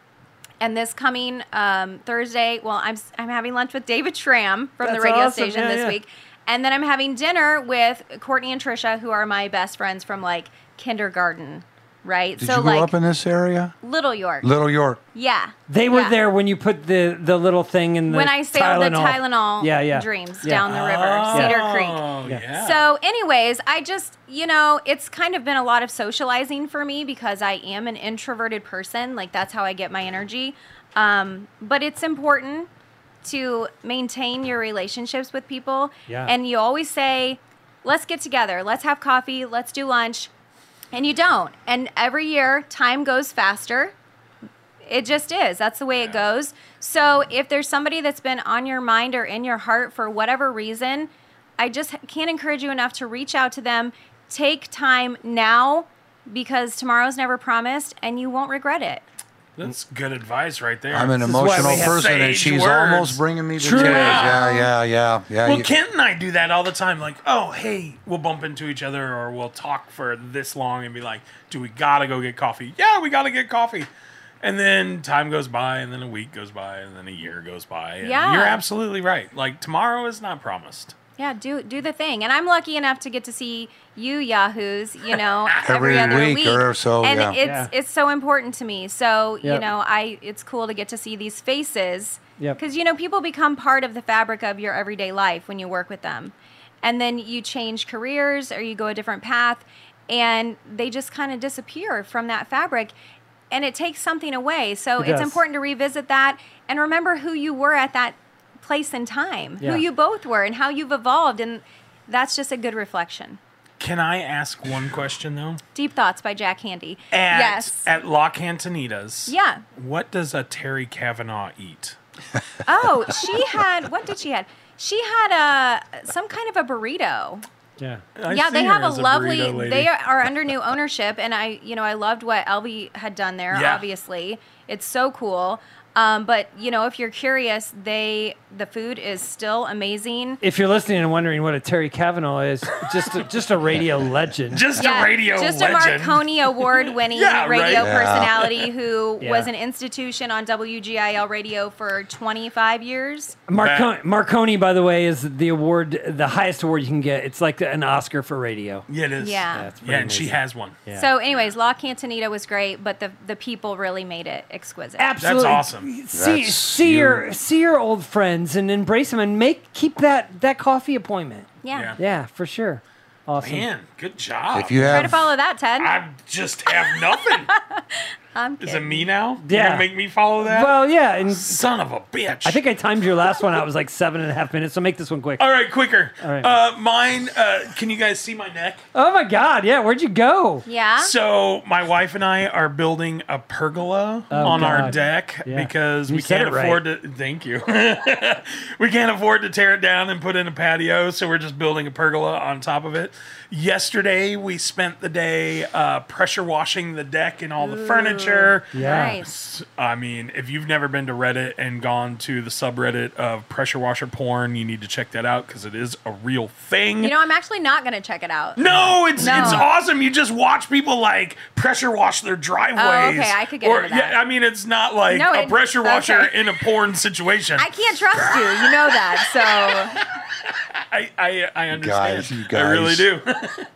And this coming um, Thursday, well, I'm s- I'm having lunch with David Tram from the That's radio awesome. station Yeah, this yeah. week, and then I'm having dinner with Courtney and Trisha, who are my best friends from like kindergarten, right? Did so you grow like up in this area? Little York, Little York. yeah. They were yeah. there when you put the, the little thing in the when I sailed Tylenol. the Tylenol yeah, yeah. dreams Yeah. down the river, Cedar Creek. Oh, Yeah. yeah. So, anyways, I just, you know, it's kind of been a lot of socializing for me because I am an introverted person. Like, that's how I get my energy. Um, but it's important to maintain your relationships with people. Yeah. And you always say, let's get together, let's have coffee, let's do lunch. And you don't. And every year, time goes faster. It just is. That's the way it goes. So if there's somebody that's been on your mind or in your heart for whatever reason, I just h- can't encourage you enough to reach out to them. Take time now because tomorrow's never promised and you won't regret it. That's good advice right there. I'm an is why we emotional have person, and sage she's words. almost bringing me to True. tears. Yeah, yeah, yeah, yeah. Well, you- Kent and I do that all the time. Like, oh, hey, we'll bump into each other or we'll talk for this long and be like, do we gotta go get coffee? Yeah, we gotta get coffee. And then time goes by, and then a week goes by, and then a year goes by. And Yeah. You're absolutely right. Like, tomorrow is not promised. Yeah, do do the thing. And I'm lucky enough to get to see you yahoos, you know, Every every, other week or so, And yeah. it's Yeah. it's so important to me. So, Yep. you know, I it's cool to get to see these faces Yep. cuz you know, people become part of the fabric of your everyday life when you work with them. And then you change careers or you go a different path and they just kind of disappear from that fabric and it takes something away. So, It it's does. important to revisit that and remember who you were at that place and time Yeah. who you both were and how you've evolved and that's just a good reflection Can I ask one question, though? deep thoughts by jack handy At, yes At La Cantonitas. yeah What does a Terry Kavanaugh eat? oh she had what did she had she had a some kind of a burrito Yeah. I've yeah, they seen her have a as lovely. burrito lady. They are under new ownership, and I, you know, I loved what Elvie had done there. Yeah. Obviously, it's so cool. Um, but you know, if you're curious, they the food is still amazing. If you're listening and wondering what a Terry Kavanaugh is, just a, just a radio legend. just Yeah, a radio just legend. a Marconi award-winning Yeah, right. radio Yeah. personality who Yeah. was an institution on WGIL radio for 25 years. Marconi, Marconi, by the way, is the award, the highest award you can get. It's like an Oscar for radio. yeah, it is. Yeah. Yeah, it's pretty yeah, and she amazing. has one. Yeah. So, anyways, La Cantonita was great, but the the people really made it exquisite. Absolutely, awesome. See, That's see your huge. see your old friends and embrace them and make keep that that coffee appointment. Yeah. Yeah, for sure. Awesome. Man, good job. If you Try to have follow that, Ted. I just have nothing. I'm Is it kidding. me now? Yeah. You're gonna make me follow that? Well, yeah, and Son of a bitch. I think I timed your last one. I was like seven and a half minutes, so make this one quick. All right, quicker. All right. Uh, mine. Uh, can you guys see my neck? Oh my God! Yeah, where'd you go? Yeah. So my wife and I are building a pergola on our Oh, God. deck Yeah. because You we said can't it right. afford to. Thank you. we can't afford to tear it down and put in a patio, so we're just building a pergola on top of it. Yesterday we spent the day uh, pressure washing the deck and all the furniture. Yeah. Nice. I mean, if you've never been to Reddit and gone to the subreddit of pressure washer porn, you need to check that out because it is a real thing. You know, I'm actually not going to check it out. No, it's No. it's awesome. You just watch people like pressure wash their driveways. Oh, I could get or, into that. Yeah, I mean, it's not like No, a it- pressure washer okay. in a porn situation. I can't trust you. You know that. So, I I, I understand. Guys, you I guys. really do.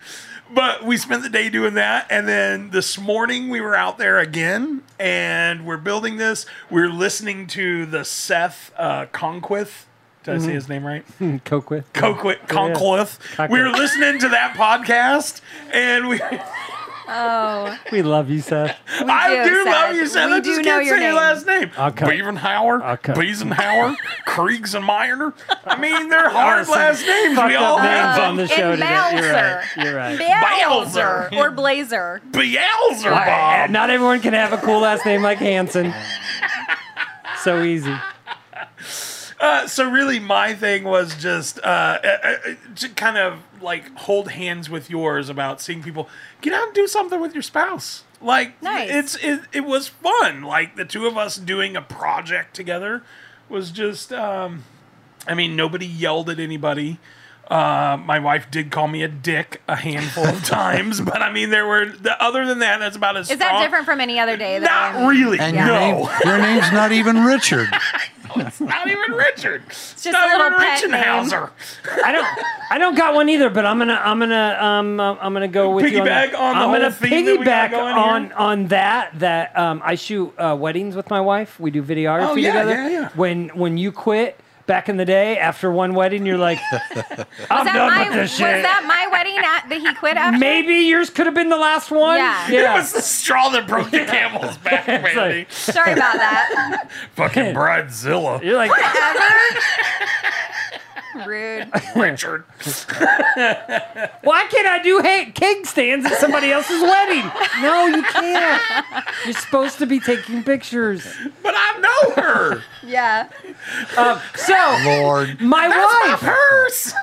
but we spent the day doing that, and then this morning we were out there again, and we're building this. We're listening to the Seth uh, Conquith. Did Mm-hmm. I say his name right? Coke with. Conquith. Conquith. Conquith. We were listening to that podcast, and we. oh, We love you, Seth. I do, do Seth. love you, Seth. We I just do can't know say your your name. last name. Okay. Beavenhauer, Okay. Beesenhauer, Kriegs and Meyer. I mean, they're hard last names. We all names have them. on the show and today. You're right. Bowser. You're right. Bowser or Blazer. Beelzebub. Not everyone can have a cool last name like Hanson. so easy. Uh, so really, my thing was just uh, uh, uh, to kind of like hold hands with yours about seeing people get out and do something with your spouse. Like Nice. it's it, it was fun. Like the two of us doing a project together was just. Um, I mean, nobody yelled at anybody. Uh, my wife did call me a dick a handful of times, but I mean, there were the, other than that. That's about as Is that strong- different from any other day? that I'm- Not really. and your, no, name, your name's not even Richard. not even Richard. It's just not a little pet even name. Richenhauser. I don't. I don't got one either. But I'm gonna. I'm gonna. Um. uh, I'm gonna go with you. that. Piggyback on the I'm gonna whole theme that we got piggyback going here? on on that. That um. I shoot uh, weddings with my wife. We do videography Oh, yeah, together. yeah, yeah. When when you quit. Back in the day, after one wedding, you're like, "I'm Was that done my, with this was shit." that my wedding at, that he quit after? Maybe yours could have been the last one. Yeah. It was the straw that broke the camel's back, Randy. Sorry about that. Fucking Bridezilla, You're like, Rude. Richard. Why can't I do ha- keg stands at somebody else's wedding? No, you can't. You're supposed to be taking pictures. But I know her. Yeah. Um, so, Lord. my That's my wife, purse.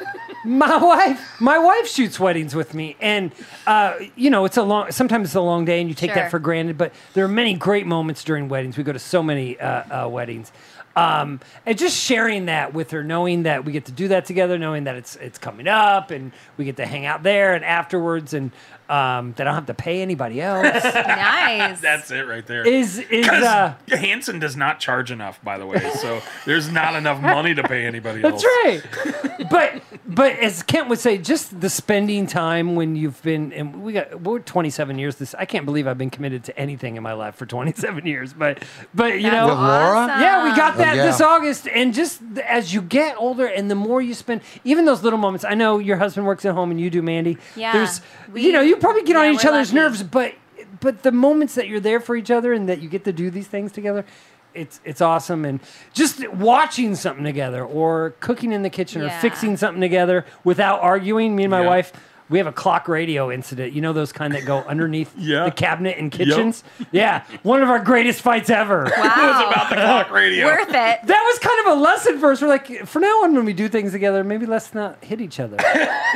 my wife, my wife shoots weddings with me, and uh, you know it's a long. Sometimes it's a long day, and you take Sure. that for granted. But there are many great moments during weddings. We go to so many uh, uh, weddings. Um, and just sharing that with her, knowing that we get to do that together, knowing that it's it's coming up, and we get to hang out there and afterwards, and um, that I don't have to pay anybody else. Nice. That's it right there. is is Because uh Hanson does not charge enough, by the way, so there's not enough money to pay anybody else. that's right but but as kent would say just the spending time when you've been and we got we're 27 years this i can't believe i've been committed to anything in my life for 27 years but but you know With Laura? Oh, awesome. yeah, we got that yeah. this August, and just th- as you get older, and the more you spend, even those little moments. I know your husband works at home, and you do, Mandy. Yeah, there's, we- you know, you probably get yeah, on each we're other's lucky. nerves, but but the moments that you're there for each other and that you get to do these things together, it's it's awesome. And just watching something together, or cooking in the kitchen, Yeah. or fixing something together without arguing. Me and my Yeah. wife We have a clock radio incident. You know those kind that go underneath Yeah. the cabinet in kitchens? Yeah. One of our greatest fights ever. Wow. Clock radio. Worth it. That was kind of a lesson for us. We're like, for now on, when we do things together, maybe let's not hit each other.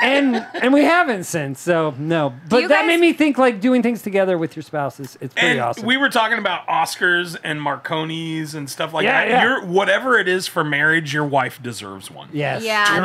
and and we haven't since. So no, but you that guys- made me think like doing things together with your spouse is it's pretty and awesome. we were talking about Oscars and Marconis and stuff like Yeah, that. yeah. You're, whatever it is for marriage, your wife deserves one. yes. Yeah. that's a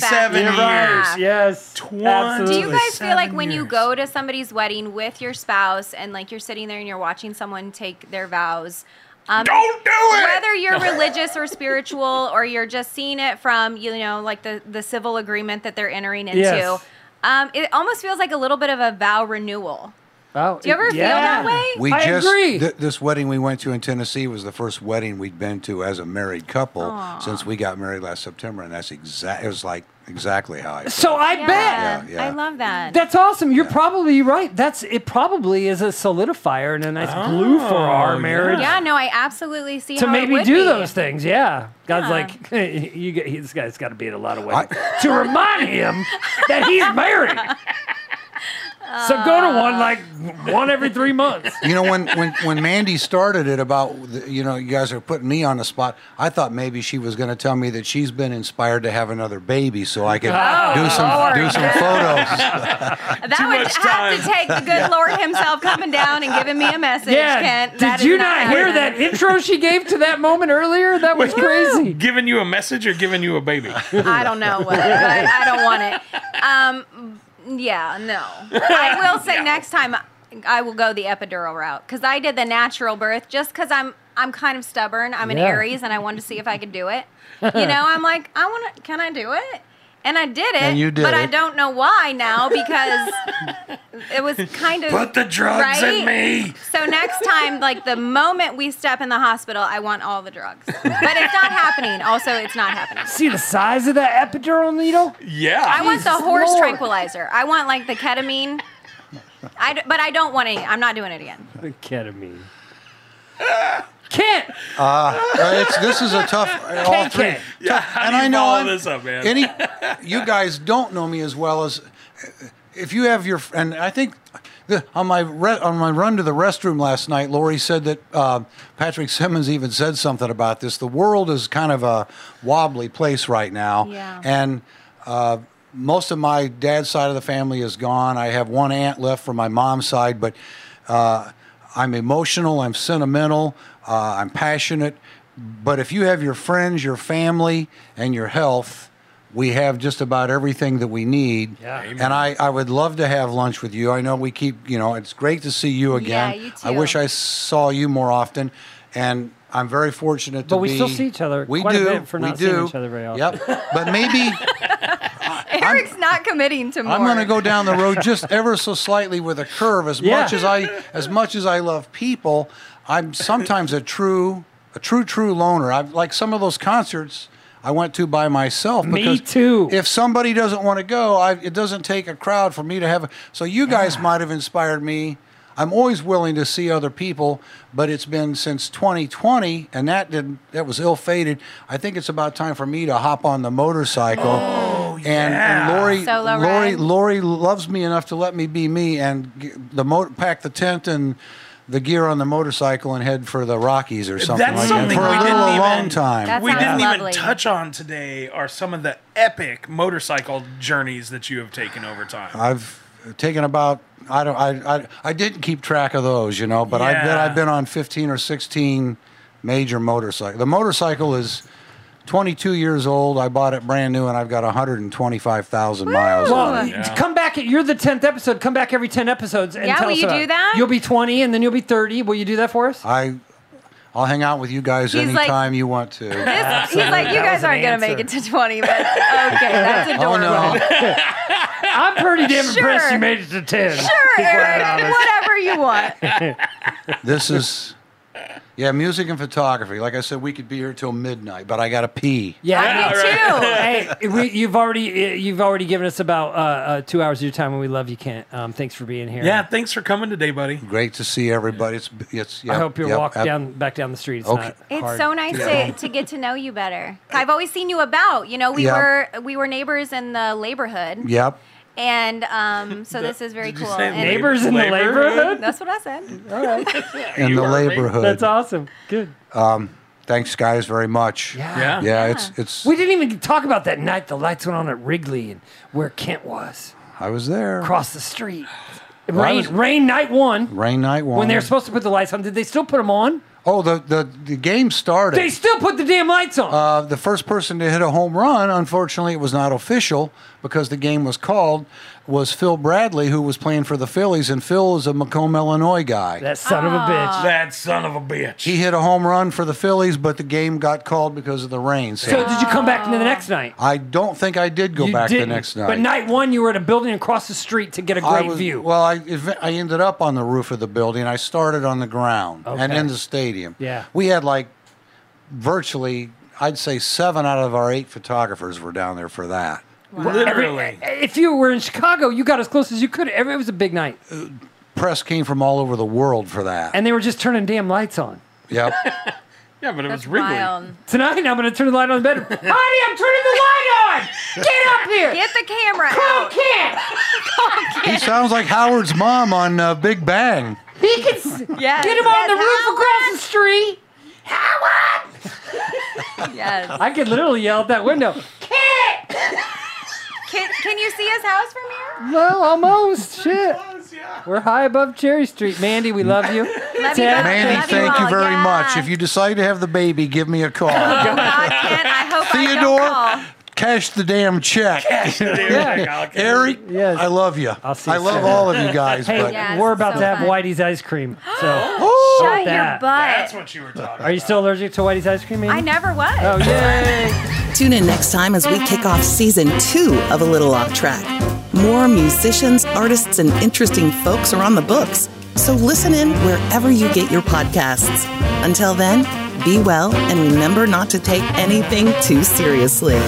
fact. 27 You're years. right. Yes. Twenty- absolutely. Do you guys feel like Seven when you years. go to somebody's wedding with your spouse and like you're sitting there and you're watching someone take their vows? Um, Don't do it! Whether you're religious or spiritual, or you're just seeing it from you know like the the civil agreement that they're entering into, Yes. um, it almost feels like a little bit of a vow renewal. Oh, Do you ever feel that way? We I just agree. Th- this wedding we went to in Tennessee was the first wedding we'd been to as a married couple since we got married last September, and that's exact. It was like exactly how I. felt. So I bet Oh, Yeah, yeah. I love that. That's awesome. You're probably right. That's it. Probably is a solidifier and a nice glue for our yeah. marriage yeah, no, I absolutely see to how it maybe would do be. those things. Yeah, God's Yeah. like, you get, this guy's got to be in a lot of ways to remind him that he's married. so go to Uh. one like one every three months. You know, when, when, when Mandy started it about, the, you know, you guys are putting me on the spot, I thought maybe she was going to tell me that she's been inspired to have another baby so I could Oh, do some Lord. do some photos. That would much have to time. take the good Lord Himself coming down and giving me a message, Yeah. Kent. Did That is you not hear that happening. intro she gave to that moment earlier? That was crazy. Giving you a message or giving you a baby? I don't know what, but I don't want it. Um, yeah, no. I will say next time I will go the epidural route because I did the natural birth just because I'm I'm kind of stubborn. I'm an Yeah. Aries and I wanted to see if I could do it. You know, I'm like I want to. Can I do it? And I did it, And you did but I it. don't know why now because it was kind of Put the drugs in Right? me. So next time, like the moment we step in the hospital, I want all the drugs. But it's not happening. Also, it's not happening. See the size of that epidural needle? Yeah. I want the Jesus horse Lord. tranquilizer. I want like the ketamine. I d- but I don't want any. I'm not doing it again. Ketamine. Kent, Uh, it's, this is a tough, all Can't three. get. Yeah, how and do you I know follow I'm- this up, man? Any, you guys don't know me as well as if you have your and I think the, on my re, on my run to the restroom last night, Lori said that uh, Patrick Simmons even said something about this. The world is kind of a wobbly place right now, Yeah. and. Uh, most of my dad's side of the family is gone. I have one aunt left from my mom's side, but uh, I'm emotional, I'm sentimental, uh, I'm passionate. But if you have your friends, your family, and your health, we have just about everything that we need. Yeah. Amen. And I, I would love to have lunch with you. I know we keep, you know, it's great to see you again. you I wish too. I saw you more often. And I'm very fortunate to But we be- still see each other We quite a do. bit for we not do. seeing each other very often. Yep. But maybe Eric's not committing to more. I'm going to go down the road just ever so slightly with a curve. As Yeah. much as I, as much as I love people, I'm sometimes a true, a true, true loner. I like some of those concerts I went to by myself. Me because too. If somebody doesn't want to go, I, it doesn't take a crowd for me to have. A, so you guys might have inspired me. I'm always willing to see other people, but it's been since 2020, and that did that was ill-fated. I think it's about time for me to hop on the motorcycle. Oh, and, yeah. and Lori, Solo Lori, ride. Lori loves me enough to let me be me and g- the mo- pack the tent and the gear on the motorcycle and head for the Rockies or something That's like that something for we a little didn't a long even- time. That's- That we sounds didn't lovely. even touch on today are some of the epic motorcycle journeys that you have taken over time. I've taken about I don't I I, I didn't keep track of those, you know, but I bet Yeah. I've been on 15 or 16 major motorcycle. The motorcycle is 22 years old. I bought it brand new and I've got 125,000 miles. on it. Oh, Well, Yeah. come back. at- You're the tenth episode. Come back every ten episodes and Yeah, tell will us you about do it. that? You'll be twenty, and then you'll be thirty. Will you do that for us? I I'll hang out with you guys He's like- anytime you want to. This, he's like, you That was guys an aren't going to make it answer. to 20, but okay, that's Oh adorable. no. I'm pretty damn Sure. impressed you made it to ten. Sure, Eric, whatever you want. This is, yeah, music and photography. Like I said, we could be here till midnight, but I got to pee. Yeah. I do too. hey, we, you've already eh, you've already given us about uh, uh, two hours of your time, and we love you, Kent. Um, thanks for being here. yeah, thanks for coming today, buddy. Great to see everybody. It's, it's. Yep, I hope your yep, walk ab- down back down the street is Okay. not. It's hard. so nice to, to get to know you better. I've always seen you about. You know, we Yeah. were we were neighbors in the neighborhood. Yep. And um, so this is very Did you cool. say And- neighbor? Neighbors in the Neighborhood? neighborhood? That's what I said. All right. in the You are, mate. neighborhood. That's awesome. Good. Thanks, guys, very much. Yeah. Yeah, it's it's. We didn't even talk about that night the lights went on at Wrigley and where Kent was I was there. across the street. I Rain, was- rain night one. Rain night one. When they were supposed to put the lights on, did they still put them on? oh, the, the the game started. They still put the damn lights on. uh, the first person to hit a home run, unfortunately, it was not official because the game was called, was Phil Bradley, who was playing for the Phillies, and Phil is a Macomb, Illinois guy. that son of a bitch. That son of a bitch. he hit a home run for the Phillies, but the game got called because of the rain. So, So did you come back into the next night? I don't think I did go you back didn't. the next night. But night one, you were at a building across the street to get a I great was- view. Well, I, ev- I ended up on the roof of the building. I started on the ground and Okay. in the stadium. Yeah. We had like virtually, I'd say seven out of our eight photographers were down there for that. Every- Literally. if you were in Chicago, you got as close as you could. Every- It was a big night, Press came from all over the world for that. and they were just turning damn lights on. yep. Yeah, but it That's was Wrigley. wild. Tonight, I'm going to turn the light on the bedroom. Honey, I'm turning the light on. Get up here. Get the camera Call out. Kent. he sounds like Howard's mom on uh, Big Bang. He can s- Yes. get him on the yes, roof across the street. Howard, Yes. I could literally yell out that window. Can, can you see his house from here? Well, almost. Shit. We're high above Cherry Street. Mandy, we love you. Love you Ted. guys. Mandy, Love thank you all. very Yeah. much. If you decide to have the baby, give me a Oh, call. God, Kent, I hope I don't call. Theodore, cash the damn check. Eric, Yes. I love you. I'll see you I love soon. all of you guys. Hey, but Yeah, we're it's about so to have fun. Whitey's ice cream. So, Shut your that. That's butt. what you were talking are you still allergic to Whitey's ice cream? Mandy? I never was. Oh yay! Tune in next time as we kick off season two of A Little Off Track. More musicians, artists, and interesting folks are on the books, so listen in wherever you get your podcasts. Until then, be well and remember not to take anything too seriously.